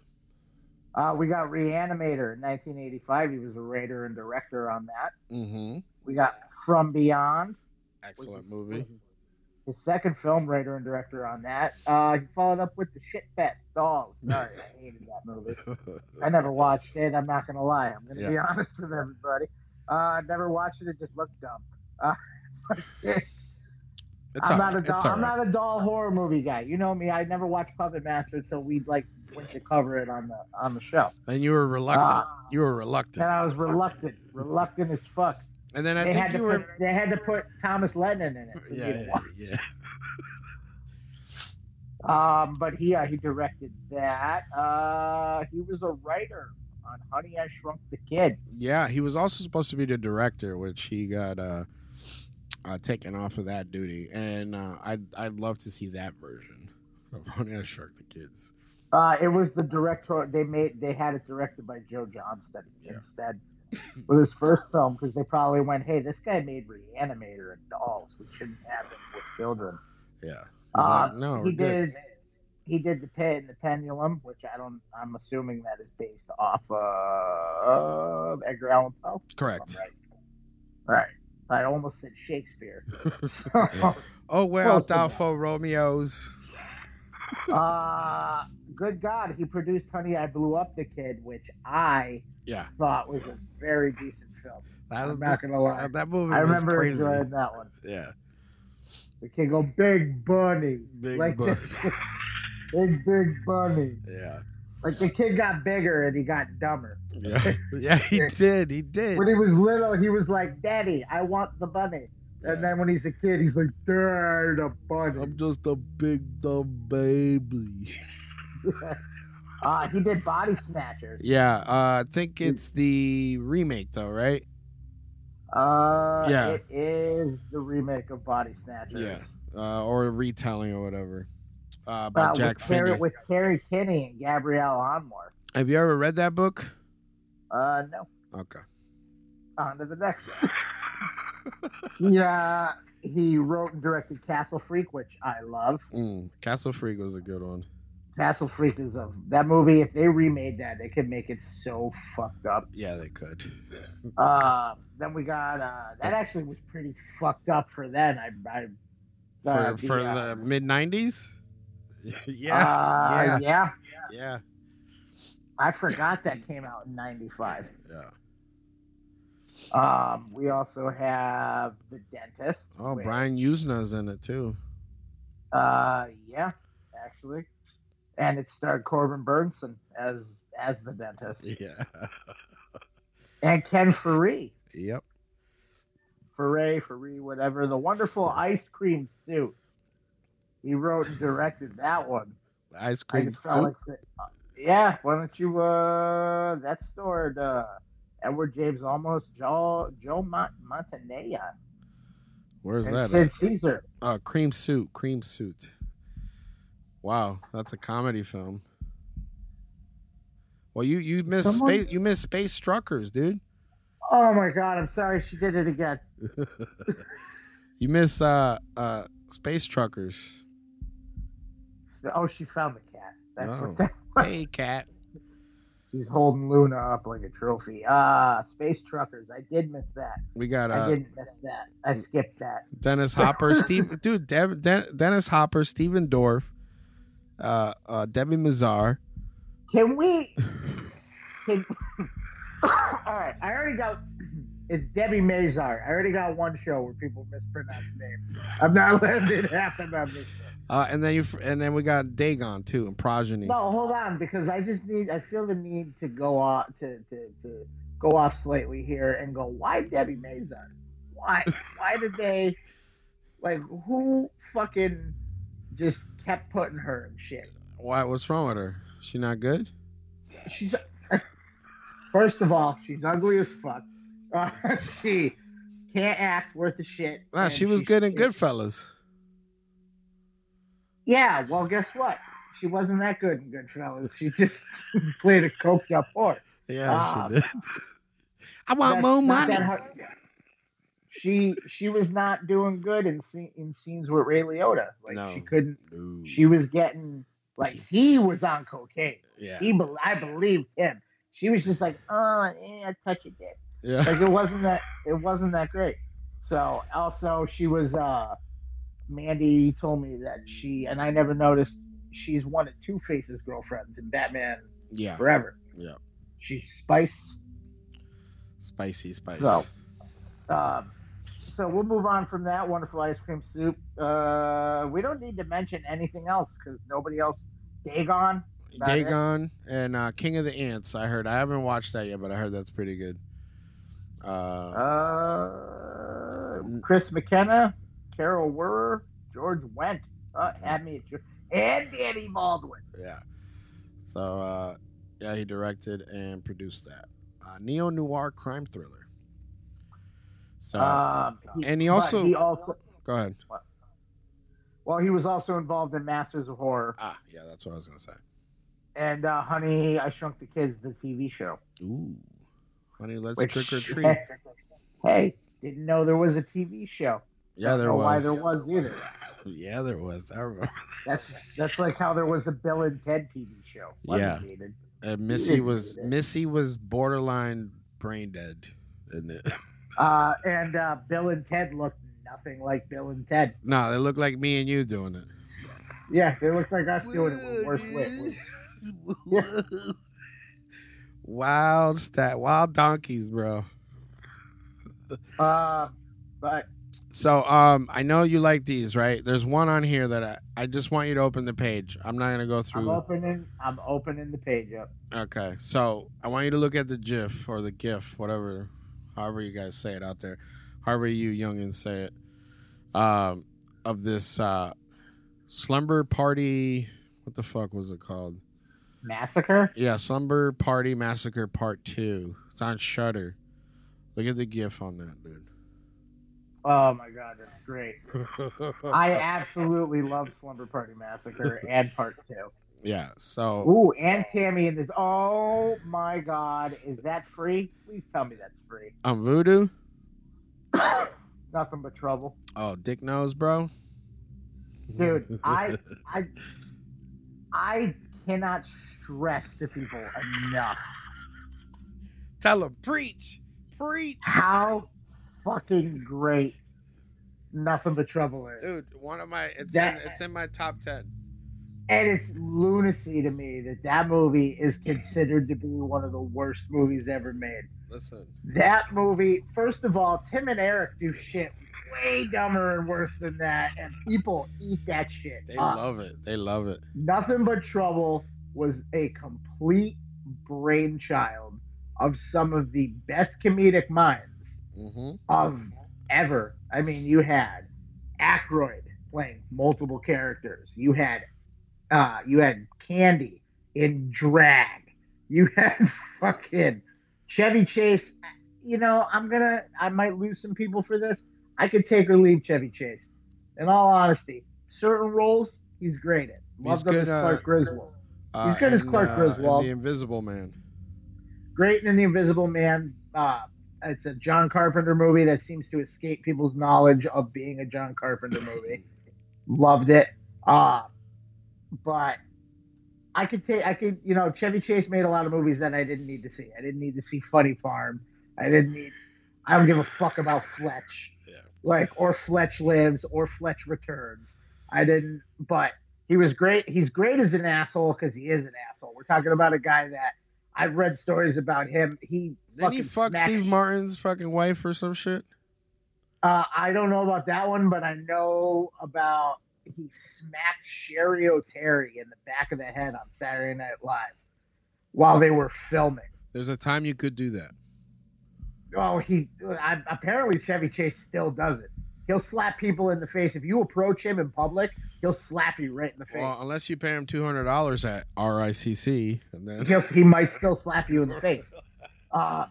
Speaker 2: Uh, we got Reanimator in 1985. He was a writer and director on that.
Speaker 3: Mm-hmm.
Speaker 2: We got From Beyond.
Speaker 3: Excellent movie. <laughs>
Speaker 2: His second film writer and director on that. Uh, he followed up with The Shit Fest Dog. Sorry, I hated that movie. I never watched it. I'm not gonna lie. I'm gonna be honest with everybody. Uh, I never watched it. It just looked dumb.
Speaker 3: It's all
Speaker 2: I'm not
Speaker 3: right.
Speaker 2: a doll.
Speaker 3: It's all
Speaker 2: I'm
Speaker 3: right.
Speaker 2: not a doll horror movie guy. You know me. I never watched Puppet Master until we like went to cover it on the on the show.
Speaker 3: And you were reluctant.
Speaker 2: Ah.
Speaker 3: you were
Speaker 2: And
Speaker 3: reluctant.
Speaker 2: I was reluctant, reluctant as fuck.
Speaker 3: And then I
Speaker 2: they
Speaker 3: think
Speaker 2: had to
Speaker 3: you were.
Speaker 2: put, they had to put Thomas Lennon in it. We
Speaker 3: Yeah,
Speaker 2: didn't
Speaker 3: yeah,
Speaker 2: watch-
Speaker 3: yeah.
Speaker 2: Um, but he uh, he directed that. Uh, he was a writer on Honey I Shrunk the Kid.
Speaker 3: Yeah, he was also supposed to be the director, which he got uh, uh taken off of that duty. And uh, I'd I'd love to see that version <laughs> of Honey I Shrunk the Kids.
Speaker 2: Uh, it was the director. They made they had it directed by Joe Johnston
Speaker 3: Yeah.
Speaker 2: instead with his first film because they probably went, hey, this guy made Reanimator and dolls. We shouldn't have it with children.
Speaker 3: Yeah. He's
Speaker 2: Uh,
Speaker 3: like, no,
Speaker 2: he
Speaker 3: Oh, we're good.
Speaker 2: did. He did the Pit and the Pendulum, which I don't. I'm assuming that is based off uh, of Edgar Allan Poe.
Speaker 3: Correct.
Speaker 2: Right. Right. I almost said
Speaker 3: <laughs>
Speaker 2: Shakespeare.
Speaker 3: Oh well,
Speaker 2: Close enough.
Speaker 3: Adolfo Romeo's.
Speaker 2: uh, good God, he produced Honey, I Blew Up the Kid, which I
Speaker 3: Yeah.
Speaker 2: thought was a very decent film.
Speaker 3: That,
Speaker 2: I'm not gonna lie.
Speaker 3: That movie
Speaker 2: I
Speaker 3: was
Speaker 2: remember
Speaker 3: crazy.
Speaker 2: enjoying that one.
Speaker 3: Yeah.
Speaker 2: The kid go, Big Bunny.
Speaker 3: Big
Speaker 2: like
Speaker 3: book.
Speaker 2: <laughs> The, big, big Bunny.
Speaker 3: yeah.
Speaker 2: Like the kid got bigger and he got dumber.
Speaker 3: Yeah. <laughs> Yeah, he did. He did.
Speaker 2: When he was little, he was like, Daddy, I want the bunny. And then when he's a kid, he's like, Dad, a bunny.
Speaker 3: I'm just a big dumb baby.
Speaker 2: Uh, he did Body Snatchers.
Speaker 3: Yeah, uh, I think it's the remake though, right?
Speaker 2: Uh,
Speaker 3: Yeah.
Speaker 2: It is the remake of Body Snatchers.
Speaker 3: Uh, or a retelling or whatever. Uh, by
Speaker 2: Uh,
Speaker 3: Jack
Speaker 2: with, Terry,
Speaker 3: Finney.
Speaker 2: with Terry Kinney and Gabrielle Onmore.
Speaker 3: Have you ever read that book?
Speaker 2: Uh, no.
Speaker 3: Okay.
Speaker 2: on to the next
Speaker 3: <laughs>
Speaker 2: one. yeah, he wrote and directed Castle Freak, which I love.
Speaker 3: Mm, Castle Freak was a good one.
Speaker 2: Castle Freak is a that movie. If they remade that, they could make it so fucked up.
Speaker 3: Yeah, they could.
Speaker 2: Uh, then we got uh, that actually was pretty fucked up for then. I, I
Speaker 3: For,
Speaker 2: uh,
Speaker 3: for
Speaker 2: uh,
Speaker 3: the mid 90s? <laughs> yeah,
Speaker 2: uh,
Speaker 3: yeah.
Speaker 2: yeah.
Speaker 3: Yeah.
Speaker 2: I forgot that came out in '95.
Speaker 3: Yeah.
Speaker 2: Um, we also have The Dentist.
Speaker 3: Oh,
Speaker 2: Wait.
Speaker 3: Brian Usna's in it too.
Speaker 2: Uh, yeah, actually, and it starred Corbin Burnson as as the dentist
Speaker 3: <laughs> Yeah.
Speaker 2: and Ken Faree,
Speaker 3: Yep.
Speaker 2: Faree, Faree, whatever. The wonderful ice cream suit. He wrote and directed that one.
Speaker 3: Ice <laughs>
Speaker 2: I
Speaker 3: cream
Speaker 2: just felt
Speaker 3: soup.
Speaker 2: like that- uh, yeah, why don't you? Uh, that starred uh, Edward James Almost, Joe Joe Mont- Montanea,
Speaker 3: Where's
Speaker 2: and
Speaker 3: that?
Speaker 2: Sid
Speaker 3: At?
Speaker 2: Caesar.
Speaker 3: Oh, cream suit. Cream suit. Wow, that's a comedy film. Well, you you missed
Speaker 2: Someone-
Speaker 3: space. You missed Space Truckers, dude.
Speaker 2: Oh my God, I'm sorry, she did it again.
Speaker 3: You missed uh uh Space Truckers.
Speaker 2: Oh, she found the cat. That's
Speaker 3: Oh.
Speaker 2: what that
Speaker 3: Hey, cat.
Speaker 2: He's holding Luna up like a trophy. Ah, Space Truckers. I did miss that.
Speaker 3: We got
Speaker 2: I <laughs>
Speaker 3: uh
Speaker 2: didn't miss that. I skipped that.
Speaker 3: Dennis Hopper, Steve, dude, Dev, Den, Dennis Hopper, Steven Dorff, uh, uh, Debbie Mazar.
Speaker 2: Can we? Can, <laughs> all right. I already got. It's Debbie Mazar. I already got one show where people mispronounce names. I'm not <laughs> letting it happen on this. show.
Speaker 3: Uh, and then you, and then we got Dagon too, and Progeny.
Speaker 2: No, hold on, because I just need. I feel the need to go off to to, to go off slightly here and go. Why Debbie Mazar?
Speaker 3: <laughs>
Speaker 2: Why? Why did they? Like who fucking just kept putting her in shit?
Speaker 3: Why? What's wrong with her? She not good?
Speaker 2: She's first of all, she's ugly as fuck. <laughs> Uh, she can't act worth a shit.
Speaker 3: Nah,
Speaker 2: and
Speaker 3: she was
Speaker 2: she's
Speaker 3: good in
Speaker 2: shit.
Speaker 3: Goodfellas.
Speaker 2: Yeah, well, guess what? She wasn't that good in Goodfellas. She just <laughs> played a coked up whore.
Speaker 3: Yeah,
Speaker 2: Ah,
Speaker 3: she did. <laughs> I want
Speaker 2: That's
Speaker 3: more
Speaker 2: not
Speaker 3: money.
Speaker 2: that hard. She she was not doing good in sce- in scenes with Ray Liotta. Like
Speaker 3: No. Mm.
Speaker 2: she couldn't.
Speaker 3: No.
Speaker 2: She was getting like he was on cocaine.
Speaker 3: yeah,
Speaker 2: He bel I believed him. She was just like, oh, eh, I touch a dick.
Speaker 3: yeah.
Speaker 2: Like it wasn't that it wasn't that great. So also she was uh Mandy told me that she and I never noticed she's one of Two Face's girlfriends in Batman
Speaker 3: yeah.
Speaker 2: Forever.
Speaker 3: Yeah.
Speaker 2: She's Spice
Speaker 3: Spicy, spice.
Speaker 2: So. Um, so we'll move on from that wonderful ice cream soup. Uh, we don't need to mention anything else because nobody else. Dagon. about it.
Speaker 3: Dagon and uh, King of the Ants. I heard. I haven't watched that yet, but I heard that's pretty good.
Speaker 2: Oh.
Speaker 3: Uh,
Speaker 2: Uh, Chris McKenna, Carol Werrer, George Wendt. Uh, had me at George- and Danny Baldwin.
Speaker 3: yeah. So uh, yeah, he directed and produced that uh, neo noir crime thriller. So
Speaker 2: Um,
Speaker 3: Uh, And he
Speaker 2: but
Speaker 3: also-
Speaker 2: he also
Speaker 3: go ahead.
Speaker 2: well he was also involved in Masters of Horror
Speaker 3: Ah, yeah, that's what I was gonna say.
Speaker 2: and uh, Honey I Shrunk the Kids the TV show.
Speaker 3: Ooh, honey, let's
Speaker 2: which-
Speaker 3: trick
Speaker 2: <laughs>
Speaker 3: or treat.
Speaker 2: hey, didn't know there was a TV show.
Speaker 3: Yeah, there
Speaker 2: Don't know Why
Speaker 3: was.
Speaker 2: there was either.
Speaker 3: Yeah, there was. I
Speaker 2: <laughs>
Speaker 3: remember.
Speaker 2: That's that's like how there was a Bill and Ted TV show. Wasn't
Speaker 3: Yeah.
Speaker 2: needed.
Speaker 3: And Missy
Speaker 2: didn't
Speaker 3: was
Speaker 2: do that.
Speaker 3: Missy was borderline brain dead, isn't it? <laughs>
Speaker 2: Uh, and uh, Bill and Ted looked nothing like Bill and Ted.
Speaker 3: no, they look like me and you doing it.
Speaker 2: Yeah, they looked like us doing it with worse wit.
Speaker 3: Wild stat, wild donkeys, bro.
Speaker 2: Uh, but
Speaker 3: So, um, I know you like these, right? There's one on here that I, I just want you to open the page. I'm not gonna go
Speaker 2: I'm
Speaker 3: through.
Speaker 2: opening I'm opening the page up.
Speaker 3: Okay, so I want you to look at the GIF or the GIF, whatever, however you guys say it out there, however you youngins say it, um, of this uh, slumber party. What the fuck was it called?
Speaker 2: Massacre.
Speaker 3: Yeah, slumber party massacre part two. It's on Shutter. Look at the GIF on that, <laughs> dude.
Speaker 2: Oh my god, that's great. I absolutely love Slumber Party Massacre and Part Two.
Speaker 3: Yeah. So
Speaker 2: Ooh, and Tammy in this. Oh my God, is that free? Please tell me that's free. <coughs>
Speaker 3: on um, Voodoo,
Speaker 2: Nothing but trouble,
Speaker 3: oh Dick knows, bro.
Speaker 2: dude. I, I, I cannot stress to people enough
Speaker 3: Tell him preach, preach,
Speaker 2: how fucking great Nothing But Trouble is.
Speaker 3: dude. One of my it's
Speaker 2: That-
Speaker 3: in, it's in my top ten.
Speaker 2: And it's lunacy to me that that movie is considered to be one of the worst movies ever made.
Speaker 3: Listen,
Speaker 2: That movie, first of all, Tim and Eric do shit way dumber and worse than that, and people eat that shit.
Speaker 3: they
Speaker 2: up.
Speaker 3: love it. They love it.
Speaker 2: Nothing but trouble was a complete brainchild of some of the best comedic minds
Speaker 3: hmm
Speaker 2: of ever. I mean, you had Aykroyd playing multiple characters. You had uh, you had Candy in drag. You <laughs> had fucking Chevy Chase. You know, I'm gonna I might lose some people for this. I could take or leave Chevy Chase. In all honesty, certain roles he's great at. Loved
Speaker 3: He's
Speaker 2: him as
Speaker 3: good, uh,
Speaker 2: Clark Griswold.
Speaker 3: Uh,
Speaker 2: good as
Speaker 3: and,
Speaker 2: Clark
Speaker 3: uh,
Speaker 2: Griswold.
Speaker 3: and the Invisible Man.
Speaker 2: Great in The Invisible Man. Uh, it's a John Carpenter movie that seems to escape people's knowledge of being a John
Speaker 3: <laughs>
Speaker 2: Carpenter movie. Loved it. Uh, but I could take, I could, you know, Chevy Chase made a lot of movies that I didn't need to see. I didn't need to see Funny Farm. I didn't need, I don't give a fuck about Fletch.
Speaker 3: Yeah.
Speaker 2: Like, or Fletch Lives or Fletch Returns. I didn't, but he was great. He's great as an asshole because he is an asshole. We're talking about a guy that I've read stories about him. He
Speaker 3: Didn't he
Speaker 2: fucking
Speaker 3: fuck
Speaker 2: smacked-
Speaker 3: Steve Martin's fucking wife or some shit?
Speaker 2: Uh, I don't know about that one, but I know about he smacked Sherry O'Terry in the back of the head on Saturday Night Live while they were filming.
Speaker 3: There's a time you could do that.
Speaker 2: Oh, he I, apparently Chevy Chase still does it. He'll slap people in the face if you approach him in public. He'll slap you right in the face.
Speaker 3: Well, unless you pay him two hundred dollars at RICC, and then
Speaker 2: He'll- he might still slap you in
Speaker 3: <laughs>
Speaker 2: the face. Uh,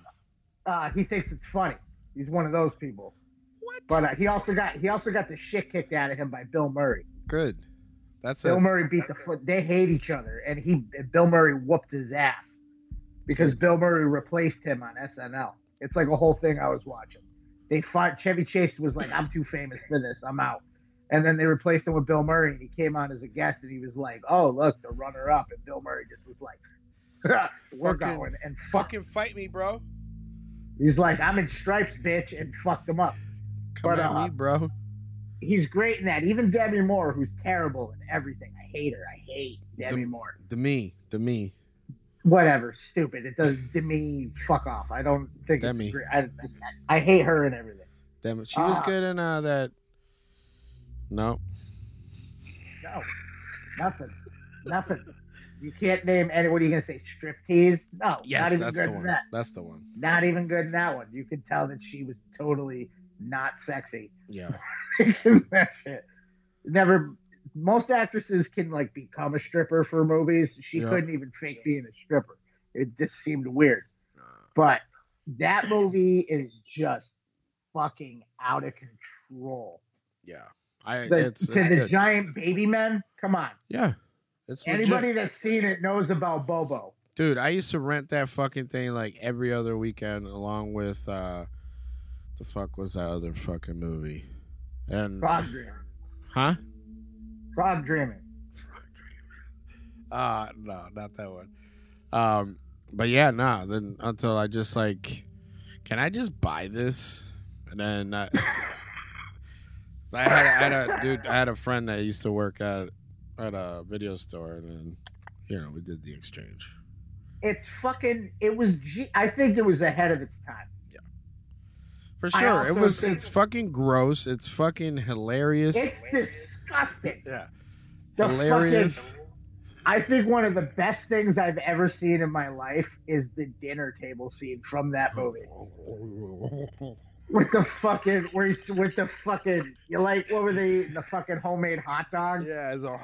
Speaker 2: uh, he thinks it's funny. He's one of those people.
Speaker 3: What?
Speaker 2: But uh, he also got he also got the shit kicked out of him by Bill Murray.
Speaker 3: good. That's
Speaker 2: Bill
Speaker 3: it.
Speaker 2: Murray beat the foot. They hate each other, and he Bill Murray whooped his ass because Bill Murray replaced him on SNL. It's like a whole thing I was watching. They fought. Chevy Chase was like, "I'm too famous for this. I'm out." And then they replaced him with Bill Murray, and he came on as a guest, and he was like, "Oh, look, the runner-up." And Bill Murray just was like, <laughs> "We're
Speaker 3: Fucking-
Speaker 2: going and fuck."
Speaker 3: Fucking fight me, bro.
Speaker 2: He's like, "I'm in stripes, bitch," and fucked him up.
Speaker 3: Come
Speaker 2: But,
Speaker 3: at
Speaker 2: uh,
Speaker 3: me, bro.
Speaker 2: He's great in that. Even Demi Moore, who's terrible in everything. I hate her. I hate Demi
Speaker 3: Dem-
Speaker 2: Moore.
Speaker 3: To me, to me.
Speaker 2: whatever, stupid. It does to me. Fuck off. I don't think
Speaker 3: Demi.
Speaker 2: it's great. I, I hate her and everything.
Speaker 3: Damn it. She was
Speaker 2: Ah.
Speaker 3: good in uh, that. No,
Speaker 2: No, nothing, nothing. You can't name any. What are you gonna say? Striptease? No, not
Speaker 3: yes,
Speaker 2: even
Speaker 3: that's
Speaker 2: good
Speaker 3: the
Speaker 2: in
Speaker 3: one.
Speaker 2: that.
Speaker 3: That's the one.
Speaker 2: Not even good in that one. You could tell that she was totally not sexy. <laughs>
Speaker 3: Yeah,
Speaker 2: that shit. Never. Most actresses can like become a stripper for movies. She
Speaker 3: Yeah.
Speaker 2: couldn't even fake being a stripper. It just seemed weird. But that movie is just fucking out of control.
Speaker 3: yeah. I.
Speaker 2: The,
Speaker 3: it's
Speaker 2: to
Speaker 3: it's
Speaker 2: the
Speaker 3: good.
Speaker 2: giant baby men, come on.
Speaker 3: Yeah, it's
Speaker 2: Anybody
Speaker 3: legit.
Speaker 2: that's seen it knows about Bobo.
Speaker 3: Dude, I used to rent that fucking thing like every other weekend, along with uh, the fuck was that other fucking movie? And
Speaker 2: Frog Dreaming.
Speaker 3: huh?
Speaker 2: Frog Dreaming.
Speaker 3: Uh no, not that one. Um, but yeah, nah. Then until I just like, can I just buy this? And then uh, <laughs> I had a, I had a dude, I had a friend that used to work at at a video store, and then you know we did the exchange.
Speaker 2: It's fucking. It was. G- I think it was ahead of its time.
Speaker 3: For
Speaker 2: I
Speaker 3: sure, it
Speaker 2: also
Speaker 3: was.
Speaker 2: think-
Speaker 3: It's fucking gross. It's fucking hilarious.
Speaker 2: It's disgusting.
Speaker 3: yeah,
Speaker 2: The
Speaker 3: hilarious.
Speaker 2: <laughs> fucking- I think one of the best things I've ever seen in my life is the dinner table scene from that movie. With the fucking, where he- with the fucking, you like, what were they eating? The fucking homemade hot dogs?
Speaker 3: yeah, it's all.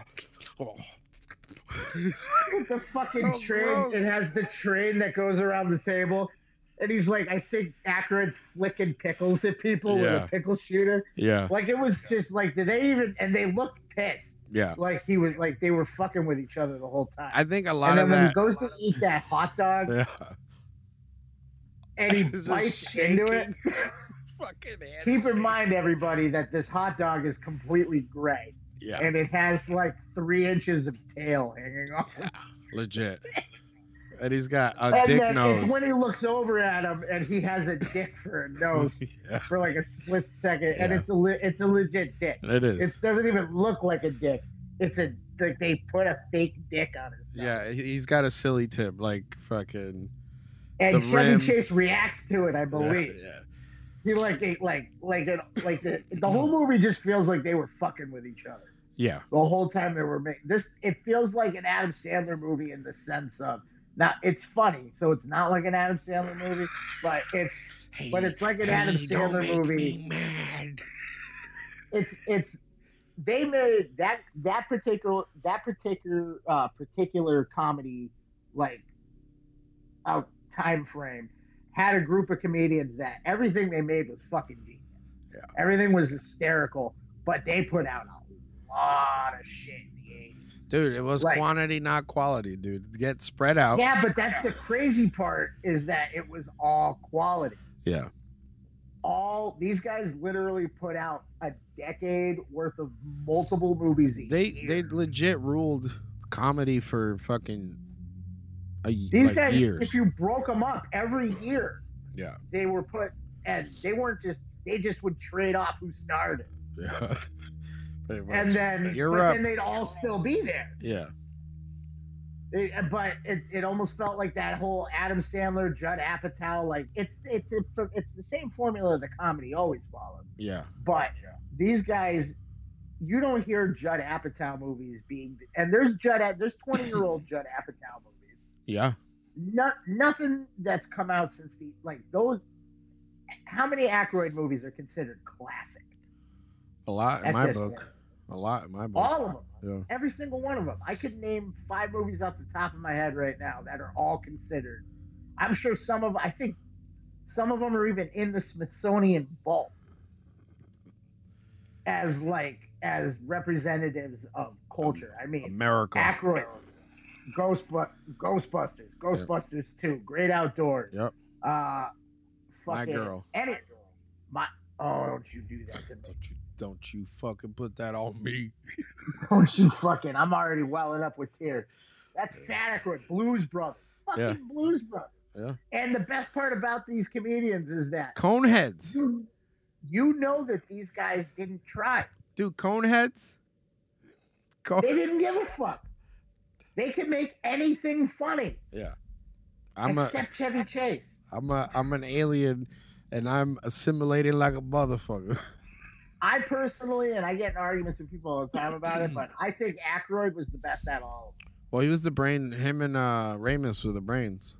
Speaker 2: With the fucking
Speaker 3: So
Speaker 2: train,
Speaker 3: gross.
Speaker 2: it has the train that goes around the table. And he's like, I think Akron's flicking pickles at people with
Speaker 3: Yeah.
Speaker 2: a pickle shooter.
Speaker 3: <laughs> yeah,
Speaker 2: Like, it was just like, did they even, and they looked pissed.
Speaker 3: Yeah.
Speaker 2: Like he was like they were fucking with each other the whole time.
Speaker 3: I think a lot
Speaker 2: and then
Speaker 3: of
Speaker 2: when he
Speaker 3: that.
Speaker 2: goes to eat that hot dog
Speaker 3: <laughs> Yeah.
Speaker 2: and he
Speaker 3: It's just
Speaker 2: bites into it.
Speaker 3: shaking. <laughs> Fucking hand
Speaker 2: Keep in
Speaker 3: shaking.
Speaker 2: mind, everybody, that this hot dog is completely gray
Speaker 3: Yeah.
Speaker 2: and it has like three inches of tail hanging off. it. <laughs>
Speaker 3: legit. And he's got a
Speaker 2: And
Speaker 3: dick
Speaker 2: then
Speaker 3: nose.
Speaker 2: it's when he looks over at him and he has a dick for a nose
Speaker 3: <laughs> Yeah.
Speaker 2: for like a split second, and
Speaker 3: Yeah.
Speaker 2: it's a le- it's a legit dick.
Speaker 3: It is.
Speaker 2: It doesn't even look like a dick. It's a like they put a fake dick on it.
Speaker 3: yeah, he- he's got a silly tip, like fucking.
Speaker 2: and
Speaker 3: the
Speaker 2: Chevy
Speaker 3: rim.
Speaker 2: Chase reacts to it. I believe
Speaker 3: Yeah, yeah.
Speaker 2: he like it, like like it, like the
Speaker 3: <laughs>
Speaker 2: the whole movie just feels like they were fucking with each other
Speaker 3: Yeah,
Speaker 2: the whole time they were making this. It feels like an Adam Sandler movie in the sense of now it's funny, so it's not like an Adam Sandler movie, but it's but it's like an Adam Sandler movie. It's it's they made that that particular that particular uh, particular comedy like uh, time frame had a group of comedians that everything they made was fucking genius.
Speaker 3: Yeah.
Speaker 2: Everything was hysterical, but they put out a lot of shit in the 80s.
Speaker 3: dude. It was
Speaker 2: Like-
Speaker 3: quantity, not quality, dude. Get spread out.
Speaker 2: Yeah, but that's the crazy part is that it was all quality.
Speaker 3: Yeah.
Speaker 2: All these guys literally put out a decade worth of multiple movies. Each
Speaker 3: They
Speaker 2: year.
Speaker 3: they legit ruled comedy for fucking a, y-
Speaker 2: these
Speaker 3: like
Speaker 2: guys,
Speaker 3: years.
Speaker 2: if you broke them up every year,
Speaker 3: Yeah.
Speaker 2: they were put and they weren't just they just would trade off who started,
Speaker 3: <laughs> yeah. Pretty much.
Speaker 2: and then
Speaker 3: You're
Speaker 2: but
Speaker 3: up.
Speaker 2: then they'd all still be there.
Speaker 3: yeah,
Speaker 2: It, but it, it almost felt like that whole Adam Sandler, Judd Apatow, like it's it's it's, it's the same formula the comedy always follows.
Speaker 3: yeah,
Speaker 2: But these guys, you don't hear Judd Apatow movies being, and there's Judd, there's 20 year old Judd Apatow movies.
Speaker 3: yeah.
Speaker 2: Not, nothing that's come out since the, like those, how many Aykroyd movies are considered classic?
Speaker 3: A lot in
Speaker 2: At
Speaker 3: my
Speaker 2: this
Speaker 3: book.
Speaker 2: point.
Speaker 3: A lot in my book.
Speaker 2: All of them.
Speaker 3: Yeah.
Speaker 2: Every single one of them. I could name five movies off the top of my head right now that are all considered. I'm sure some of, I think some of them are even in the Smithsonian vault as like, as representatives of culture. I mean,
Speaker 3: America.
Speaker 2: Aykroyd, Ghostbusters, Ghostbusters, Ghostbusters 2, Great Outdoors.
Speaker 3: Yep.
Speaker 2: Uh,
Speaker 3: My
Speaker 2: fucking
Speaker 3: Girl.
Speaker 2: Any, my, oh, don't you do that to me.
Speaker 3: Don't you don't you fucking put that on me. <laughs>
Speaker 2: Don't you Oh, fucking? I'm already welling up with tears. That's Fat Aykroyd, Blues Brothers, fucking
Speaker 3: Yeah.
Speaker 2: Blues Brothers.
Speaker 3: Yeah.
Speaker 2: And the best part about these comedians is that
Speaker 3: Coneheads.
Speaker 2: you, you know that these guys didn't try.
Speaker 3: Dude, coneheads?
Speaker 2: They
Speaker 3: Cone-
Speaker 2: didn't give a fuck. They could make anything funny
Speaker 3: I'm a
Speaker 2: except Chevy Chase.
Speaker 3: I'm a I'm an alien and I'm assimilating like a motherfucker.
Speaker 2: I personally, and I get in arguments with people all the time about it, but I think Aykroyd was the best at all. of them.
Speaker 3: Well, he was the brain him and uh Ramus were the brains.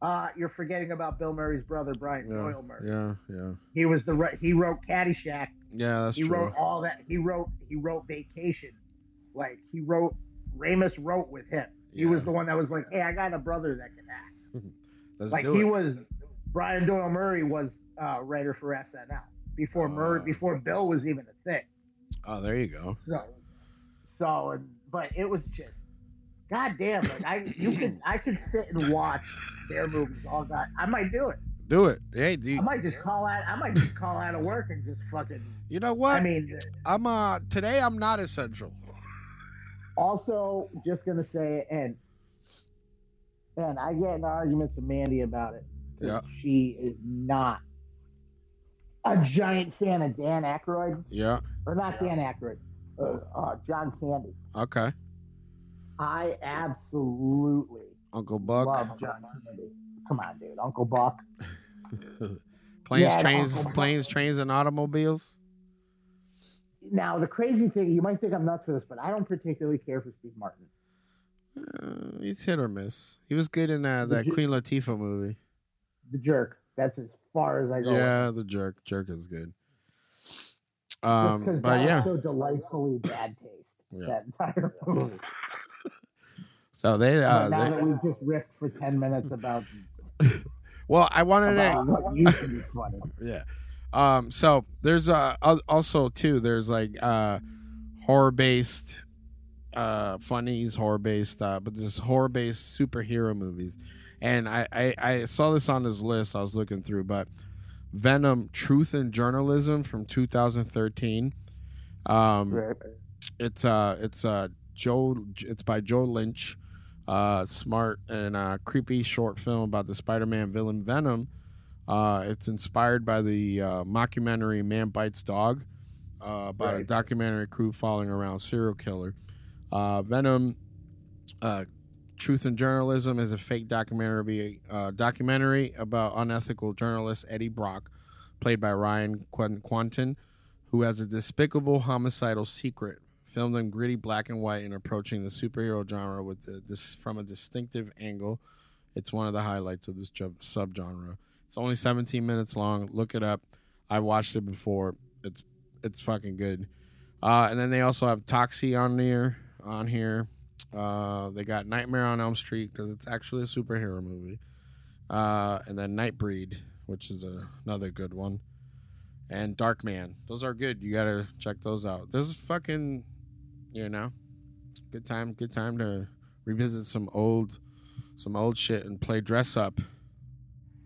Speaker 2: Uh, you're forgetting about Bill Murray's brother, Brian
Speaker 3: Yeah.
Speaker 2: Doyle Murray.
Speaker 3: Yeah, yeah.
Speaker 2: He was the re- he wrote Caddyshack.
Speaker 3: Yeah, that's
Speaker 2: he
Speaker 3: true.
Speaker 2: wrote all that. He wrote he wrote Vacation, like he wrote Ramus wrote with him. He
Speaker 3: Yeah.
Speaker 2: was the one that was like, "Hey, I got a brother that can act."
Speaker 3: Let's
Speaker 2: like
Speaker 3: do
Speaker 2: he
Speaker 3: it.
Speaker 2: was. Brian Doyle Murray was uh, writer for SNL before Murray
Speaker 3: Ah.
Speaker 2: before Bill was even a thing.
Speaker 3: oh, there you go.
Speaker 2: So, so and, but it was just goddamn. Like I you
Speaker 3: <clears throat>
Speaker 2: can I could sit and watch their movies all god. I might do it.
Speaker 3: Do it. Hey, do
Speaker 2: I
Speaker 3: you,
Speaker 2: might just call out. I might just call out of work and just fucking.
Speaker 3: you know
Speaker 2: I
Speaker 3: what?
Speaker 2: mean,
Speaker 3: I'm uh today I'm not essential.
Speaker 2: Also, just gonna say, and and I get in arguments with Mandy about it. 'cause
Speaker 3: Yeah.
Speaker 2: She is not a giant fan of Dan Aykroyd,
Speaker 3: Yeah.
Speaker 2: or not Dan Aykroyd, uh, uh, John Candy.
Speaker 3: Okay.
Speaker 2: I absolutely
Speaker 3: Uncle Buck.
Speaker 2: love John Candy. Come on, dude, Uncle Buck.
Speaker 3: Planes,
Speaker 2: Yeah,
Speaker 3: trains,
Speaker 2: Uncle Buck.
Speaker 3: planes, trains, and automobiles.
Speaker 2: Now, the crazy thing, you might think I'm nuts for this, but I don't particularly care for Steve Martin.
Speaker 3: Uh, he's hit or miss. He was good in uh, that
Speaker 2: you-
Speaker 3: Queen Latifah movie.
Speaker 2: The jerk. That's as far as I go.
Speaker 3: Yeah, the jerk. Jerk is good.
Speaker 2: Just
Speaker 3: Um,
Speaker 2: 'cause
Speaker 3: but
Speaker 2: that
Speaker 3: yeah.
Speaker 2: was so delightfully bad taste.
Speaker 3: yeah.
Speaker 2: that entire movie.
Speaker 3: So they, uh,
Speaker 2: But now
Speaker 3: they-
Speaker 2: that we've just riffed for ten minutes about,
Speaker 3: well, I wanted
Speaker 2: about
Speaker 3: to,
Speaker 2: what used to be funny,
Speaker 3: yeah. Um, so there's uh al- also too. There's like uh horror based uh funnies horror based uh but this horror based superhero movies and I, I i saw this on his list i was looking through but venom truth and journalism from 2013 um
Speaker 4: Right.
Speaker 3: it's uh it's uh joe it's by joe lynch uh smart and uh creepy short film about the spider-man villain venom uh it's inspired by the uh mockumentary man bites dog uh about a
Speaker 4: Right.
Speaker 3: documentary crew following around serial killer uh venom uh Truth and Journalism is a fake documentary uh, documentary about unethical journalist Eddie Brock, played by Ryan Quen- Quantin, who has a despicable homicidal secret, filmed in gritty black and white and approaching the superhero genre with the, this from a distinctive angle. It's one of the highlights of this ju- subgenre. It's only 17 minutes long. Look it up. I watched it before. It's it's fucking good. Uh, and then they also have Toxie on here. On here, uh, they got Nightmare on Elm Street because it's actually a superhero movie. Uh, and then Nightbreed, which is a, another good one. And Darkman. Those are good. You gotta check those out. This is fucking, you know, good time. Good time to revisit some old, some old shit and play dress up.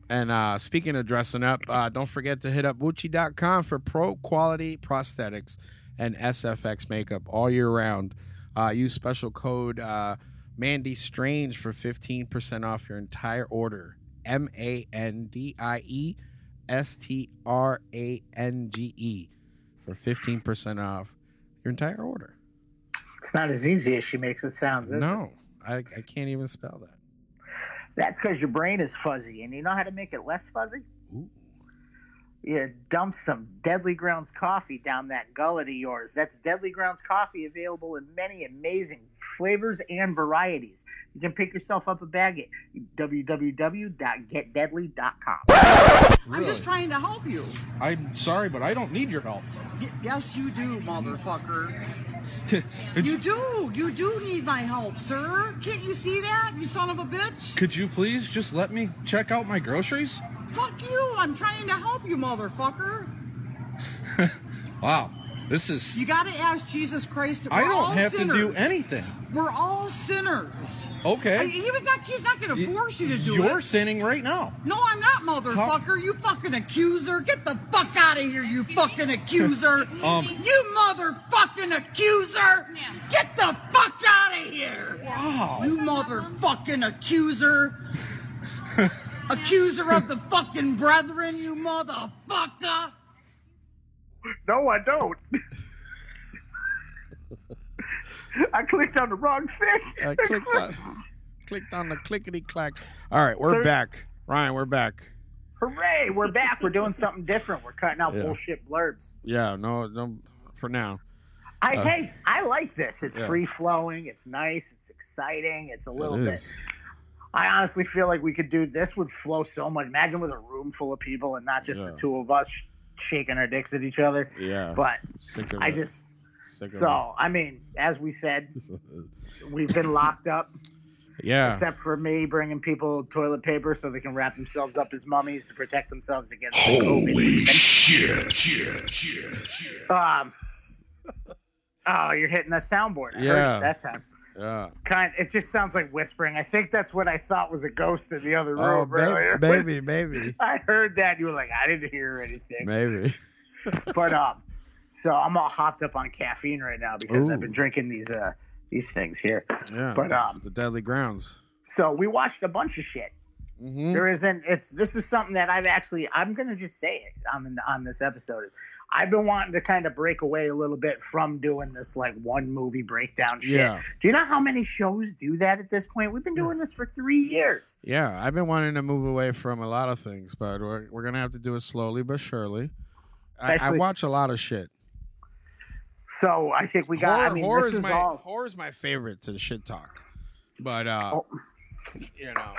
Speaker 3: And uh, speaking of dressing up, uh, don't forget to hit up Wuchi.com for pro quality prosthetics and SFX makeup all year round. Uh, use special code uh, Mandy Strange for 15% off your entire order. M A N D I E S T R A N G E for 15% off your entire order.
Speaker 2: It's not as easy as she makes it sound. is it?
Speaker 3: No, I, I can't even spell that.
Speaker 2: That's because your brain is fuzzy, and you know how to make it less fuzzy?
Speaker 3: Ooh.
Speaker 2: You dump some Deadly Grounds coffee down that gullet of yours. That's Deadly Grounds coffee available in many amazing flavors and varieties. You can pick yourself up a bag at www.getdeadly.com.
Speaker 5: I'm just trying to help you.
Speaker 6: I'm sorry, but I don't need your help.
Speaker 5: Y- yes, you do,
Speaker 6: <laughs>
Speaker 5: motherfucker. You do. You do need my help, sir. Can't you see that, you son of a bitch?
Speaker 6: Could you please just let me check out my groceries?
Speaker 5: Fuck you. I'm trying to help you, motherfucker.
Speaker 6: Wow, this is.
Speaker 5: You gotta ask Jesus Christ. We're
Speaker 6: I
Speaker 5: all
Speaker 6: don't have
Speaker 5: sinners.
Speaker 6: to do anything.
Speaker 5: We're all sinners.
Speaker 6: Okay.
Speaker 5: I- he was not. He's not gonna
Speaker 6: Y-
Speaker 5: force you to do
Speaker 6: You're
Speaker 5: it.
Speaker 6: sinning right now.
Speaker 5: No, I'm not, motherfucker. You fucking accuser. Get the fuck out of here, you fucking accuser.
Speaker 6: Um.
Speaker 5: You motherfucking accuser. Get the fuck out of here.
Speaker 6: Wow.
Speaker 5: You motherfucking accuser. accuser of the fucking brethren, you motherfucker.
Speaker 2: No, I don't. <laughs> I clicked on the wrong thing.
Speaker 3: I clicked on, clicked on the clickety clack. All right, we're
Speaker 2: So-
Speaker 3: back. Ryan, we're back.
Speaker 2: Hooray, we're back. We're doing something different. We're cutting out
Speaker 3: Yeah.
Speaker 2: bullshit blurbs.
Speaker 3: Yeah, no, no, for now.
Speaker 2: I
Speaker 3: Uh,
Speaker 2: hey, I like this. It's
Speaker 3: yeah.
Speaker 2: free flowing. It's nice. It's exciting. It's a little
Speaker 3: It
Speaker 2: bit.
Speaker 3: is.
Speaker 2: I honestly feel like we could do this. Would flow so much. Imagine with a room full of people and not just
Speaker 3: Yeah.
Speaker 2: the two of us sh- shaking our dicks at each other.
Speaker 3: Yeah, um,
Speaker 2: But
Speaker 3: sick of
Speaker 2: I
Speaker 3: it.
Speaker 2: just
Speaker 3: sick of
Speaker 2: so I mean, as we said,
Speaker 3: <laughs>
Speaker 2: we've been locked up
Speaker 3: it. yeah,
Speaker 2: except for me bringing people toilet paper so they can wrap themselves up as mummies to protect themselves against COVID. Holy shit! Um. Oh, you're hitting the soundboard. I heard
Speaker 3: Yeah.
Speaker 2: it that time.
Speaker 3: yeah.
Speaker 2: Kind. It just sounds like whispering. I think that's what I thought was a ghost in the other room
Speaker 3: Oh,
Speaker 2: earlier. <laughs>
Speaker 3: ba- maybe, maybe,
Speaker 2: I heard that. You were like, I didn't hear anything.
Speaker 3: maybe.
Speaker 2: But um, so I'm all hopped up on caffeine right now because I've
Speaker 3: Ooh.
Speaker 2: been drinking these uh these things here.
Speaker 3: Yeah,
Speaker 2: But um,
Speaker 3: the deadly grounds.
Speaker 2: so we watched a bunch of shit.
Speaker 3: Mm-hmm.
Speaker 2: There isn't. It's this is something that I've actually. I'm gonna just say it on on this episode. I've been wanting to kind of break away a little bit from doing this like one movie breakdown shit.
Speaker 3: Yeah,
Speaker 2: Do you know how many shows do that at this point? We've been doing this for three years.
Speaker 3: yeah. I've been wanting to move away from a lot of things, but we're, we're gonna have to do it slowly but surely. I, I
Speaker 2: Especially-
Speaker 3: watch a lot of shit.
Speaker 2: So I think we got.
Speaker 3: horror,
Speaker 2: I mean,
Speaker 3: horror
Speaker 2: this
Speaker 3: is,
Speaker 2: is,
Speaker 3: my
Speaker 2: all.
Speaker 3: horror is my favorite to shit talk, but uh,
Speaker 2: Oh.
Speaker 3: you know,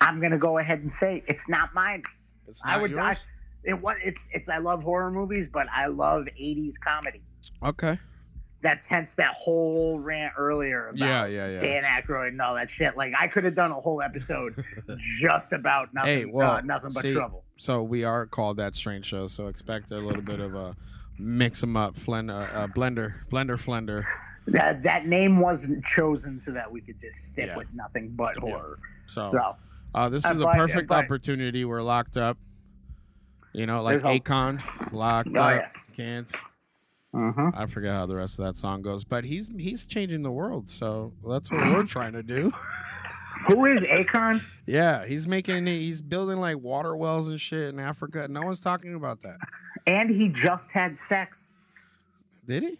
Speaker 2: I'm gonna go ahead and say it's not mine.
Speaker 3: it's
Speaker 2: I
Speaker 3: not
Speaker 2: would. I,
Speaker 3: yours?
Speaker 2: it was. It's. It's. I love horror movies, but I love '80s comedy.
Speaker 3: Okay.
Speaker 2: That's hence that whole rant earlier about
Speaker 3: Yeah, yeah, yeah.
Speaker 2: Dan Aykroyd and all that shit. Like I could have done a whole
Speaker 3: <laughs>
Speaker 2: episode just about nothing,
Speaker 3: Hey, well,
Speaker 2: uh, nothing but
Speaker 3: see-
Speaker 2: trouble.
Speaker 3: So we are called that strange show. So expect a little bit of a Mix them up, Flen- uh, uh, blender, blender, flender.
Speaker 2: That that name wasn't chosen so that we could just stick
Speaker 3: Yeah.
Speaker 2: with nothing but horror.
Speaker 3: So,
Speaker 2: So
Speaker 3: uh, this
Speaker 2: I
Speaker 3: is a
Speaker 2: buy- I
Speaker 3: perfect
Speaker 2: buy-
Speaker 3: opportunity. We're locked up. You know, like
Speaker 2: There's a-
Speaker 3: Akon, locked
Speaker 2: Oh,
Speaker 3: up,
Speaker 2: yeah.
Speaker 3: can't.
Speaker 2: mhm.
Speaker 3: I forget how the rest of that song goes, but he's he's changing the world. So that's what we're trying to do. <laughs>
Speaker 2: who is Akon?
Speaker 3: Yeah, he's making he's building like water wells and shit in Africa. No one's talking about that.
Speaker 2: And he just had sex.
Speaker 3: Did he?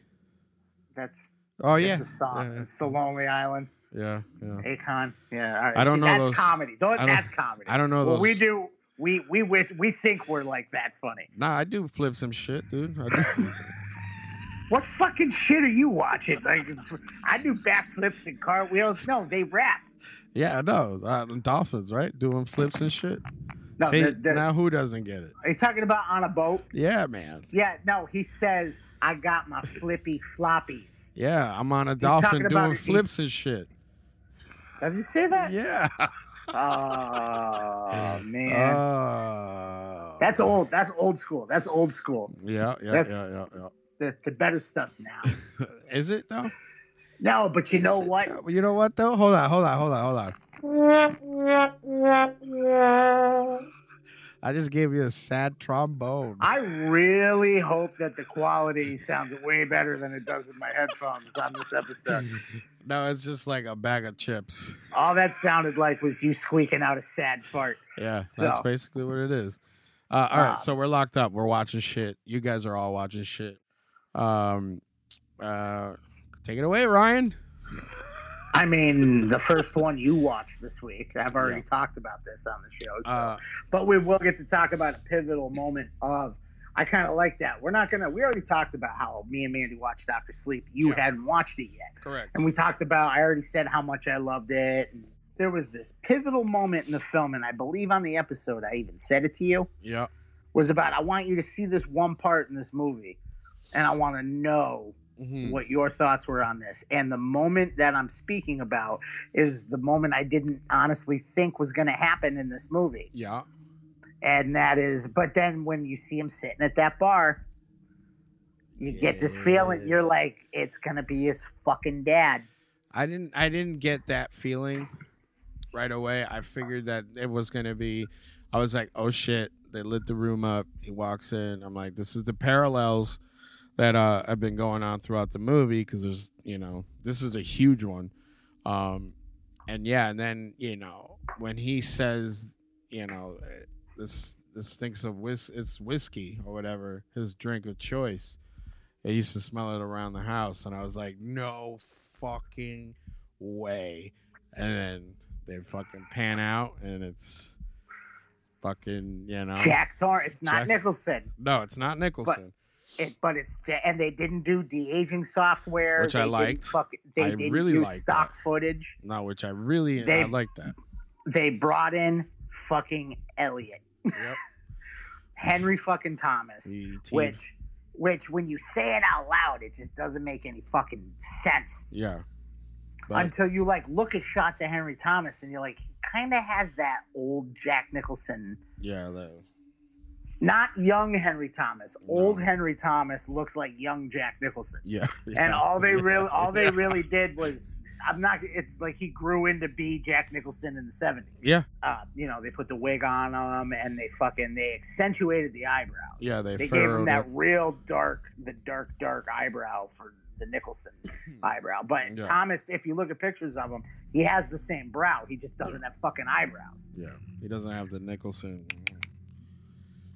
Speaker 2: That's
Speaker 3: Oh
Speaker 2: it's
Speaker 3: yeah.
Speaker 2: a song.
Speaker 3: Yeah,
Speaker 2: It's the Lonely Island.
Speaker 3: Yeah, yeah.
Speaker 2: Akon. Yeah. All right.
Speaker 3: I don't
Speaker 2: See,
Speaker 3: know
Speaker 2: That's
Speaker 3: those-
Speaker 2: comedy. Those,
Speaker 3: I don't-
Speaker 2: that's comedy.
Speaker 3: I don't know
Speaker 2: What
Speaker 3: those.
Speaker 2: we do, we we wish, we think we're like that funny.
Speaker 3: Nah, I do flip some shit, dude. I
Speaker 2: <laughs>
Speaker 3: do.
Speaker 2: What fucking shit are you watching? Like, <laughs> I do backflips and cartwheels. No, they rap.
Speaker 3: yeah, I know. Uh, dolphins, right? Doing flips and shit.
Speaker 2: No,
Speaker 3: See,
Speaker 2: the- the-
Speaker 3: now who doesn't get it?
Speaker 2: Are you talking about on a boat?
Speaker 3: Yeah, man.
Speaker 2: Yeah. No, he says I got my flippy floppies.
Speaker 3: Yeah, I'm on a
Speaker 2: talking
Speaker 3: dolphin
Speaker 2: about
Speaker 3: doing
Speaker 2: it. He's-
Speaker 3: flips and shit.
Speaker 2: Does he say that?
Speaker 3: Yeah. <laughs>
Speaker 2: Oh man.
Speaker 3: Uh,
Speaker 2: that's old. That's old school. That's old school.
Speaker 3: Yeah, yeah,
Speaker 2: that's-
Speaker 3: yeah, yeah,
Speaker 2: The, the better stuff's now.
Speaker 3: yeah. Is it though?
Speaker 2: No, but you know what?
Speaker 3: Yeah, You know what though? Hold on, hold on, hold on, hold
Speaker 2: <laughs>
Speaker 3: on. I just gave you a sad trombone.
Speaker 2: I really hope that the quality sounds way better than it does in my headphones on this episode.
Speaker 3: No, it's just like a bag of chips.
Speaker 2: All that sounded like was you squeaking out a sad fart.
Speaker 3: Yeah, that's
Speaker 2: So- um,
Speaker 3: basically what it is. Uh, all right,
Speaker 2: Wow.
Speaker 3: so we're locked up. We're watching shit. You guys are all watching shit. Um, uh, take it away, Ryan.
Speaker 2: I mean, the first one you watched this week. I've already
Speaker 3: Yeah.
Speaker 2: talked about this on the show, so.
Speaker 3: Uh,
Speaker 2: but we will get to talk about a pivotal moment of. I kind of like that. We're not gonna. We already talked about how me and Mandy watched Doctor Sleep. You
Speaker 3: Yeah.
Speaker 2: hadn't watched it yet.
Speaker 3: correct.
Speaker 2: and we talked about i already said how much i loved it and there was this pivotal moment in the film and i believe on the episode i even said it to you
Speaker 3: Yeah,
Speaker 2: was about i want you to see this one part in this movie and i want to know
Speaker 3: Mhm.
Speaker 2: what your thoughts were on this and the moment that i'm speaking about is the moment i didn't honestly think was going to happen in this movie
Speaker 3: yeah.
Speaker 2: and that is but then when you see him sitting at that bar you get this
Speaker 3: Yeah.
Speaker 2: feeling you're like it's going to be his fucking dad
Speaker 3: I didn't. I didn't get that feeling right away. I figured that it was gonna be. I was like, oh shit! They lit the room up. He walks in. I'm like, this is the parallels that uh, have been going on throughout the movie because there's, you know, this is a huge one. Um, and yeah, and then you know when he says, you know, eh, this this thinks of whis it's whiskey or whatever his drink of choice. They used to smell it around the house, and I was like, no fucking way. And then they fucking pan out, and it's fucking you know,
Speaker 2: Jack Tor. It's not
Speaker 3: Jack-
Speaker 2: Nicholson,
Speaker 3: no, it's not Nicholson.
Speaker 2: it, but it's Ja- and they didn't do de aging software,
Speaker 3: Which I
Speaker 2: they didn't
Speaker 3: liked.
Speaker 2: Fuck, they
Speaker 3: I
Speaker 2: didn't
Speaker 3: really
Speaker 2: do
Speaker 3: liked
Speaker 2: stock
Speaker 3: that.
Speaker 2: footage.
Speaker 3: no, which I really I
Speaker 2: They-
Speaker 3: like that.
Speaker 2: They brought in fucking Elliot,
Speaker 3: Yep.
Speaker 2: <laughs> Henry fucking Thomas,
Speaker 3: E.T..
Speaker 2: which, which when you say it out loud, it just doesn't make any fucking sense
Speaker 3: yeah, but
Speaker 2: until you like look at shots of Henry Thomas and you're like, he kind of has that old Jack Nicholson.
Speaker 3: yeah, that,
Speaker 2: Not young Henry Thomas. Old
Speaker 3: No.
Speaker 2: Henry Thomas looks like young Jack Nicholson.
Speaker 3: yeah, <laughs>
Speaker 2: and
Speaker 3: yeah,
Speaker 2: all they really all they
Speaker 3: yeah.
Speaker 2: really did was I'm not it's like he grew into be Jack Nicholson in the 70s.
Speaker 3: Yeah.
Speaker 2: Uh, you know, they put the wig on him and they fucking they accentuated the eyebrows.
Speaker 3: yeah, they,
Speaker 2: They gave him
Speaker 3: furrowed
Speaker 2: that
Speaker 3: it.
Speaker 2: real dark the dark dark eyebrow for the Nicholson eyebrow. But
Speaker 3: Hmm. Yeah.
Speaker 2: Thomas, if you look at pictures of him, he has the same brow. He just doesn't have fucking eyebrows.
Speaker 3: Yeah, he doesn't have the Nicholson.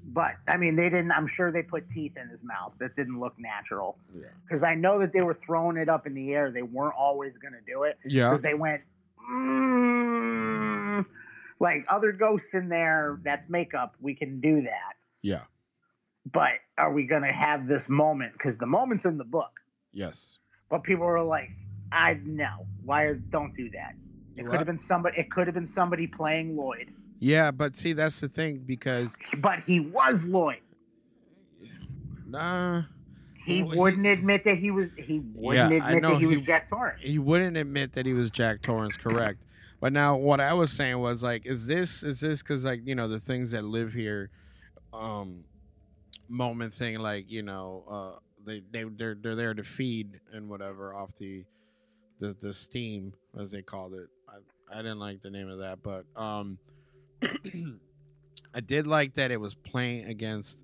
Speaker 2: But I mean, they didn't I'm sure they put teeth in his mouth that didn't look natural
Speaker 3: Yeah,
Speaker 2: because I know that they were throwing it up in the air. They weren't always going to do it.
Speaker 3: yeah,
Speaker 2: because they went mm, like other ghosts in there that's makeup we can do that
Speaker 3: yeah.
Speaker 2: but are we gonna have this moment because the moment's in the book
Speaker 3: Yes,
Speaker 2: but people were like i no why are, don't do that it
Speaker 3: You're
Speaker 2: could
Speaker 3: right.
Speaker 2: have been somebody it could have been somebody playing lloyd
Speaker 3: yeah. But see, that's the thing because
Speaker 2: but he was lloyd
Speaker 3: nah.
Speaker 2: he
Speaker 3: Well, he-
Speaker 2: wouldn't admit that he was he wouldn't
Speaker 3: Yeah, I
Speaker 2: admit
Speaker 3: know
Speaker 2: that he, was
Speaker 3: he-
Speaker 2: jack torrance
Speaker 3: he wouldn't admit that he was Jack Torrance, correct? But now what I was saying was like, is this is this because like you know the things that live here, um, moment thing, like you know, uh, they they they're they're there to feed and whatever off the the the steam as they called it. I I didn't like the name of that, but um, <clears throat> I did like that it was playing against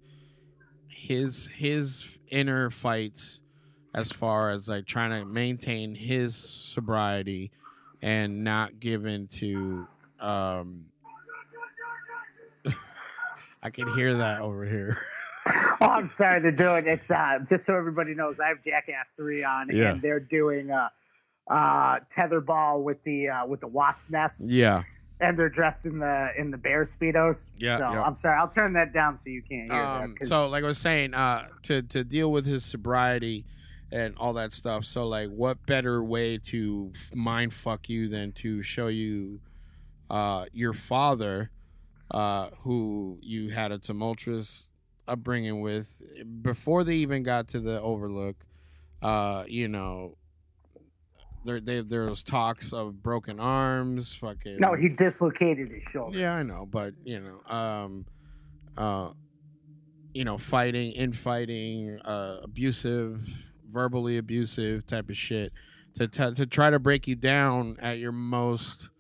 Speaker 3: his his inner fights as far as like trying to maintain his sobriety and not give in to um <laughs> I can hear that over here.
Speaker 2: <laughs> Oh, I'm sorry, they're doing it's uh, just so everybody knows. I have Jackass three on,
Speaker 3: Yeah.
Speaker 2: and they're doing uh, uh, tetherball with the uh, with the wasp nest,
Speaker 3: Yeah.
Speaker 2: and they're dressed in the in the bear speedos.
Speaker 3: Yeah,
Speaker 2: so
Speaker 3: yeah.
Speaker 2: I'm sorry, I'll turn that down so you can't hear
Speaker 3: Um,
Speaker 2: that. 'cause-
Speaker 3: so like I was saying, uh, to to deal with his sobriety and all that stuff. So like, what better way to f- mind fuck you than to show you uh, your father, uh, who you had a tumultuous upbringing with eh, before they even got to the Overlook. Uh, you know. There, they, there was talks of broken arms, fucking.
Speaker 2: no, he dislocated his shoulder.
Speaker 3: Yeah, I know, but you know, um, uh, you know, fighting, infighting, uh, abusive, verbally abusive type of shit to t- to try to break you down at your most.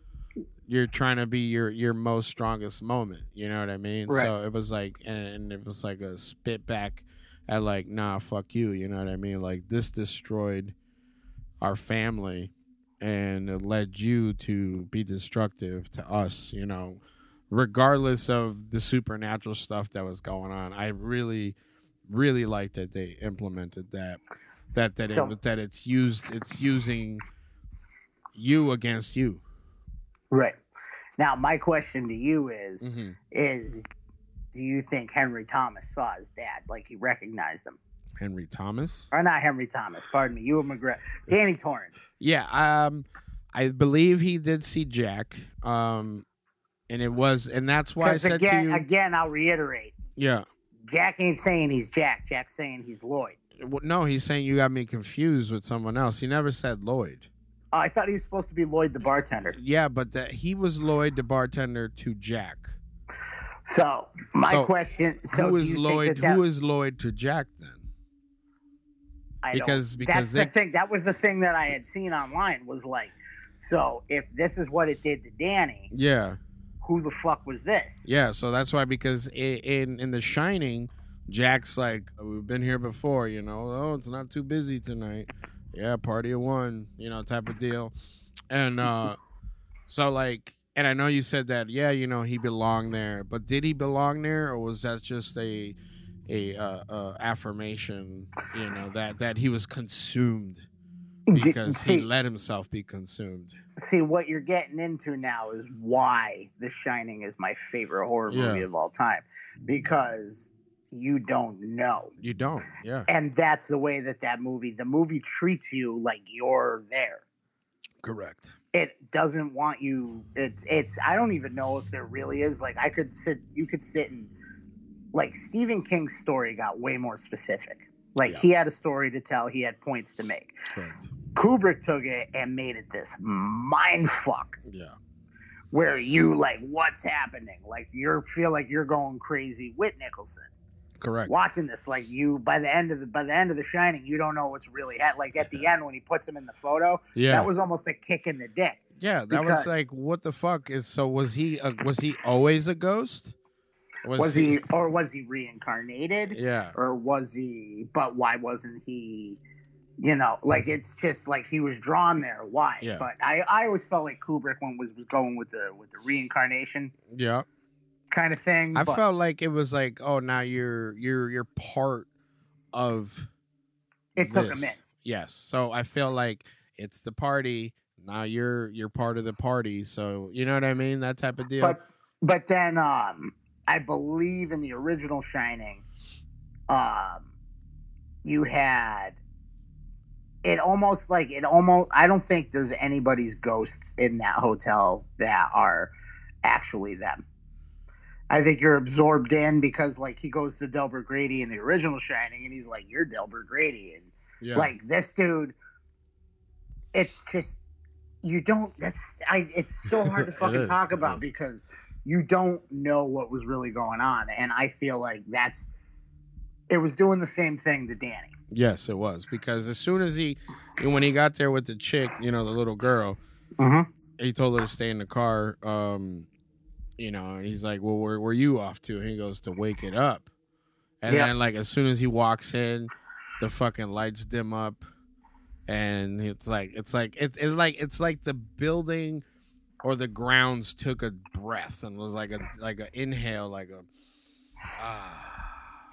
Speaker 3: You're trying to be your your most strongest moment. You know what I mean?
Speaker 2: Right.
Speaker 3: So it was like, and, and it was like a spit back at like, nah, fuck you. You know what I mean? Like this destroyed our family and it led you to be destructive to us, you know, regardless of the supernatural stuff that was going on. I really, really like that they implemented that. That that
Speaker 2: So-
Speaker 3: it, that it's used it's using you against you.
Speaker 2: Right. Now, my question to you is:
Speaker 3: Mm-hmm.
Speaker 2: is do you think Henry Thomas saw his dad, like he recognized him,
Speaker 3: Henry Thomas.
Speaker 2: or not Henry Thomas? Pardon me, Ewan McGregor, Danny Torrance.
Speaker 3: Yeah, um, I believe he did see Jack. Um, and it was, and that's why I
Speaker 2: Because
Speaker 3: said
Speaker 2: again,
Speaker 3: to you,
Speaker 2: again, I'll reiterate:
Speaker 3: yeah.
Speaker 2: Jack ain't saying he's Jack. Jack's saying he's Lloyd.
Speaker 3: Well, no, he's saying you got me confused with someone else. He never said Lloyd.
Speaker 2: Oh, I thought he was supposed to be Lloyd the bartender.
Speaker 3: Yeah, but that he was Lloyd the bartender to Jack.
Speaker 2: So my
Speaker 3: So,
Speaker 2: question: So
Speaker 3: who
Speaker 2: do
Speaker 3: is
Speaker 2: you
Speaker 3: Lloyd?
Speaker 2: Think that that,
Speaker 3: who is Lloyd to Jack then?
Speaker 2: I don't-
Speaker 3: Because
Speaker 2: that's
Speaker 3: because
Speaker 2: the thing. That was the thing that I had seen online. Was like, so if this is what it did to Danny,
Speaker 3: yeah
Speaker 2: who the fuck was this?
Speaker 3: yeah. So that's why because i- in in The Shining, Jack's like we've been here before. You know, oh it's not too busy tonight. Yeah, party of one. You know, type of deal. And <laughs> uh so like, and I know you said that. Yeah, you know he belonged there, but did he belong there, or was that just a a uh, uh, affirmation? You know that that he was consumed.
Speaker 2: Did-
Speaker 3: because he
Speaker 2: see,
Speaker 3: let himself be consumed.
Speaker 2: see what you're getting into now is why The Shining is my favorite horror
Speaker 3: Yeah.
Speaker 2: movie of all time because you don't know.
Speaker 3: You don't, yeah,
Speaker 2: And that's the way that that movie, the movie treats you like you're there.
Speaker 3: correct.
Speaker 2: It doesn't want you. It's it's. I don't even know if there really is. Like I could sit. You could sit and like Stephen King's story got way more specific. Like
Speaker 3: Yeah.
Speaker 2: he had a story to tell. He had points to make.
Speaker 3: Correct.
Speaker 2: Kubrick took it and made it this mind fuck
Speaker 3: Yeah,
Speaker 2: where you like what's happening like you feel like you're going crazy with nicholson
Speaker 3: correct.
Speaker 2: watching this like you by the end of the by the end of the shining you don't know what's really happening like at the end when he puts him in the photo
Speaker 3: Yeah,
Speaker 2: that was almost a kick in the dick
Speaker 3: yeah, that was
Speaker 2: because-
Speaker 3: like, what the fuck is? So was he? Uh, was he always a ghost?
Speaker 2: was he or was he reincarnated
Speaker 3: Yeah,
Speaker 2: or was he but why wasn't he you know like it's just like he was drawn there why
Speaker 3: Mm-hmm. Yeah.
Speaker 2: but i i always felt like kubrick when was, was going with the with the reincarnation
Speaker 3: yeah.
Speaker 2: kind of thing
Speaker 3: I
Speaker 2: but-
Speaker 3: felt like it was like, oh, now you're you're you're part of.
Speaker 2: It took a
Speaker 3: this.
Speaker 2: minute.
Speaker 3: Yes, so I feel like it's the party. Now you're you're part of the party, so you know what I mean. That type of deal.
Speaker 2: But but then um I believe in the original Shining, um you had it almost like it almost I don't think there's anybody's ghosts in that hotel that are actually them. I think you're absorbed in because like he goes to Delbert Grady in the original Shining and he's like, You're Delbert Grady and
Speaker 3: yeah,
Speaker 2: like this dude it's just you don't that's i
Speaker 3: <laughs>
Speaker 2: it's so hard to
Speaker 3: It
Speaker 2: fucking
Speaker 3: is,
Speaker 2: talk
Speaker 3: it
Speaker 2: about
Speaker 3: is.
Speaker 2: because you don't know what was really going on and i feel like that's it was doing the same thing to Danny.
Speaker 3: Yes, it was because as soon as he, when he got there with the chick, you know, the little girl,
Speaker 2: Mhm.
Speaker 3: he told her to stay in the car. Um, you know, and he's like, "Well, where were you off to?" And he goes to wake it up, and
Speaker 2: Yeah.
Speaker 3: then like as soon as he walks in, the fucking lights dim up, and it's like it's like it's it's like it's like the building or the grounds took a breath and was like a like a inhale, like a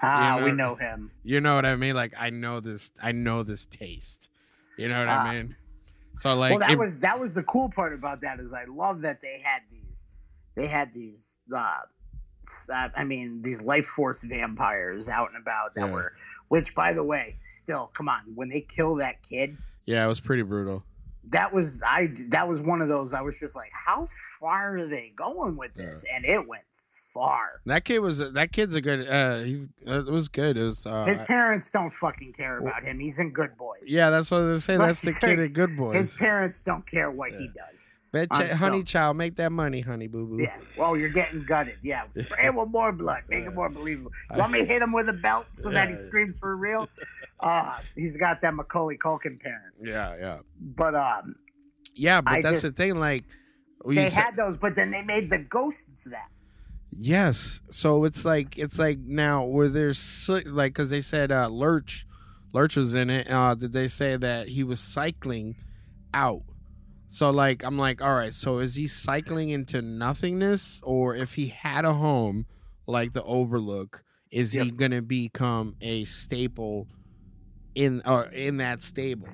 Speaker 2: Ah,
Speaker 3: You
Speaker 2: we
Speaker 3: know-
Speaker 2: know him.
Speaker 3: you know what I mean? Like I know this I know this taste. You know what I
Speaker 2: Ah.
Speaker 3: mean? So like
Speaker 2: well, that
Speaker 3: it-
Speaker 2: was that was the cool part about that is I love that they had these, they had these. Uh, s- uh, I mean, these life force vampires out and about that
Speaker 3: Yeah.
Speaker 2: were, which by the way, still come on when they kill that kid.
Speaker 3: Yeah, it was pretty brutal.
Speaker 2: that was I that was one of those I was just like, how far are they going with this? And it went far.
Speaker 3: That kid was that kid's a good uh he's uh, it was good. It was uh
Speaker 2: His
Speaker 3: I-
Speaker 2: parents don't fucking care about him. He's in Good Boys.
Speaker 3: Yeah, that's what I was gonna say. That's the
Speaker 2: <laughs>
Speaker 3: kid at Good
Speaker 2: His
Speaker 3: Boys.
Speaker 2: parents don't care what he does.
Speaker 3: Bet
Speaker 2: I'm
Speaker 3: ch- honey
Speaker 2: so-
Speaker 3: child, make that money, honey boo boo.
Speaker 2: Yeah. Well, you're getting gutted. Yeah.
Speaker 3: <laughs>
Speaker 2: Spray him with more blood. Make it more believable. You want me to hit him with a belt
Speaker 3: <laughs>
Speaker 2: so that he
Speaker 3: Uh, Yeah.
Speaker 2: screams
Speaker 3: <laughs>
Speaker 2: for real? Uh, he's got that Macaulay Culkin parents.
Speaker 3: yeah, yeah.
Speaker 2: But um,
Speaker 3: Yeah, but
Speaker 2: I
Speaker 3: that's the
Speaker 2: just-
Speaker 3: thing, like we
Speaker 2: they
Speaker 3: used to-
Speaker 2: had those, but then they made the ghost into that.
Speaker 3: Yes. So it's like it's like now were there si- like because they said uh, Lurch, Lurch was in it. Uh, did they say that he was cycling out? So like I'm like all right. So is he cycling into nothingness, or if he had a home like the Overlook, is he gonna become a staple in or in that stable?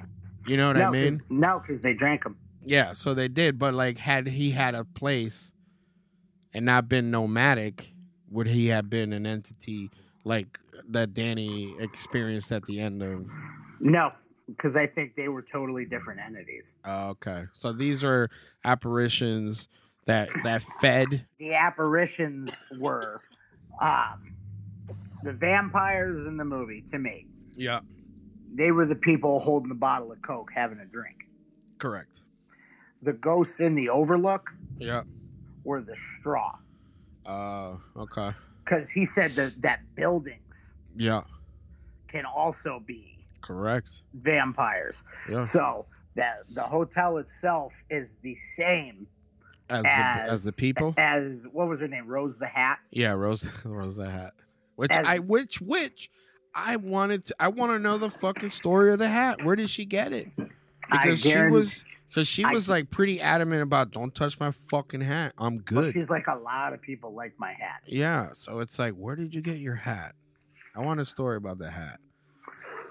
Speaker 3: You know what I
Speaker 2: no,
Speaker 3: mean?
Speaker 2: 'cause- no, because they drank him.
Speaker 3: Yeah, so they did, but like had he had a place and not been nomadic, would he have been an entity like that Danny experienced at the end of
Speaker 2: No, because I think they were totally different entities.
Speaker 3: Oh, okay. So these are apparitions that that fed
Speaker 2: The apparitions were um, the vampires in the movie, to me.
Speaker 3: Yeah,
Speaker 2: They were the people holding the bottle of Coke having a drink.
Speaker 3: correct.
Speaker 2: The ghosts in the Overlook
Speaker 3: Yeah.
Speaker 2: were the straw.
Speaker 3: Uh okay.
Speaker 2: Because he said that, that buildings
Speaker 3: Yeah.
Speaker 2: can also be
Speaker 3: Correct.
Speaker 2: vampires.
Speaker 3: Yeah.
Speaker 2: So that the hotel itself is the same
Speaker 3: As,
Speaker 2: as,
Speaker 3: the as the people.
Speaker 2: As what was her name? Rose the Hat.
Speaker 3: Yeah, Rose <laughs> Rose the Hat. Which
Speaker 2: As-
Speaker 3: I which which I wanted to I want to know the fucking story of the hat. Where did she get it? Because she
Speaker 2: guarantee-
Speaker 3: was because she
Speaker 2: I-
Speaker 3: was like pretty adamant about don't touch my fucking hat. I'm
Speaker 2: Well,
Speaker 3: good.
Speaker 2: she's like a lot of people like my hat.
Speaker 3: yeah. So it's like, where did you get your hat? I want a story about the hat.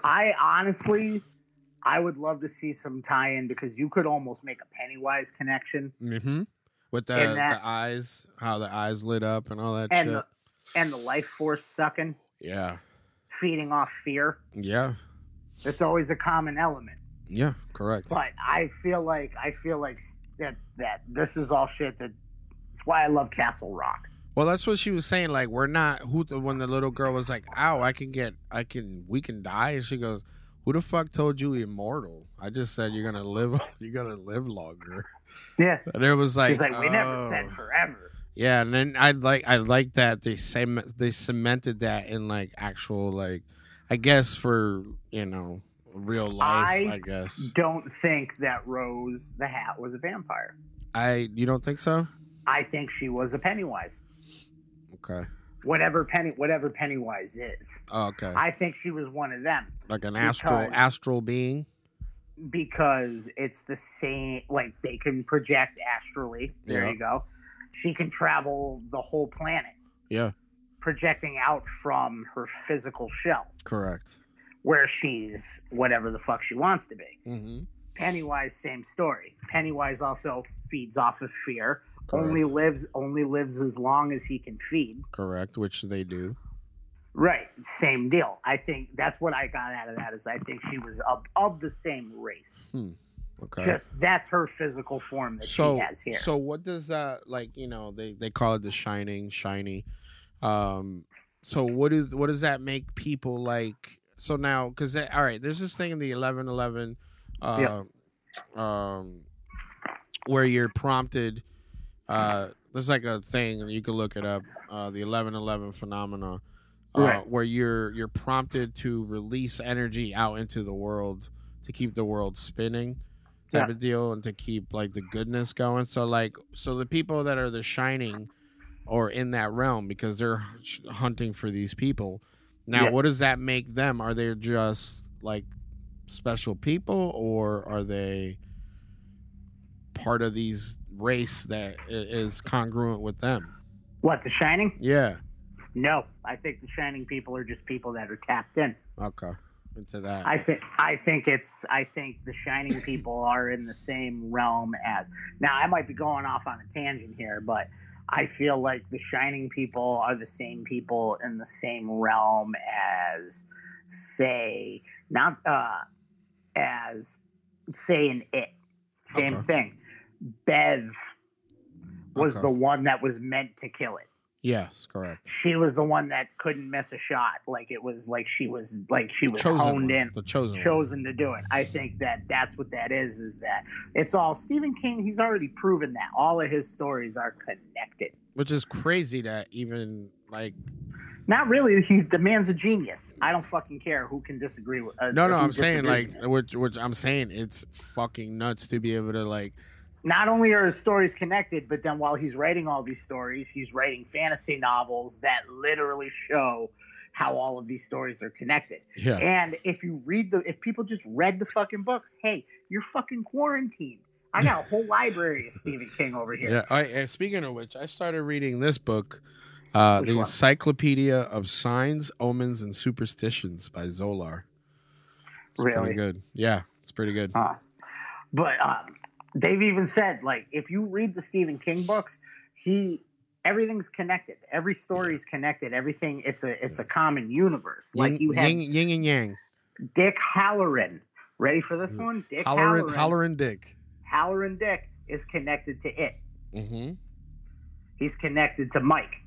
Speaker 2: I honestly, I would love to see some tie-in because you could almost make a Pennywise connection
Speaker 3: Mm-hmm. With the,
Speaker 2: And that-
Speaker 3: the eyes, how the eyes lit up and all that
Speaker 2: and
Speaker 3: shit.
Speaker 2: the and the life force sucking,
Speaker 3: yeah.
Speaker 2: feeding off fear.
Speaker 3: Yeah.
Speaker 2: That's always a common element.
Speaker 3: Yeah. Correct.
Speaker 2: But I feel like I feel like that that this is all shit. That that's why I love Castle Rock.
Speaker 3: Well, that's what she was saying. Like, we're not who the when the little girl was like, "Ow, I can get, I can, we can die," and she goes, "Who the fuck told you immortal? I just said you're gonna live, <laughs> you're gonna live longer."
Speaker 2: Yeah,
Speaker 3: And it was like,
Speaker 2: she's like we never
Speaker 3: oh.
Speaker 2: said forever.
Speaker 3: Yeah, and then I like, I like that they cem- they cemented that in like actual like, I guess for you know real life.
Speaker 2: I
Speaker 3: I guess
Speaker 2: Don't think that Rose the Hat was a vampire.
Speaker 3: I you don't think so?
Speaker 2: I think she was a Pennywise.
Speaker 3: Okay.
Speaker 2: Whatever Penny, whatever Pennywise is.
Speaker 3: Oh, okay.
Speaker 2: I think she was one of them
Speaker 3: like an astral
Speaker 2: because-
Speaker 3: astral being.
Speaker 2: because it's the same. Like they can project astrally. There
Speaker 3: Yeah.
Speaker 2: you go. She can travel the whole planet,
Speaker 3: Yeah.
Speaker 2: projecting out from her physical shell,
Speaker 3: Correct.
Speaker 2: where she's whatever the fuck she wants to be.
Speaker 3: Mm-hmm.
Speaker 2: Pennywise, same story. Pennywise also feeds off of fear. Only lives only lives as long as he can feed.
Speaker 3: Correct. Which they do.
Speaker 2: Right, same deal. I think that's what I got out of that is I think she was of, of the same race.
Speaker 3: Okay.
Speaker 2: just that's her physical form that
Speaker 3: so
Speaker 2: she has here.
Speaker 3: so what does that like you know they they call it the shining shiny um so what is what does that make people like so now because all right there's this thing in the 11 11 uh, um where you're prompted uh there's like a thing you can look it up uh the 11 11 phenomena uh,
Speaker 2: Right.
Speaker 3: where you're you're prompted to release energy out into the world to keep the world spinning type
Speaker 2: Yeah.
Speaker 3: of deal and to keep like the goodness going so like so the people that are the shining or in that realm because they're sh- hunting for these people now
Speaker 2: Yeah.
Speaker 3: what does that make them are they just like special people or are they part of these race that i- is congruent with them
Speaker 2: What the Shining?
Speaker 3: yeah
Speaker 2: No, I think the Shining people are just people that are tapped in.
Speaker 3: okay into that
Speaker 2: I think I think it's I think
Speaker 3: <laughs>
Speaker 2: the Shining people are in the same realm as. Now I might be going off on a tangent here, but I feel like the Shining people are the same people in the same realm as, say, not uh, as, say, an it. Same
Speaker 3: Okay.
Speaker 2: thing. Bev was
Speaker 3: Okay.
Speaker 2: the one that was meant to kill it
Speaker 3: yes correct
Speaker 2: she was the one that couldn't miss a shot. Like it was like she was like she was honed
Speaker 3: one.
Speaker 2: in,
Speaker 3: the chosen one.
Speaker 2: chosen to do it. I think that that's what that is. Is that it's all Stephen King? He's already proven that all of his stories are connected.
Speaker 3: which is crazy that even like
Speaker 2: Not really. He's the man's a genius. I don't fucking care who can disagree with. Uh,
Speaker 3: no no
Speaker 2: who
Speaker 3: i'm saying
Speaker 2: disagrees.
Speaker 3: like which which i'm saying it's fucking nuts to be able to like
Speaker 2: not only are his stories connected, but then while he's writing all these stories, he's writing fantasy novels that literally show how all of these stories are connected.
Speaker 3: yeah
Speaker 2: <laughs> And if you read the, if people just read the fucking books, hey, you're fucking quarantined. I got
Speaker 3: <laughs>
Speaker 2: a whole library of Stephen King over here.
Speaker 3: yeah I, and speaking of which i started reading this book uh
Speaker 2: Which
Speaker 3: the
Speaker 2: one?
Speaker 3: encyclopedia of signs omens and superstitions by zolar pretty
Speaker 2: really.
Speaker 3: good yeah it's pretty good
Speaker 2: Huh. But um, they've even said, like, if you read the Stephen King books, he everything's connected. Every story is connected. Everything it's a it's a common universe. Like you
Speaker 3: yin,
Speaker 2: have
Speaker 3: yin, yin and yang
Speaker 2: Dick Halloran. Ready for this
Speaker 3: Mm.
Speaker 2: one? Dick
Speaker 3: holler
Speaker 2: Halloran.
Speaker 3: and,
Speaker 2: Halloran.
Speaker 3: holler and dick
Speaker 2: Dick is connected to it.
Speaker 3: mm-hmm.
Speaker 2: He's connected to Mike.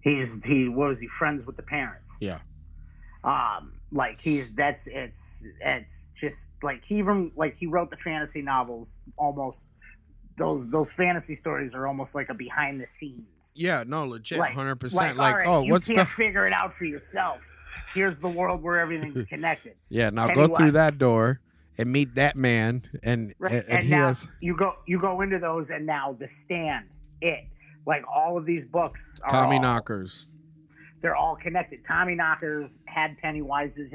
Speaker 2: He's he what was he friends with the parents?
Speaker 3: Yeah.
Speaker 2: Um, like he's that's it's it's just like he even like he wrote the fantasy novels almost those those fantasy stories are almost like a behind the scenes.
Speaker 3: yeah no legit
Speaker 2: Like-
Speaker 3: 100%
Speaker 2: Like,
Speaker 3: like,
Speaker 2: all right,
Speaker 3: oh
Speaker 2: you
Speaker 3: what's <laughs>
Speaker 2: can't
Speaker 3: bef-
Speaker 2: figure it out for yourself. Here's the world where
Speaker 3: <laughs>
Speaker 2: everything's connected.
Speaker 3: yeah now go
Speaker 2: Pennywise.
Speaker 3: through that door and meet that man and
Speaker 2: Right.
Speaker 3: and,
Speaker 2: And,
Speaker 3: and he
Speaker 2: now
Speaker 3: has
Speaker 2: you go you go into those, and now the stand, it, like all of these books are
Speaker 3: Tommy
Speaker 2: all,
Speaker 3: Knockers.
Speaker 2: They're all connected. Tommy Knockers had Pennywise's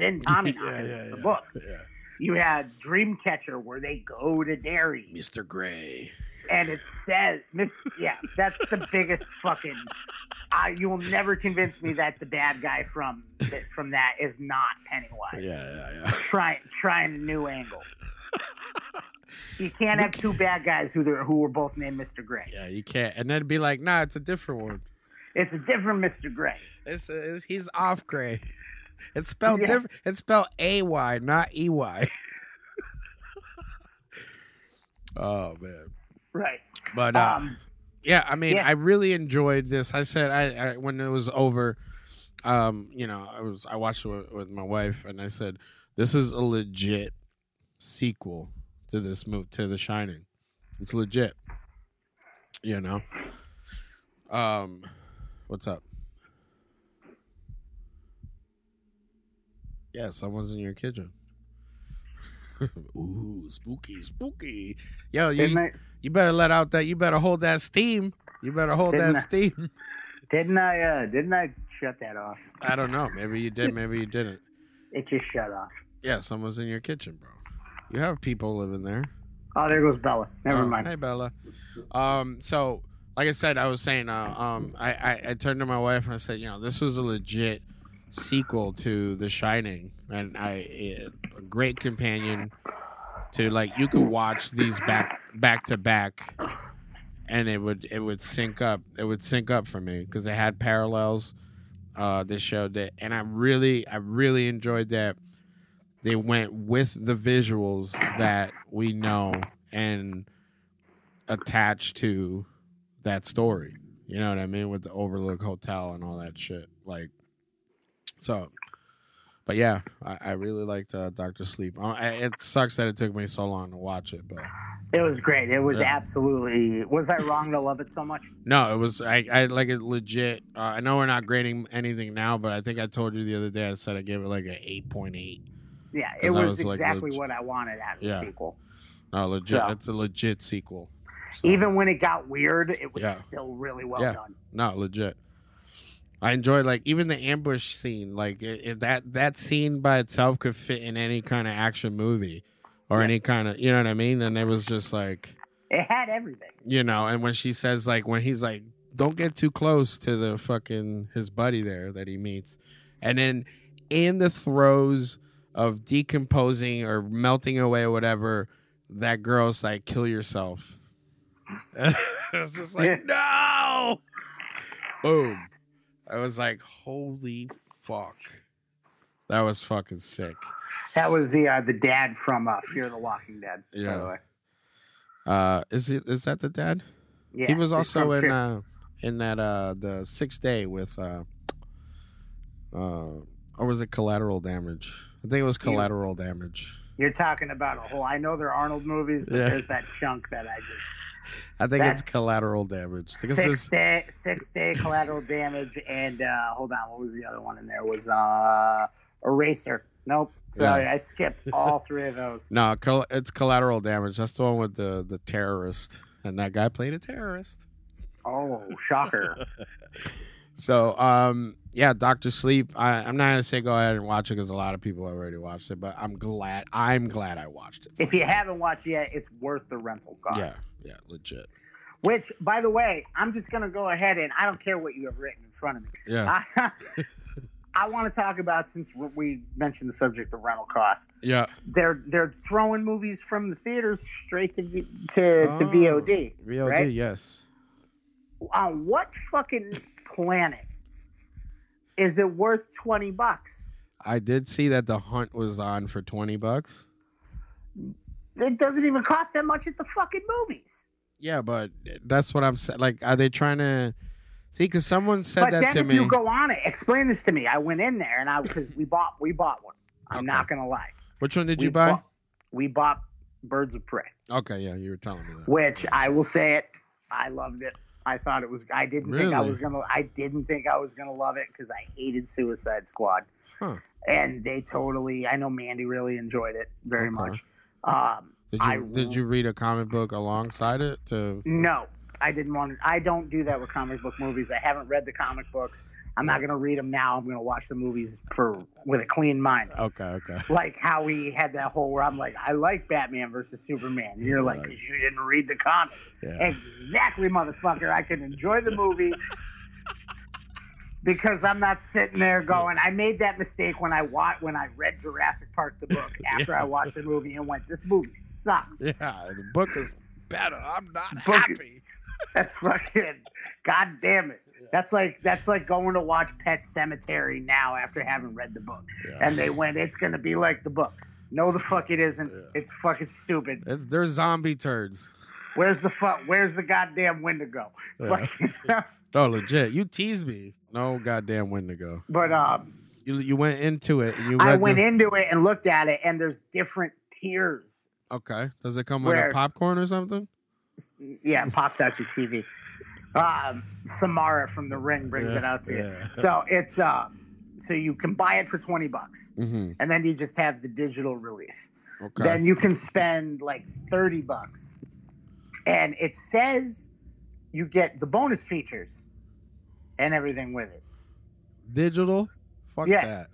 Speaker 3: <laughs>
Speaker 2: in Tommy
Speaker 3: Yeah,
Speaker 2: Knockers,
Speaker 3: yeah,
Speaker 2: the
Speaker 3: yeah.
Speaker 2: book.
Speaker 3: Yeah.
Speaker 2: You had Dreamcatcher, where they go to dairy,
Speaker 3: Mr. Gray.
Speaker 2: and it says, "Miss, yeah, that's the biggest fucking." I, you will never convince me that the bad guy from that, from that is not Pennywise.
Speaker 3: Yeah, yeah, yeah.
Speaker 2: trying trying a new angle. You can't have two bad guys who they're, who were both named Mr. Gray.
Speaker 3: Yeah, you can't. And then be like, nah, it's a different one.
Speaker 2: It's a different Mr. Gray.
Speaker 3: It's, it's he's off gray. <laughs> It's spelled
Speaker 2: Yeah.
Speaker 3: different. It's spelled A Y, not E Y. <laughs> oh man.
Speaker 2: Right.
Speaker 3: But uh,
Speaker 2: Um,
Speaker 3: yeah, I mean,
Speaker 2: yeah.
Speaker 3: I really enjoyed this. I said I, I when it was over, um, you know, I was I watched it with, with my wife, and I said, "This is a legit sequel to this mo- to The Shining. It's legit." You know. Um, what's up? Yeah, someone's in your kitchen. <laughs> Ooh, spooky, spooky. Yo, you,
Speaker 2: didn't I,
Speaker 3: you better let out that. You better hold that steam. You better hold
Speaker 2: Didn't
Speaker 3: that
Speaker 2: I-
Speaker 3: steam.
Speaker 2: didn't I uh, didn't I shut that off?
Speaker 3: I don't know. Maybe you did. Maybe you didn't.
Speaker 2: It just shut off.
Speaker 3: Yeah, someone's in your kitchen, bro. You have people living there.
Speaker 2: Oh, there goes Bella. Never
Speaker 3: Oh,
Speaker 2: mind.
Speaker 3: Hey, Bella. Um, so like I said, I was saying, uh, um, I, I I turned to my wife and I said, you know, this was a legit sequel to The Shining, and I it, a great companion to like you could watch these back back to back, and it would it would sync up. It would sync up for me because it had parallels. Uh, this showed that, and I really I really enjoyed that. They went with the visuals that we know and attached to that story. You know what I mean? With the Overlook Hotel and all that shit. Like, so But yeah, I, I really liked uh, Doctor Sleep. Uh, I, it sucks that it took me so long to watch it, but
Speaker 2: It was great. It was
Speaker 3: Yeah.
Speaker 2: absolutely. Was I wrong to love it so much?
Speaker 3: no, it was I, I like it legit. Uh, I know we're not grading anything now, but I think I told you the other day. I said I gave it like an eight point eight.
Speaker 2: Yeah,
Speaker 3: 'Cause I
Speaker 2: it was,
Speaker 3: was, like,
Speaker 2: exactly
Speaker 3: legit-
Speaker 2: what I wanted out of
Speaker 3: Yeah.
Speaker 2: the sequel.
Speaker 3: No, legit.
Speaker 2: So-
Speaker 3: It's a legit sequel. So,
Speaker 2: Even when it got weird, it was
Speaker 3: Yeah.
Speaker 2: still really well
Speaker 3: Yeah.
Speaker 2: done.
Speaker 3: no, legit. I enjoyed like even the ambush scene. Like it, it- that that scene by itself could fit in any kind of action movie or
Speaker 2: Yeah.
Speaker 3: any kind of you know what I mean. And it was just like.
Speaker 2: It had everything.
Speaker 3: you know and when she says like when he's like don't get too close to the fucking his buddy there that he meets and then in the throes of decomposing or melting away or whatever that girl's like kill yourself <laughs> it's just like no boom i was like holy fuck that was fucking sick
Speaker 2: That was the uh, the dad from uh, Fear the Walking Dead. By
Speaker 3: Yeah.
Speaker 2: the way.
Speaker 3: uh is it is that the dad
Speaker 2: Yeah.
Speaker 3: he was
Speaker 2: he's
Speaker 3: also
Speaker 2: from
Speaker 3: in
Speaker 2: Fear-
Speaker 3: uh, in that uh, the sixth day with uh, uh, or was it collateral damage? I think it was collateral damage.
Speaker 2: You're talking about a whole. I know they're Arnold movies, but
Speaker 3: Yeah.
Speaker 2: there's that chunk that I just
Speaker 3: I think
Speaker 2: That's-
Speaker 3: it's collateral damage. Because
Speaker 2: six
Speaker 3: it's,
Speaker 2: day six day collateral damage and uh, hold on, what was the other one in there? Was uh Eraser? Nope. Sorry,
Speaker 3: Yeah.
Speaker 2: I skipped all three of those.
Speaker 3: no, col- it's collateral damage. That's the one with the the terrorist, and that guy played a terrorist.
Speaker 2: Oh,
Speaker 3: <laughs>
Speaker 2: shocker!
Speaker 3: So, um, yeah, Doctor Sleep. I, I'm not gonna say go ahead and watch it because a lot of people have already watched it, but I'm glad. I'm glad I watched it.
Speaker 2: if you haven't watched yet, it's worth the rental cost.
Speaker 3: Yeah, yeah, legit.
Speaker 2: Which, by the way, I'm just gonna go ahead and I don't care what you have written in front of me.
Speaker 3: Yeah,
Speaker 2: I, <laughs> I want to talk about since we mentioned the subject of rental costs.
Speaker 3: yeah.
Speaker 2: They're they're throwing movies from the theaters straight to V- to, to
Speaker 3: Oh,
Speaker 2: VOD.
Speaker 3: VOD,
Speaker 2: right?
Speaker 3: yes.
Speaker 2: On what fucking planet is it worth twenty bucks?
Speaker 3: I did see that the hunt was on for twenty bucks.
Speaker 2: It doesn't even cost that much at the fucking movies.
Speaker 3: Yeah, but that's what I'm saying. Like, are they trying to see? Because someone said
Speaker 2: but
Speaker 3: that
Speaker 2: then
Speaker 3: to
Speaker 2: if
Speaker 3: me.
Speaker 2: you go on it, explain this to me. I went in there and I because we bought we bought one. I'm
Speaker 3: Okay.
Speaker 2: not gonna lie.
Speaker 3: Which one did
Speaker 2: we
Speaker 3: you buy?
Speaker 2: Bought, we bought Birds of Prey.
Speaker 3: okay, yeah, you were telling me that.
Speaker 2: which I will say it, I loved it. I thought it was. I didn't think I
Speaker 3: Really?
Speaker 2: was gonna. I didn't think I was gonna love it because I hated Suicide Squad,
Speaker 3: Huh.
Speaker 2: and they totally. I know Mandy really enjoyed it very
Speaker 3: Okay.
Speaker 2: much. Um,
Speaker 3: Did you
Speaker 2: I
Speaker 3: did you read a comic book alongside it? To
Speaker 2: no, I didn't want. I don't do that with comic book movies. I haven't read the comic books. I'm not gonna read them now. I'm gonna watch the movies for with a clean mind.
Speaker 3: okay, okay, <laughs>
Speaker 2: Like how we had that whole where I'm like, I like Batman versus Superman. And you're like, because you didn't read the comics.
Speaker 3: yeah,
Speaker 2: Exactly, motherfucker. I can enjoy the movie because I'm not sitting there going, I made that mistake when I wa- when I read Jurassic Park the book after I watched the movie and went, this movie sucks.
Speaker 3: yeah. The book is better. I'm not
Speaker 2: Book-
Speaker 3: happy.
Speaker 2: <laughs> That's fucking god damn it. That's like that's like going to watch Pet Cemetery now after having read the book.
Speaker 3: Yeah.
Speaker 2: And they went, it's gonna be like the book. No, the fuck it isn't.
Speaker 3: Yeah.
Speaker 2: It's fucking stupid.
Speaker 3: It's, they're zombie turds.
Speaker 2: Where's the fuck? Where's the goddamn Wendigo?
Speaker 3: Yeah.
Speaker 2: <laughs> Fucking,
Speaker 3: No, legit. You teased me. No goddamn Wendigo.
Speaker 2: but um,
Speaker 3: You you went into it. And you
Speaker 2: I
Speaker 3: read
Speaker 2: went
Speaker 3: the-
Speaker 2: into it and looked at it, and there's different tiers.
Speaker 3: Okay. Does it come with
Speaker 2: Where-
Speaker 3: a popcorn or something?
Speaker 2: Yeah, it pops out your TV. Um, Samara from The Ring brings
Speaker 3: Yeah,
Speaker 2: it out to
Speaker 3: yeah.
Speaker 2: you. So it's uh, so you can buy it for twenty bucks,
Speaker 3: Mm-hmm.
Speaker 2: and then you just have the digital release.
Speaker 3: Okay.
Speaker 2: Then you can spend like thirty bucks, and it says you get the bonus features and everything with it.
Speaker 3: digital. Fuck
Speaker 2: Yeah.
Speaker 3: that.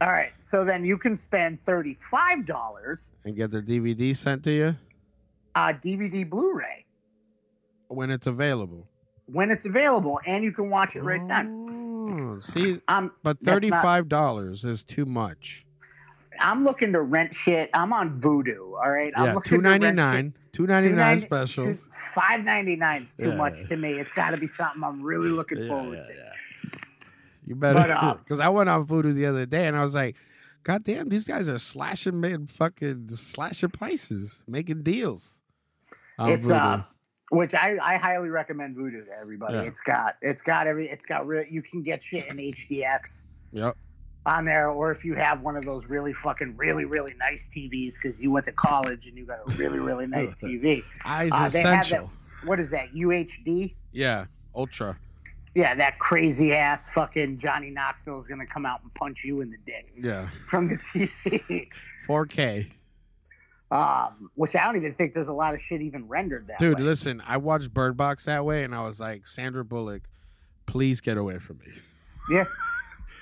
Speaker 2: All right, so then you can spend thirty-five dollars
Speaker 3: And get the DVD sent to you
Speaker 2: uh, DVD Blu-ray.
Speaker 3: when it's available.
Speaker 2: when it's available and you can watch it right then.
Speaker 3: Oh, see,
Speaker 2: I'm
Speaker 3: but
Speaker 2: That's not-
Speaker 3: thirty-five dollars is too much.
Speaker 2: I'm looking to rent shit. I'm on Voodoo. All right. I'm
Speaker 3: yeah,
Speaker 2: looking
Speaker 3: two
Speaker 2: to rent
Speaker 3: ninety-nine. Two
Speaker 2: shit.
Speaker 3: ninety-nine
Speaker 2: $2.99
Speaker 3: specials.
Speaker 2: Five ninety nine is too
Speaker 3: Yeah.
Speaker 2: much to me. It's got to be something I'm really looking forward to.
Speaker 3: You better, <laughs>
Speaker 2: But, uh,
Speaker 3: because I went on Voodoo the other day and I was like, "God damn, these guys are slashing man, fucking slashing prices, making deals." on
Speaker 2: It's
Speaker 3: Voodoo.
Speaker 2: uh, which I, I highly recommend Voodoo to everybody.
Speaker 3: Yeah.
Speaker 2: It's got it's got every it's got real. You can get shit in HDX.
Speaker 3: yep.
Speaker 2: on there, or if you have one of those really fucking really really nice TVs because you went to college and you got a really
Speaker 3: <laughs>
Speaker 2: really nice TV.
Speaker 3: Eyes
Speaker 2: Uh, they have that,
Speaker 3: essential.
Speaker 2: what is that UHD?
Speaker 3: Yeah, ultra.
Speaker 2: Yeah, that crazy ass fucking Johnny Knoxville is gonna come out and punch you in the dick
Speaker 3: Yeah,
Speaker 2: from the TV.
Speaker 3: 4K.
Speaker 2: <laughs> um, which I don't even think there's a lot of shit even rendered that
Speaker 3: Dude,
Speaker 2: way.
Speaker 3: listen, I watched Bird Box that way, and I was like, Sandra Bullock, please get away from me.
Speaker 2: yeah,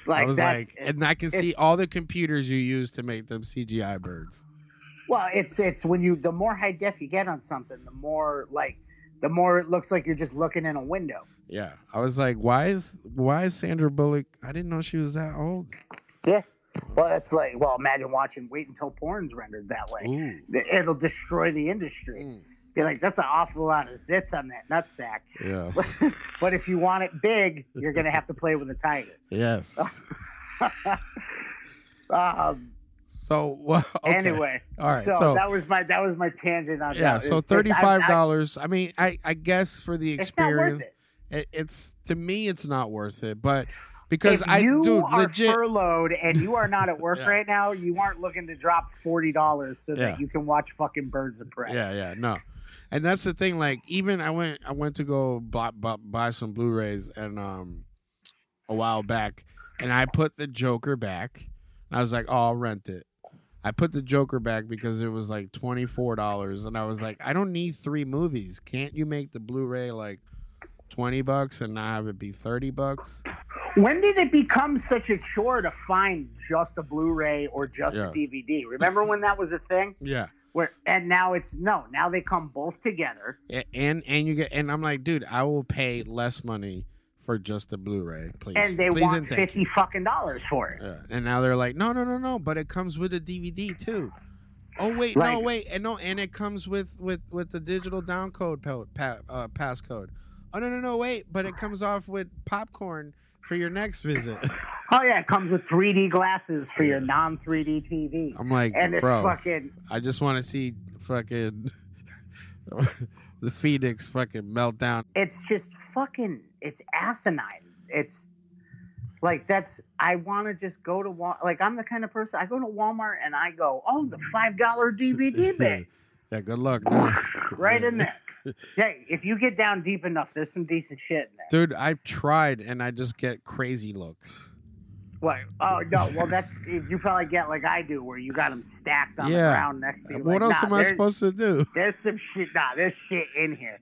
Speaker 2: like
Speaker 3: I was
Speaker 2: that's
Speaker 3: like, and I can see all the computers you use to make them CGI birds.
Speaker 2: Well, it's it's when you the more high def you get on something, the more like the more it looks like you're just looking in a window.
Speaker 3: Yeah, I was like, why is why is Sandra Bullock? I didn't know she was that old.
Speaker 2: Yeah. Well, that's like well, imagine watching wait until porn's rendered that way.
Speaker 3: Ooh. Hmm.
Speaker 2: Th- It'll destroy the industry. Be like, that's an awful lot of zits on that nutsack.
Speaker 3: Yeah.
Speaker 2: But if you want it big, you're gonna have to play with a tiger.
Speaker 3: yes.
Speaker 2: Oh. Um,
Speaker 3: So well, <laughs> okay.
Speaker 2: Anyway,
Speaker 3: All right.
Speaker 2: so,
Speaker 3: So,
Speaker 2: that was my that was my tangent on
Speaker 3: yeah.
Speaker 2: that.
Speaker 3: So
Speaker 2: It's just- I-
Speaker 3: thirty five dollars. I mean, I I guess for the
Speaker 2: I- It's not worth
Speaker 3: experience,
Speaker 2: it.
Speaker 3: it- it's to me, it's not worth it. But because
Speaker 2: if
Speaker 3: I
Speaker 2: you
Speaker 3: dude
Speaker 2: are
Speaker 3: legit.
Speaker 2: furloughed and you are not at
Speaker 3: <laughs>
Speaker 2: work
Speaker 3: Yeah.
Speaker 2: right now, you aren't looking to drop forty dollars so
Speaker 3: Yeah.
Speaker 2: that you can watch fucking Birds of Prey.
Speaker 3: Yeah, yeah, no. And that's the thing. Like, even I went, I went to go buy, buy, buy some Blu-rays, and um, a while back, and I put the Joker back. And I was like, oh, I'll rent it. I put the Joker back because it was like twenty four dollars, and I was like, I don't need three movies. Can't you make the Blu-ray like twenty bucks and not have it be thirty bucks?
Speaker 2: When did it become such a chore to find just a Blu-ray or just
Speaker 3: Yeah.
Speaker 2: a DVD? Remember when that was a thing?
Speaker 3: Yeah.
Speaker 2: Where and now it's no. Now they come both together.
Speaker 3: A- And and you get and I'm like, dude, I will pay less money for just the Blu-ray, please.
Speaker 2: And they
Speaker 3: please
Speaker 2: want
Speaker 3: and thank you.
Speaker 2: fifty fucking dollars for it.
Speaker 3: Yeah. And now they're like, no, no, no, no, but it comes with a DVD too. Oh wait, no,
Speaker 2: Right.
Speaker 3: wait, and no, and it comes with with with the digital downcode pa- pa- uh, passcode. Oh no, no, no, wait, but it comes off with popcorn for your next visit. <laughs>
Speaker 2: Oh yeah, it comes with three D glasses for your non three D TV.
Speaker 3: I'm like,
Speaker 2: and it's
Speaker 3: bro,
Speaker 2: fucking
Speaker 3: I just want to see fucking <laughs> the Phoenix fucking
Speaker 2: <laughs>
Speaker 3: meltdown.
Speaker 2: it's just fucking it's asinine it's like that's i want to just go to Wal. like i'm the kind of person i go to walmart and i go oh the five dollar dvd bit
Speaker 3: <laughs> yeah, good luck, man.
Speaker 2: right in there
Speaker 3: <laughs>
Speaker 2: hey if you get down deep enough there's some decent shit in there
Speaker 3: dude. I've tried, and I just get crazy looks.
Speaker 2: what oh no well that's you probably get like i do where you got them stacked on
Speaker 3: Yeah.
Speaker 2: the ground next to you
Speaker 3: what
Speaker 2: like,
Speaker 3: else
Speaker 2: nah,
Speaker 3: am I
Speaker 2: there's-
Speaker 3: supposed to do?
Speaker 2: There's some shit. Nah, there's shit in here.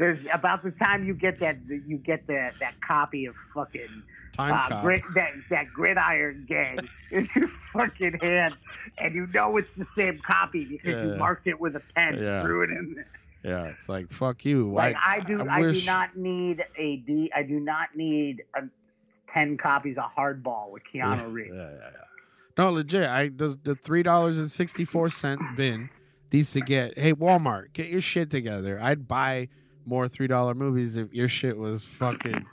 Speaker 2: There's about the time you get that you get that that copy of fucking
Speaker 3: Time
Speaker 2: uh,
Speaker 3: cop.
Speaker 2: grit, that that gridiron gang <laughs> in your fucking hand, and you know it's the same copy because you
Speaker 3: Yeah.
Speaker 2: marked it with a pen,
Speaker 3: Yeah.
Speaker 2: threw it in there.
Speaker 3: Yeah, it's like fuck you.
Speaker 2: Like I do, I, do
Speaker 3: wish-
Speaker 2: not need a D. I do not need a ten copies of Hardball with Keanu
Speaker 3: <laughs>
Speaker 2: Reeves.
Speaker 3: Yeah, yeah, yeah. No, legit. I the, the three dollars and sixty four
Speaker 2: <laughs>
Speaker 3: cent bin needs to get. Hey, Walmart, get your shit together. I'd buy more three dollar movies if your shit was fucking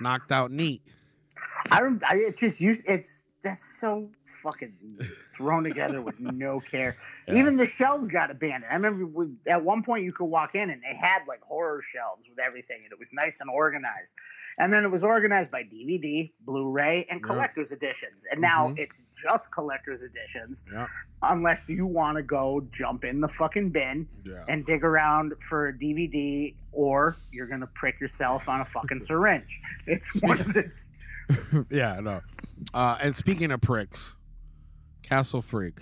Speaker 3: knocked out neat. <laughs>
Speaker 2: I, rem- I it just used it's that's so fucking thrown together with
Speaker 3: <laughs>
Speaker 2: no care.
Speaker 3: Yeah.
Speaker 2: Even the shelves got abandoned. I remember with, at one point you could walk in and they had like horror shelves with everything, and it was nice and organized. And then it was organized by DVD, Blu-ray, and
Speaker 3: Yeah.
Speaker 2: collector's editions. And now
Speaker 3: Mhm.
Speaker 2: it's just collector's editions,
Speaker 3: Yeah.
Speaker 2: unless you want to go jump in the fucking bin
Speaker 3: Yeah.
Speaker 2: and dig around for a DVD, or you're gonna prick yourself on
Speaker 3: <laughs>
Speaker 2: a fucking syringe. It's one of the
Speaker 3: yeah, no. Uh, and speaking of pricks, Castle Freak.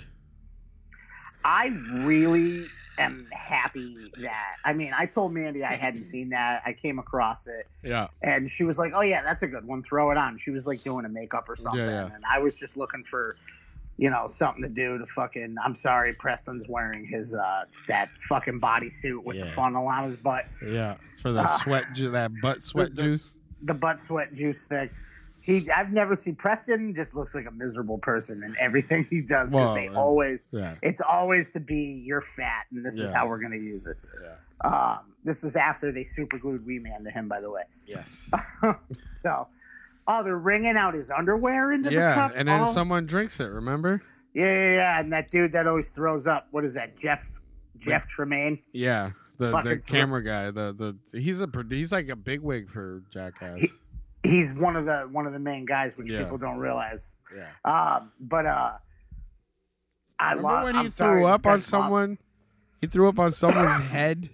Speaker 2: I really am happy that I mean I told Mandy I hadn't seen that. I came across it
Speaker 3: Yeah,
Speaker 2: and she was like, "Oh yeah, that's a good one. Throw it on." She was like doing a makeup or something,
Speaker 3: yeah.
Speaker 2: and I was just looking for, you know, something to do to fucking. I'm sorry, Preston's wearing his uh that fucking bodysuit with the
Speaker 3: Yeah.
Speaker 2: funnel on his butt,
Speaker 3: yeah. For the
Speaker 2: Ah.
Speaker 3: sweat, ju- that butt sweat
Speaker 2: <laughs> The-
Speaker 3: juice.
Speaker 2: the butt sweat juice thing. He, I've never seen Preston just looks like a miserable person in everything he does
Speaker 3: Well,
Speaker 2: because they
Speaker 3: and-
Speaker 2: always
Speaker 3: Yeah,
Speaker 2: it's always to be you're fat and this is
Speaker 3: Yeah.
Speaker 2: how we're going to use it um, this is after they super glued wee man to him by the way
Speaker 3: yes.
Speaker 2: so oh they're wringing out his underwear into the
Speaker 3: Yeah,
Speaker 2: cup
Speaker 3: and then
Speaker 2: Oh.
Speaker 3: someone drinks it. Remember?
Speaker 2: yeah, yeah yeah and that dude that always throws up what is that jeff jeff tremaine
Speaker 3: Yeah, the,
Speaker 2: Fucking
Speaker 3: the
Speaker 2: thro-
Speaker 3: camera guy. The the he's a pro- he's like a big wig for Jackass.
Speaker 2: He- he's one of the one of the main guys, which
Speaker 3: Yeah.
Speaker 2: people don't realize.
Speaker 3: Yeah.
Speaker 2: Um, but uh, I
Speaker 3: Remember
Speaker 2: love.
Speaker 3: when
Speaker 2: I'm
Speaker 3: he
Speaker 2: sorry,
Speaker 3: threw
Speaker 2: this
Speaker 3: up on
Speaker 2: guy's mom-
Speaker 3: someone? He threw up on
Speaker 2: <coughs>
Speaker 3: someone's head,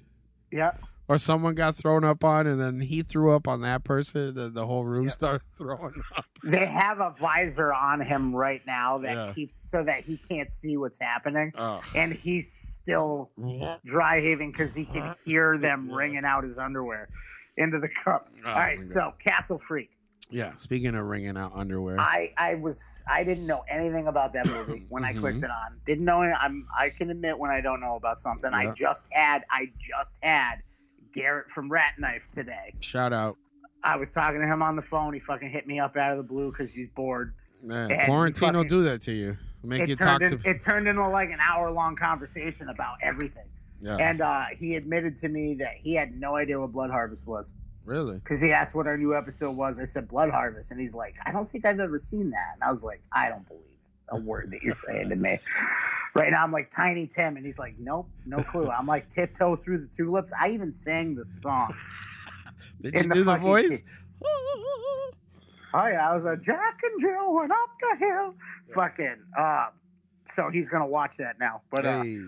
Speaker 2: Yeah,
Speaker 3: or someone got thrown up on, and then he threw up on that person. The, the whole room started <laughs> throwing up.
Speaker 2: they have a visor on him right now that
Speaker 3: Yeah.
Speaker 2: keeps so that he can't see what's happening,
Speaker 3: Oh.
Speaker 2: and he's still dry heaving because he
Speaker 3: Uh-huh.
Speaker 2: can hear them wringing out his underwear into the cup.
Speaker 3: Oh,
Speaker 2: All right, so Castle Freak.
Speaker 3: Yeah. Speaking of wringing out underwear,
Speaker 2: I I was I didn't know anything about that movie when I
Speaker 3: Mm-hmm.
Speaker 2: clicked it on. Didn't know any- I'm I can admit when I don't know about something.
Speaker 3: Yeah.
Speaker 2: I just had I just had Garrett from Rat Knife today.
Speaker 3: shout out.
Speaker 2: I was talking to him on the phone. He fucking hit me up out of the blue because he's bored.
Speaker 3: Man,
Speaker 2: And he
Speaker 3: quarantine will
Speaker 2: fucking-
Speaker 3: do that to you. Make you
Speaker 2: It
Speaker 3: talk
Speaker 2: turned,
Speaker 3: to.
Speaker 2: in, it turned into like an hour long conversation about everything.
Speaker 3: yeah.
Speaker 2: <laughs> And uh, he admitted to me that he had no idea what Blood Harvest was
Speaker 3: really.
Speaker 2: because he asked what our new episode was. I said Blood Harvest, and he's like, I don't think I've ever seen that. And I was like, I don't believe a word that you're saying to me. Right now, I'm like Tiny Tim, and he's like, Nope, no clue. I'm like tiptoe through the tulips. I even sang the song.
Speaker 3: Did
Speaker 2: in
Speaker 3: you
Speaker 2: the
Speaker 3: do the
Speaker 2: fucking
Speaker 3: voice?
Speaker 2: Oh yeah, I was a Jack and Jill went up the hill. Fucking. Uh, so he's gonna watch that now. But
Speaker 3: <laughs>
Speaker 2: uh,
Speaker 3: Hey.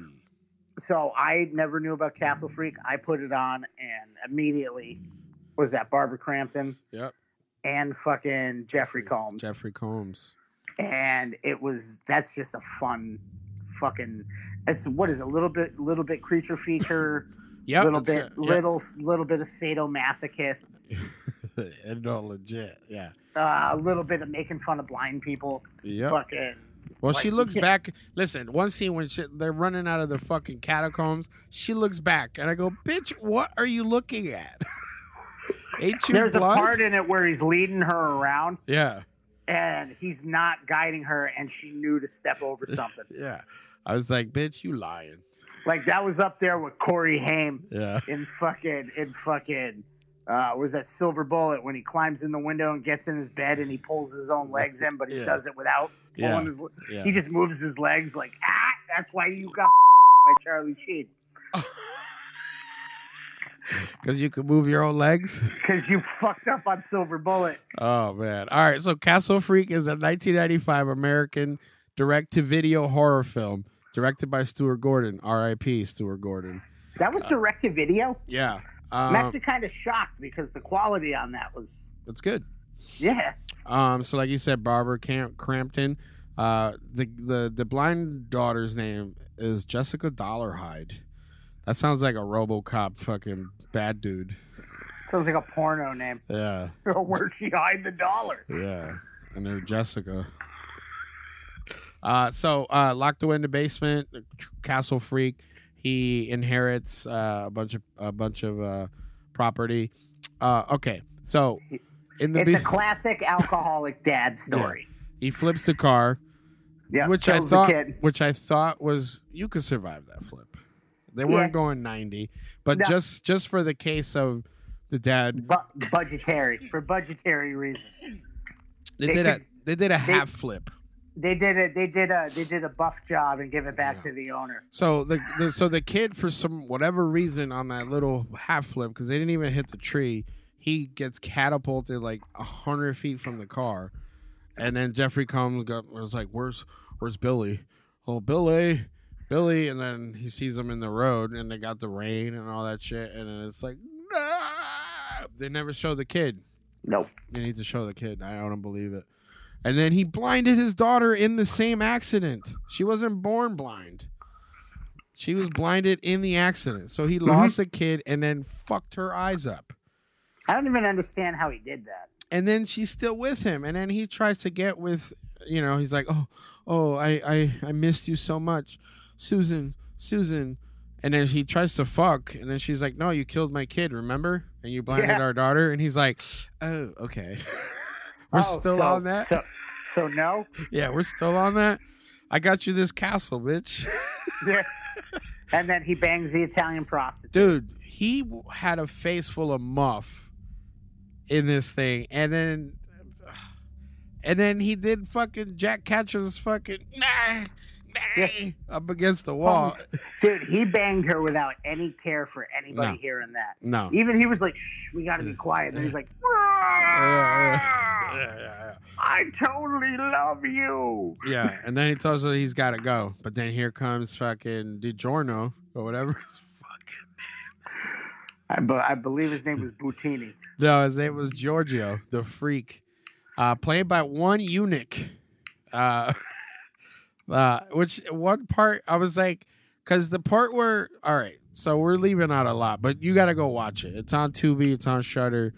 Speaker 2: so I never knew about Castle Freak. I put it on and immediately was that Barbara Crampton
Speaker 3: Yep.
Speaker 2: and fucking Jeffrey Combs.
Speaker 3: Jeffrey Combs.
Speaker 2: And it was that's just a fun fucking it's what is it, little bit little bit creature feature,
Speaker 3: <laughs> Yep.
Speaker 2: little
Speaker 3: that's
Speaker 2: bit
Speaker 3: it. Yep.
Speaker 2: little little bit of sadomasochist,
Speaker 3: <laughs> and all legit. Yeah.
Speaker 2: uh, a little bit of making fun of blind people.
Speaker 3: Yep.
Speaker 2: Fucking
Speaker 3: Well,
Speaker 2: like,
Speaker 3: she
Speaker 2: you
Speaker 3: looks
Speaker 2: can't-
Speaker 3: back. Listen, one scene when she, they're running out of the fucking catacombs, she looks back, and I go, "Bitch, what are you looking at? <laughs> Ain't you
Speaker 2: There's
Speaker 3: blind?"
Speaker 2: a part in it where he's leading her around
Speaker 3: yeah,
Speaker 2: and he's not guiding her, and she knew to
Speaker 3: <laughs>
Speaker 2: step over something.
Speaker 3: yeah. I was like, "Bitch, you lying."
Speaker 2: like that was up there with Corey Haim
Speaker 3: Yeah,
Speaker 2: in fucking in fucking uh, was that Silver Bullet when he climbs in the window and gets in his bed and he pulls his own legs in, but he
Speaker 3: Yeah.
Speaker 2: does it without pulling
Speaker 3: <laughs> yeah,
Speaker 2: his. le-
Speaker 3: yeah.
Speaker 2: He just moves his legs like ah. That's why you got <laughs> by Charlie Sheen
Speaker 3: Because you could move your own legs. <laughs>
Speaker 2: because you fucked up on Silver Bullet.
Speaker 3: Oh man! All right, so Castle Freak is a 1995 American direct-to-video horror film directed by Stuart Gordon. R.I.P. Stuart Gordon.
Speaker 2: That
Speaker 3: Uh,
Speaker 2: was direct to video.
Speaker 3: Yeah,
Speaker 2: I'm
Speaker 3: um,
Speaker 2: actually kind of shocked because the quality on that was
Speaker 3: that's good.
Speaker 2: yeah.
Speaker 3: Um, so like you said, Barbara Camp Crampton. Uh, the the the blind daughter's name is Jessica Dollarhide. That sounds like a RoboCop fucking bad dude.
Speaker 2: Sounds like a porno name. <laughs>
Speaker 3: Yeah,
Speaker 2: where she hide the dollar.
Speaker 3: yeah. And they're Jessica. Uh, so uh, locked away in the basement, Castle Freak. He inherits uh, a bunch of a bunch of uh, property. Uh, okay, so in the
Speaker 2: It's a
Speaker 3: be-
Speaker 2: classic alcoholic dad story.
Speaker 3: He flips the car.
Speaker 2: Yeah,
Speaker 3: which I
Speaker 2: kills
Speaker 3: thought,
Speaker 2: the kid.
Speaker 3: which I thought was you could survive that flip. They
Speaker 2: Yeah.
Speaker 3: weren't going ninety, but
Speaker 2: No.
Speaker 3: just just for the case of the dad,
Speaker 2: Bu- budgetary for budgetary reasons.
Speaker 3: they,
Speaker 2: They
Speaker 3: did a
Speaker 2: could-
Speaker 3: they did a half flip.
Speaker 2: They did a they did a they did a buff job and give it back to the owner.
Speaker 3: So the, the so the kid for some whatever reason on that little half flip because they didn't even hit the tree, he gets catapulted like hundred feet from the car, and then Jeffrey comes go- was like, "Where's where's Billy? Oh Billy, Billy!" And then he sees him in the road, and they got the rain and all that shit, and then it's like, "Ah!" they never show the kid.
Speaker 2: Nope.
Speaker 3: They need to show the kid. I don't believe it. And then he blinded his daughter in the same accident. She wasn't born blind. She was blinded in the accident. So
Speaker 2: Mm-hmm.
Speaker 3: he lost a kid and then fucked her eyes up.
Speaker 2: I don't even understand how he did that.
Speaker 3: And then she's still with him. And then he tries to get with, you know, he's like, oh, oh, I, I, I missed you so much. Susan, Susan. And then he tries to fuck. And then she's like, no, you killed my kid, remember? And you blinded
Speaker 2: Yeah.
Speaker 3: our daughter. And he's like, oh, okay. <laughs> We're
Speaker 2: Oh,
Speaker 3: still
Speaker 2: so-
Speaker 3: on that?
Speaker 2: So, so <laughs> no.
Speaker 3: Yeah, we're still on that. I got you this castle, bitch.
Speaker 2: Yeah. and then he bangs the Italian prostitute.
Speaker 3: Dude, he w- had a face full of muff in this thing. And then <sighs> and then he did fucking Jack Catcher's fucking nah, bang up against the wall.
Speaker 2: Dude, he banged her without any care for anybody hearing that.
Speaker 3: No.
Speaker 2: Even he was like, shh, we gotta be quiet. And then he's like, "Ah,
Speaker 3: Yeah, yeah, yeah.
Speaker 2: I totally love you.
Speaker 3: Yeah, and then he tells her he's got to go. But then here comes fucking DiGiorno or whatever. his fucking-
Speaker 2: I, be- I believe his name was Boutini.
Speaker 3: No, his name was Giorgio, the freak, uh, played by one eunuch. Uh, <laughs> uh, which one part I was like, because the part where, all right, so we're leaving out a lot, but you got to go watch it. It's on Tubi, it's on Shutter.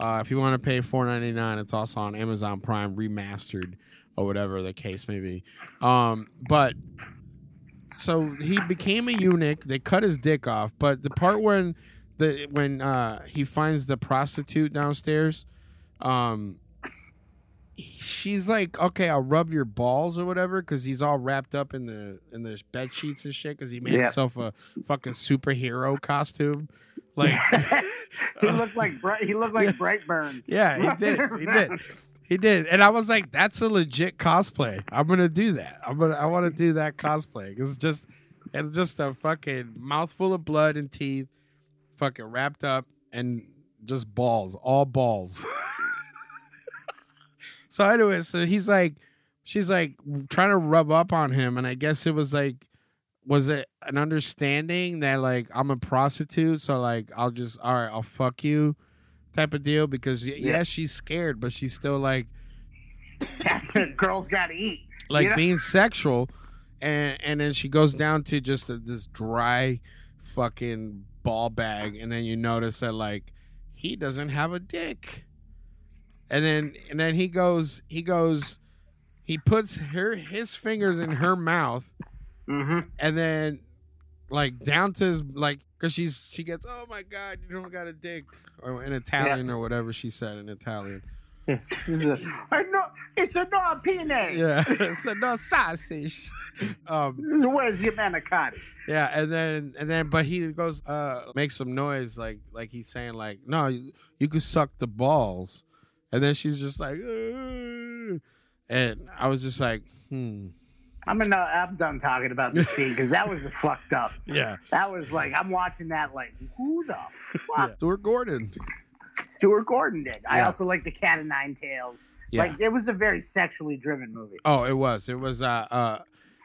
Speaker 3: Uh, if you want to pay four ninety nine, it's also on Amazon Prime remastered or whatever the case may be. Um, but so he became a eunuch. They cut his dick off, but the part when the when uh, he finds the prostitute downstairs, um, she's like, "Okay, I'll rub your balls or whatever," because he's all wrapped up in the in the bed sheets and shit because he made
Speaker 2: Yeah.
Speaker 3: himself a fucking superhero costume, like.
Speaker 2: he looked like Bright. He <laughs> looked like Brightburn.
Speaker 3: Yeah, he did. He did. He did. And I was like, that's a legit cosplay. I'm gonna do that. I'm gonna I wanna do that cosplay. 'Cause It's just it's just a fucking mouthful of blood and teeth, fucking wrapped up and just balls, all balls. <laughs> so anyway, so he's like she's like trying to rub up on him, and I guess it was like was it an understanding that like I'm a prostitute, so like I'll just all right, I'll fuck you type of deal because y yeah, she's scared, but she's still like
Speaker 2: <laughs> Girls gotta eat.
Speaker 3: like
Speaker 2: Yeah.
Speaker 3: being sexual, and and then she goes down to just a, this dry fucking ball bag, and then you notice that like he doesn't have a dick, and then and then he goes he goes he puts her his fingers in her mouth,
Speaker 2: hmm
Speaker 3: and then like down to his like because she's she gets oh my god you don't got a dick or in Italian or whatever she said in Italian.
Speaker 2: I know it's a non pene.
Speaker 3: Yeah, <laughs> it's a no sausage. Um,
Speaker 2: Where's your manicotti?
Speaker 3: yeah, and then and then, but he goes, uh, makes some noise like like he's saying like, no, you, you can suck the balls, and then she's just like, "Ugh." and I was just like, hmm,
Speaker 2: I'm gonna. I'm done talking about this scene because that was fucked up.
Speaker 3: yeah,
Speaker 2: That was like I'm watching that like who the fuck
Speaker 3: Stuart Gordon,
Speaker 2: Stuart Gordon did. I
Speaker 3: Yeah.
Speaker 2: also like the Cat of Nine Tails.
Speaker 3: yeah.
Speaker 2: Like it was a very sexually driven movie.
Speaker 3: Oh, it was. It was. Uh, uh,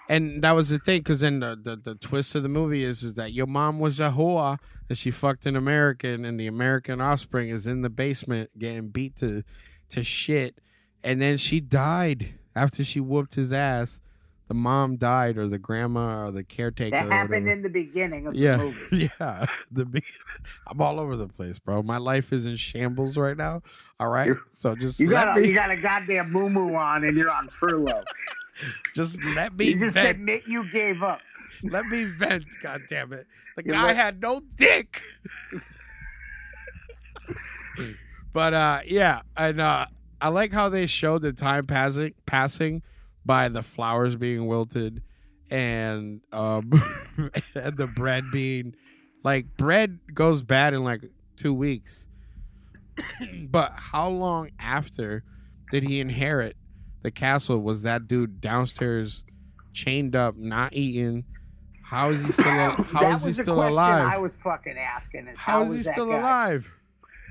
Speaker 3: and that was the thing, because then the, the the twist of the movie is is that your mom was a whore and she fucked an American, and the American offspring is in the basement getting beat to to shit, and then she died after she whooped his ass. The mom died, or the grandma, or the caretaker.
Speaker 2: That
Speaker 3: or
Speaker 2: happened
Speaker 3: whatever.
Speaker 2: in the beginning of
Speaker 3: yeah, <laughs>
Speaker 2: the movie.
Speaker 3: yeah. The be- <laughs> I'm all over the place, bro. My life is in shambles right now. All right, so just
Speaker 2: You
Speaker 3: let
Speaker 2: got a,
Speaker 3: me
Speaker 2: you got a goddamn moo on and you're on
Speaker 3: <laughs>
Speaker 2: furlough.
Speaker 3: just let me
Speaker 2: you just
Speaker 3: vent.
Speaker 2: admit you gave up.
Speaker 3: Let me vent, God damn it! The
Speaker 2: You
Speaker 3: guy
Speaker 2: let-
Speaker 3: had no
Speaker 2: <laughs>
Speaker 3: dick. but uh yeah, and uh I like how they showed the time passing passing by the flowers being wilted and um <laughs> and the bread being like bread goes bad in like two weeks. but how long after did he inherit the castle? Was that dude downstairs chained up, not eating? How is he still al- how
Speaker 2: that
Speaker 3: is he
Speaker 2: was the
Speaker 3: still
Speaker 2: question
Speaker 3: alive?
Speaker 2: I was fucking asking. Is
Speaker 3: how is
Speaker 2: was
Speaker 3: he
Speaker 2: that
Speaker 3: still
Speaker 2: guy?
Speaker 3: alive?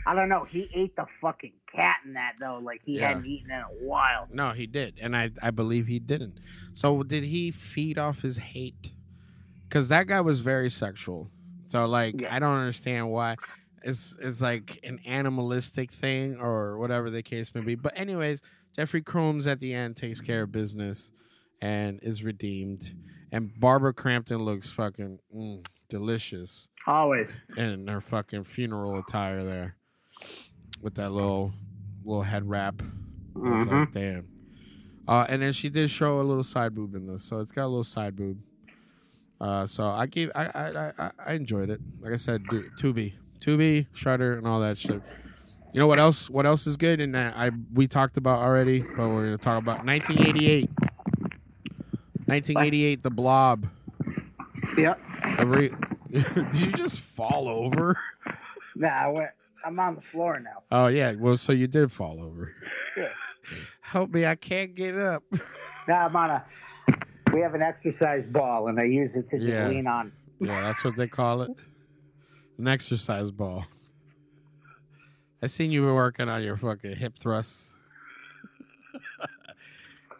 Speaker 2: I don't know. He ate the fucking cat in that though. Like he
Speaker 3: Yeah.
Speaker 2: hadn't eaten in a while.
Speaker 3: No, he did, and I I believe he didn't. So did he feed off his hate? Because that guy was very sexual. So like
Speaker 2: Yeah.
Speaker 3: I don't understand why it's it's like an animalistic thing or whatever the case may be. But anyways, Jeffrey Combs at the end takes care of business and is redeemed. And Barbara Crampton looks fucking mm, delicious
Speaker 2: Always.
Speaker 3: in her fucking funeral attire there with that little little head wrap. I was
Speaker 2: Mhm.
Speaker 3: like, damn. Uh, and then she did show a little side boob in this, so it's got a little side boob. Uh, so I gave I I, I I enjoyed it. Like I said, du- Tubi, Tubi, Shutter, and all that shit. You know what else? What else is good? And that I we talked about already, but we're gonna talk about 1988. 1988, The Blob.
Speaker 2: Yep.
Speaker 3: A re- <laughs> Did you just fall over?
Speaker 2: Nah, I went, I'm on the floor now.
Speaker 3: Oh yeah, well, so you did fall over.
Speaker 2: Yeah.
Speaker 3: Help me! I can't get up.
Speaker 2: Now I'm on a We have an exercise ball, and I use it to just
Speaker 3: Yeah.
Speaker 2: lean on.
Speaker 3: Yeah, that's what they call it. An exercise ball. I seen you were working on your fucking hip thrusts.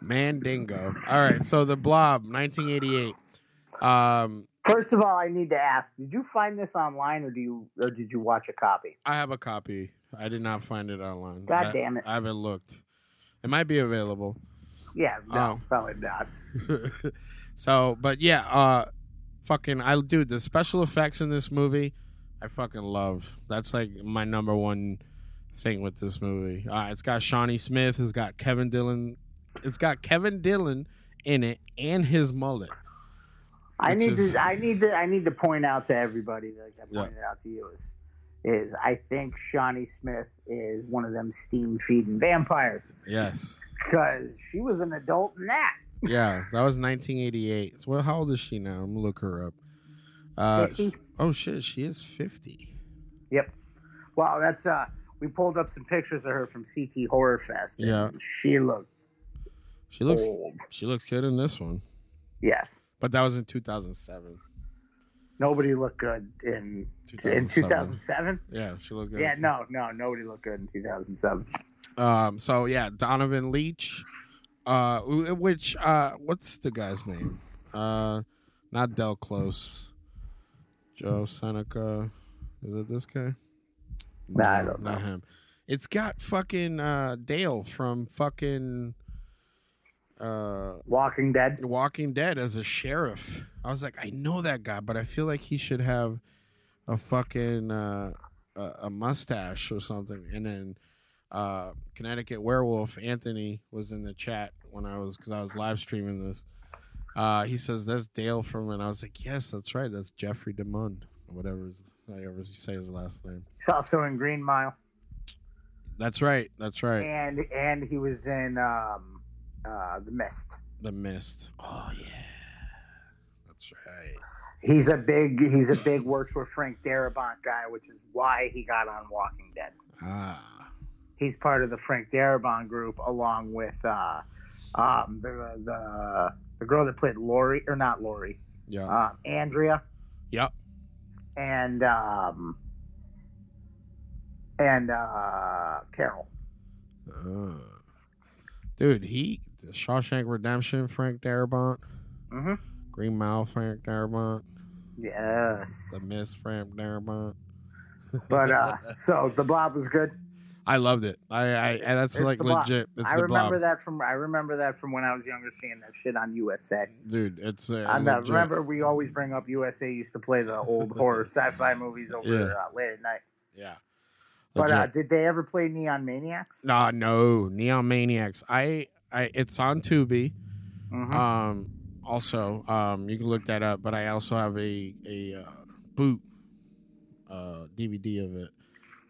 Speaker 3: Mandingo. All right, so the Blob, 1988. Um,
Speaker 2: First of all, I need to ask: Did you find this online, or do you, or did you watch a copy?
Speaker 3: I have a copy. I did not find it online.
Speaker 2: God
Speaker 3: I-
Speaker 2: damn it.
Speaker 3: I haven't looked. It might be available.
Speaker 2: Yeah, no,
Speaker 3: Oh.
Speaker 2: probably not.
Speaker 3: so, but yeah, uh, fucking, I dude, the special effects in this movie, I fucking love. That's like my number one thing with this movie. Uh, it's got Shawnee Smith. It's got Kevin Dillon. It's got Kevin Dillon in it and his mullet.
Speaker 2: I
Speaker 3: Which
Speaker 2: need
Speaker 3: is-
Speaker 2: to, I need to, I need to point out to everybody, like I
Speaker 3: Yeah.
Speaker 2: pointed out to you, is, is I think Shawnee Smith is one of them steam feeding vampires
Speaker 3: Yes.
Speaker 2: because she was an adult in that,
Speaker 3: Yeah, that was 1988. Well, how old is she now? I'm gonna look her up. Uh,
Speaker 2: 50?
Speaker 3: oh shit, she is 50.
Speaker 2: Yep. Wow, that's uh we pulled up some pictures of her from CT Horror Fest. and
Speaker 3: Yeah.
Speaker 2: She looked
Speaker 3: She looks
Speaker 2: old.
Speaker 3: she looks good in this one,
Speaker 2: Yes.
Speaker 3: but that was in 2007.
Speaker 2: Nobody looked good in in 2007.
Speaker 3: Yeah, she looked good.
Speaker 2: Yeah,
Speaker 3: too.
Speaker 2: no, no, nobody looked good in 2007.
Speaker 3: Um. So yeah, Donovan Leach, uh, wh- which uh, what's the guy's name? Uh, not Del Close. Joe Seneca. Is it this guy?
Speaker 2: Nah, I don't
Speaker 3: Not
Speaker 2: know.
Speaker 3: him. It's got fucking uh, Dale from fucking uh,
Speaker 2: Walking Dead.
Speaker 3: Walking Dead as a sheriff. I was like, I know that guy, but I feel like he should have a fucking uh, a, a mustache or something. And then uh, Connecticut Werewolf Anthony was in the chat when I was because I was live streaming this. Uh, he says that's Dale from, and I was like, yes, that's right, that's Jeffrey DeMunn, or whatever his- however you say his last name.
Speaker 2: He's also in Green Mile.
Speaker 3: That's right, that's right.
Speaker 2: And and he was in um uh The Mist.
Speaker 3: The Mist. Oh yeah, that's right.
Speaker 2: He's a big he's a big works with Frank Darabont guy, which is why he got on Walking Dead.
Speaker 3: Ah,
Speaker 2: he's part of the Frank Darabont group, along with uh, um, the the the girl that played Lori or not Lori,
Speaker 3: yeah,
Speaker 2: uh, Andrea,
Speaker 3: yep.
Speaker 2: and um, and uh, Carol.
Speaker 3: Uh, dude, he the Shawshank Redemption, Frank Darabont,
Speaker 2: Mhm.
Speaker 3: Green Mile, Frank Darabont,
Speaker 2: Yes,
Speaker 3: The Miss, Frank Darabont.
Speaker 2: but uh, so the Blob was good.
Speaker 3: I loved it. I, I and that's
Speaker 2: It's
Speaker 3: like
Speaker 2: the blob.
Speaker 3: legit. It's
Speaker 2: I
Speaker 3: the
Speaker 2: remember
Speaker 3: blob.
Speaker 2: that from I remember that from when I was younger, seeing that shit on USA.
Speaker 3: dude. It's uh,
Speaker 2: I know-
Speaker 3: legit.
Speaker 2: remember we always bring up USA used to play the old
Speaker 3: <laughs>
Speaker 2: horror sci-fi movies over
Speaker 3: Yeah.
Speaker 2: uh, late at night.
Speaker 3: Yeah,
Speaker 2: But uh,
Speaker 3: Legit.
Speaker 2: did they ever play Neon Maniacs?
Speaker 3: Nah, no, Neon Maniacs. I, I, it's on Tubi.
Speaker 2: Mhm.
Speaker 3: Um, also, um, you can look that up. But I also have a a uh, boot uh, DVD of it,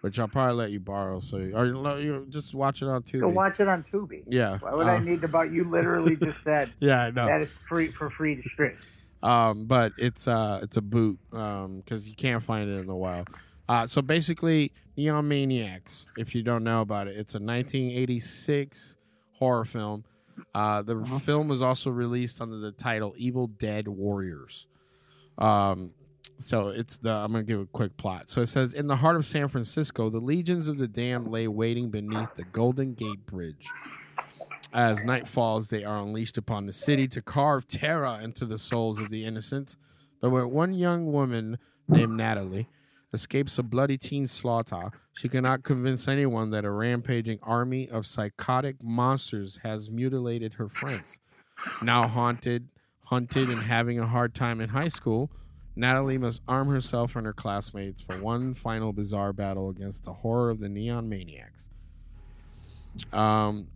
Speaker 3: which I'll probably let you borrow. So or you, let you just watch it on Tubi.
Speaker 2: Go watch it on Tubi.
Speaker 3: Yeah.
Speaker 2: Why would
Speaker 3: uh, Oh.
Speaker 2: I need to buy? You literally
Speaker 3: <laughs>
Speaker 2: just said
Speaker 3: Yeah, I know.
Speaker 2: that it's free for free to stream.
Speaker 3: Um, but it's uh, it's a boot because you can't find it in the wild. Uh, so basically, Neon Maniacs. If you don't know about it, it's a 1986 horror film. Uh, the film was also released under the title Evil Dead Warriors. Um, so it's the I'm gonna give a quick plot. So it says in the heart of San Francisco, the legions of the damned lay waiting beneath the Golden Gate Bridge. As night falls, they are unleashed upon the city to carve terror into the souls of the innocent. But when one young woman named Natalie escapes a bloody teen slaughter, she cannot convince anyone that a rampaging army of psychotic monsters has mutilated her friends. Now haunted, hunted, and having a hard time in high school, Natalie must arm herself and her classmates for one final bizarre battle against the horror of the neon maniacs. Um,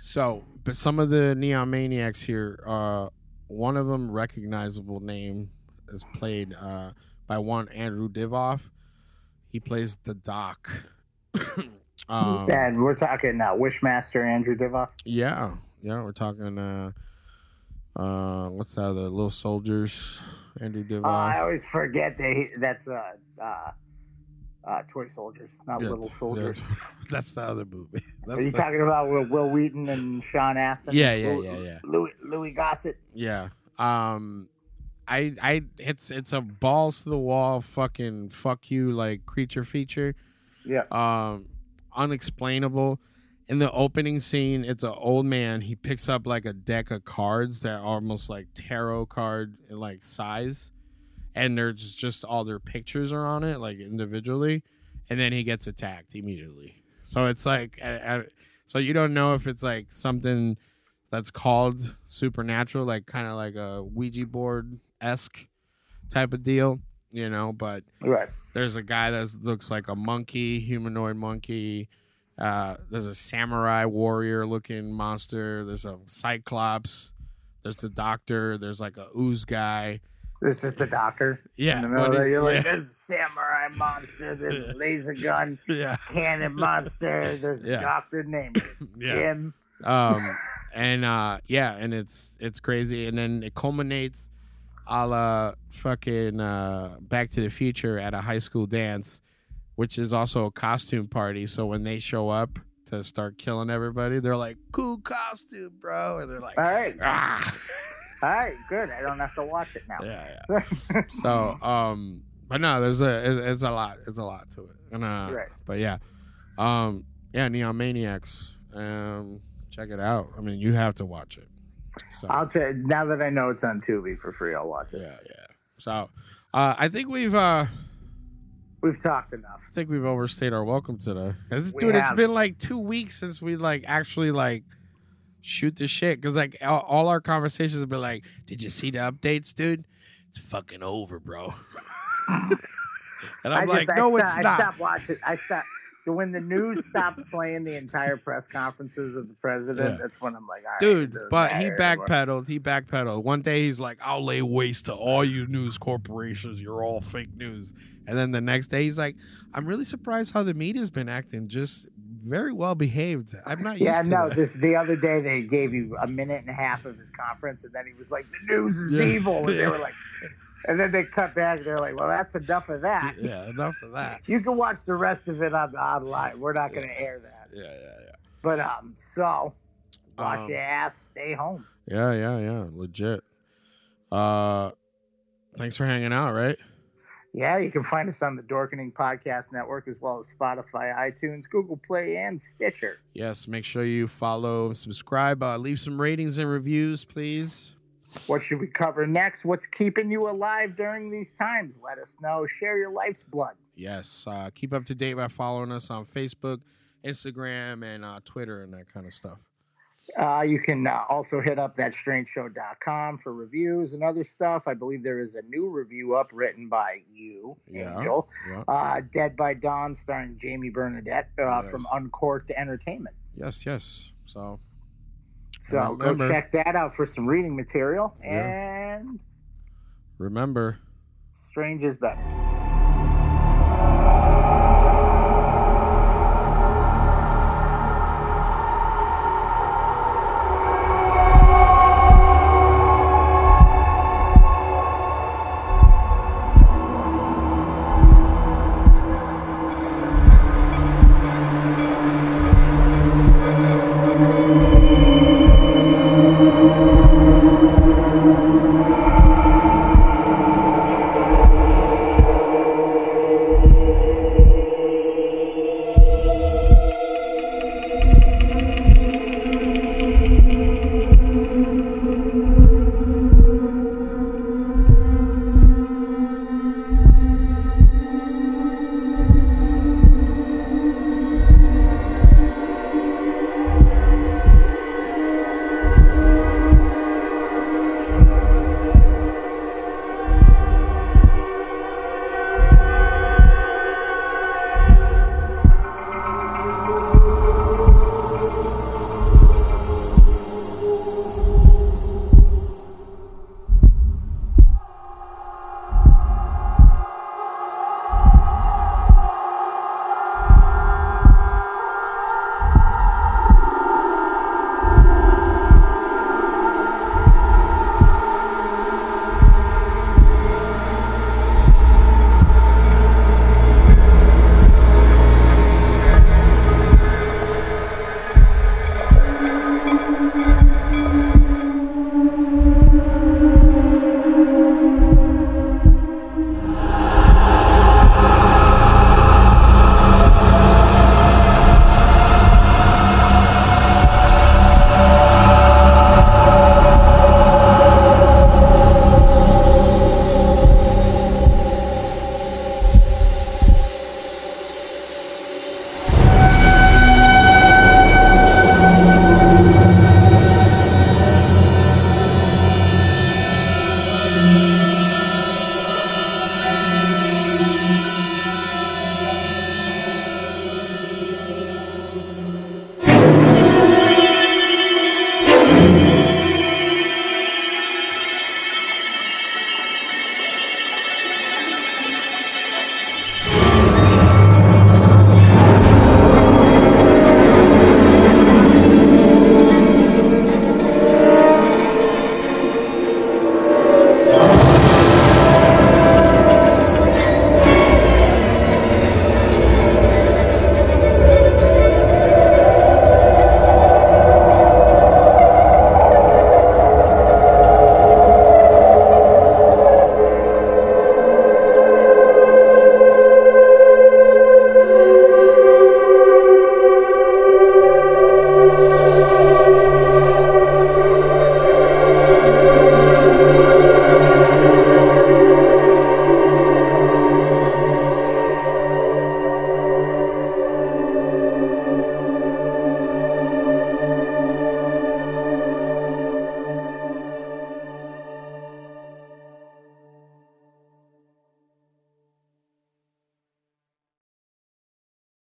Speaker 3: so, but some of the neon maniacs here, uh, one of them recognizable name is played uh, by one Andrew Divoff. He plays the Doc. <coughs> um,
Speaker 2: and we're talking uh, Wishmaster Andrew Divock.
Speaker 3: yeah, yeah, we're talking. Uh, uh, what's that? The Little Soldiers, Andrew
Speaker 2: Uh, I
Speaker 3: Divoff.
Speaker 2: always forget that he, that's uh, uh, uh, toy soldiers, not
Speaker 3: Yeah,
Speaker 2: little
Speaker 3: t-
Speaker 2: soldiers.
Speaker 3: yeah, That's <laughs> the other movie. That's
Speaker 2: Are you
Speaker 3: <laughs> the-
Speaker 2: talking about with Will Wheaton and Sean Astin?
Speaker 3: Yeah, yeah,
Speaker 2: Louis-
Speaker 3: yeah, yeah.
Speaker 2: Louis, Louis Gossett.
Speaker 3: Yeah. Um, I I it's it's a balls to the wall fucking fuck you like creature feature.
Speaker 2: Yeah.
Speaker 3: Um, unexplainable. In the opening scene, it's an old man. He picks up like a deck of cards that are almost like tarot card like size, and there's just all their pictures are on it like individually, and then he gets attacked immediately. So it's like, I, I, so you don't know if it's like something that's called supernatural, like kind of like a Ouija board esque type of deal, you know. But
Speaker 2: Right.
Speaker 3: there's a guy that looks like a monkey, humanoid monkey. Uh, there's a samurai warrior looking monster. There's a cyclops. There's the doctor. There's like a ooze guy.
Speaker 2: This is the doctor.
Speaker 3: Yeah,
Speaker 2: In the middle of
Speaker 3: but
Speaker 2: that,
Speaker 3: it-
Speaker 2: you're like,
Speaker 3: yeah.
Speaker 2: there's a samurai monster,
Speaker 3: <laughs>
Speaker 2: there's a laser gun,
Speaker 3: Yeah,
Speaker 2: cannon monster, there's
Speaker 3: Yeah.
Speaker 2: a doctor named
Speaker 3: <laughs>
Speaker 2: Jim.
Speaker 3: um and uh yeah and it's it's crazy and then it culminates a la fucking uh back to the future at a high school dance which is also a costume party so when they show up to start killing everybody they're like cool costume bro and they're like
Speaker 2: All right.
Speaker 3: ah
Speaker 2: All right. Good. I don't have to watch it now.
Speaker 3: yeah, yeah. so um but no there's a it's, it's a lot it's a lot to it and uh
Speaker 2: Right.
Speaker 3: but yeah um yeah neon maniacs um check it out i mean you have to watch it so
Speaker 2: <laughs> I'll tell now that I know it's on Tubi for free, I'll watch it.
Speaker 3: yeah yeah so uh i think we've uh
Speaker 2: We've talked enough.
Speaker 3: I think we've overstayed our welcome today. This-
Speaker 2: We
Speaker 3: dude, it's
Speaker 2: have.
Speaker 3: been like two weeks since we like actually like shoot the shit because like all, all our conversations have been like, "Did you see the updates, dude? It's fucking over, bro." <laughs> and I'm
Speaker 2: I
Speaker 3: like,
Speaker 2: just,
Speaker 3: "No,
Speaker 2: I
Speaker 3: it's
Speaker 2: sto- I
Speaker 3: not."
Speaker 2: stopped watching. I stopped when the news stops playing the entire press conferences of the president.
Speaker 3: Yeah.
Speaker 2: That's when I'm like, all right, it
Speaker 3: Dude,
Speaker 2: doesn't
Speaker 3: but he
Speaker 2: matter anymore.
Speaker 3: backpedaled. He backpedaled. One day he's like, I'll lay waste to all you news corporations. You're all fake news. And then the next day he's like, I'm really surprised how the media's been acting. Just very well behaved. I'm not used
Speaker 2: Yeah,
Speaker 3: to
Speaker 2: no.
Speaker 3: that.
Speaker 2: This the other day they gave you a minute and a half of his conference, and then he was like, "The news is
Speaker 3: Yeah.
Speaker 2: evil,"
Speaker 3: <laughs>
Speaker 2: and
Speaker 3: Yeah.
Speaker 2: they were like, and then they cut back. They're like, "Well, that's enough of that.
Speaker 3: yeah, enough of that.
Speaker 2: You can watch the rest of it on online. We're not going to air that."
Speaker 3: Yeah, yeah, yeah.
Speaker 2: But um, so wash
Speaker 3: Um,
Speaker 2: your ass, stay home.
Speaker 3: Yeah, yeah, yeah. Legit. Uh thanks for hanging out, right?
Speaker 2: Yeah, you can find us on the Dorkening Podcast Network as well as Spotify, iTunes, Google Play, and Stitcher.
Speaker 3: Yes, make sure you follow, subscribe, uh, leave some ratings and reviews, please.
Speaker 2: What should we cover next? What's keeping you alive during these times? Let us know. Share your life's blood.
Speaker 3: Yes, uh, keep up to date by following us on Facebook, Instagram, and uh, Twitter and that kind of stuff.
Speaker 2: Uh, you can uh, also hit up thatstrangeshow.com for reviews and other stuff. I believe there is a new review up written by you,
Speaker 3: Yeah.
Speaker 2: Angel.
Speaker 3: Yeah.
Speaker 2: Uh, Dead by Dawn, starring Jamie Bernadette uh,
Speaker 3: Yes.
Speaker 2: from Uncorked Entertainment.
Speaker 3: Yes, yes. So
Speaker 2: So
Speaker 3: Remember-
Speaker 2: go check that out for some reading material.
Speaker 3: Yeah.
Speaker 2: And
Speaker 3: remember.
Speaker 2: strange is better.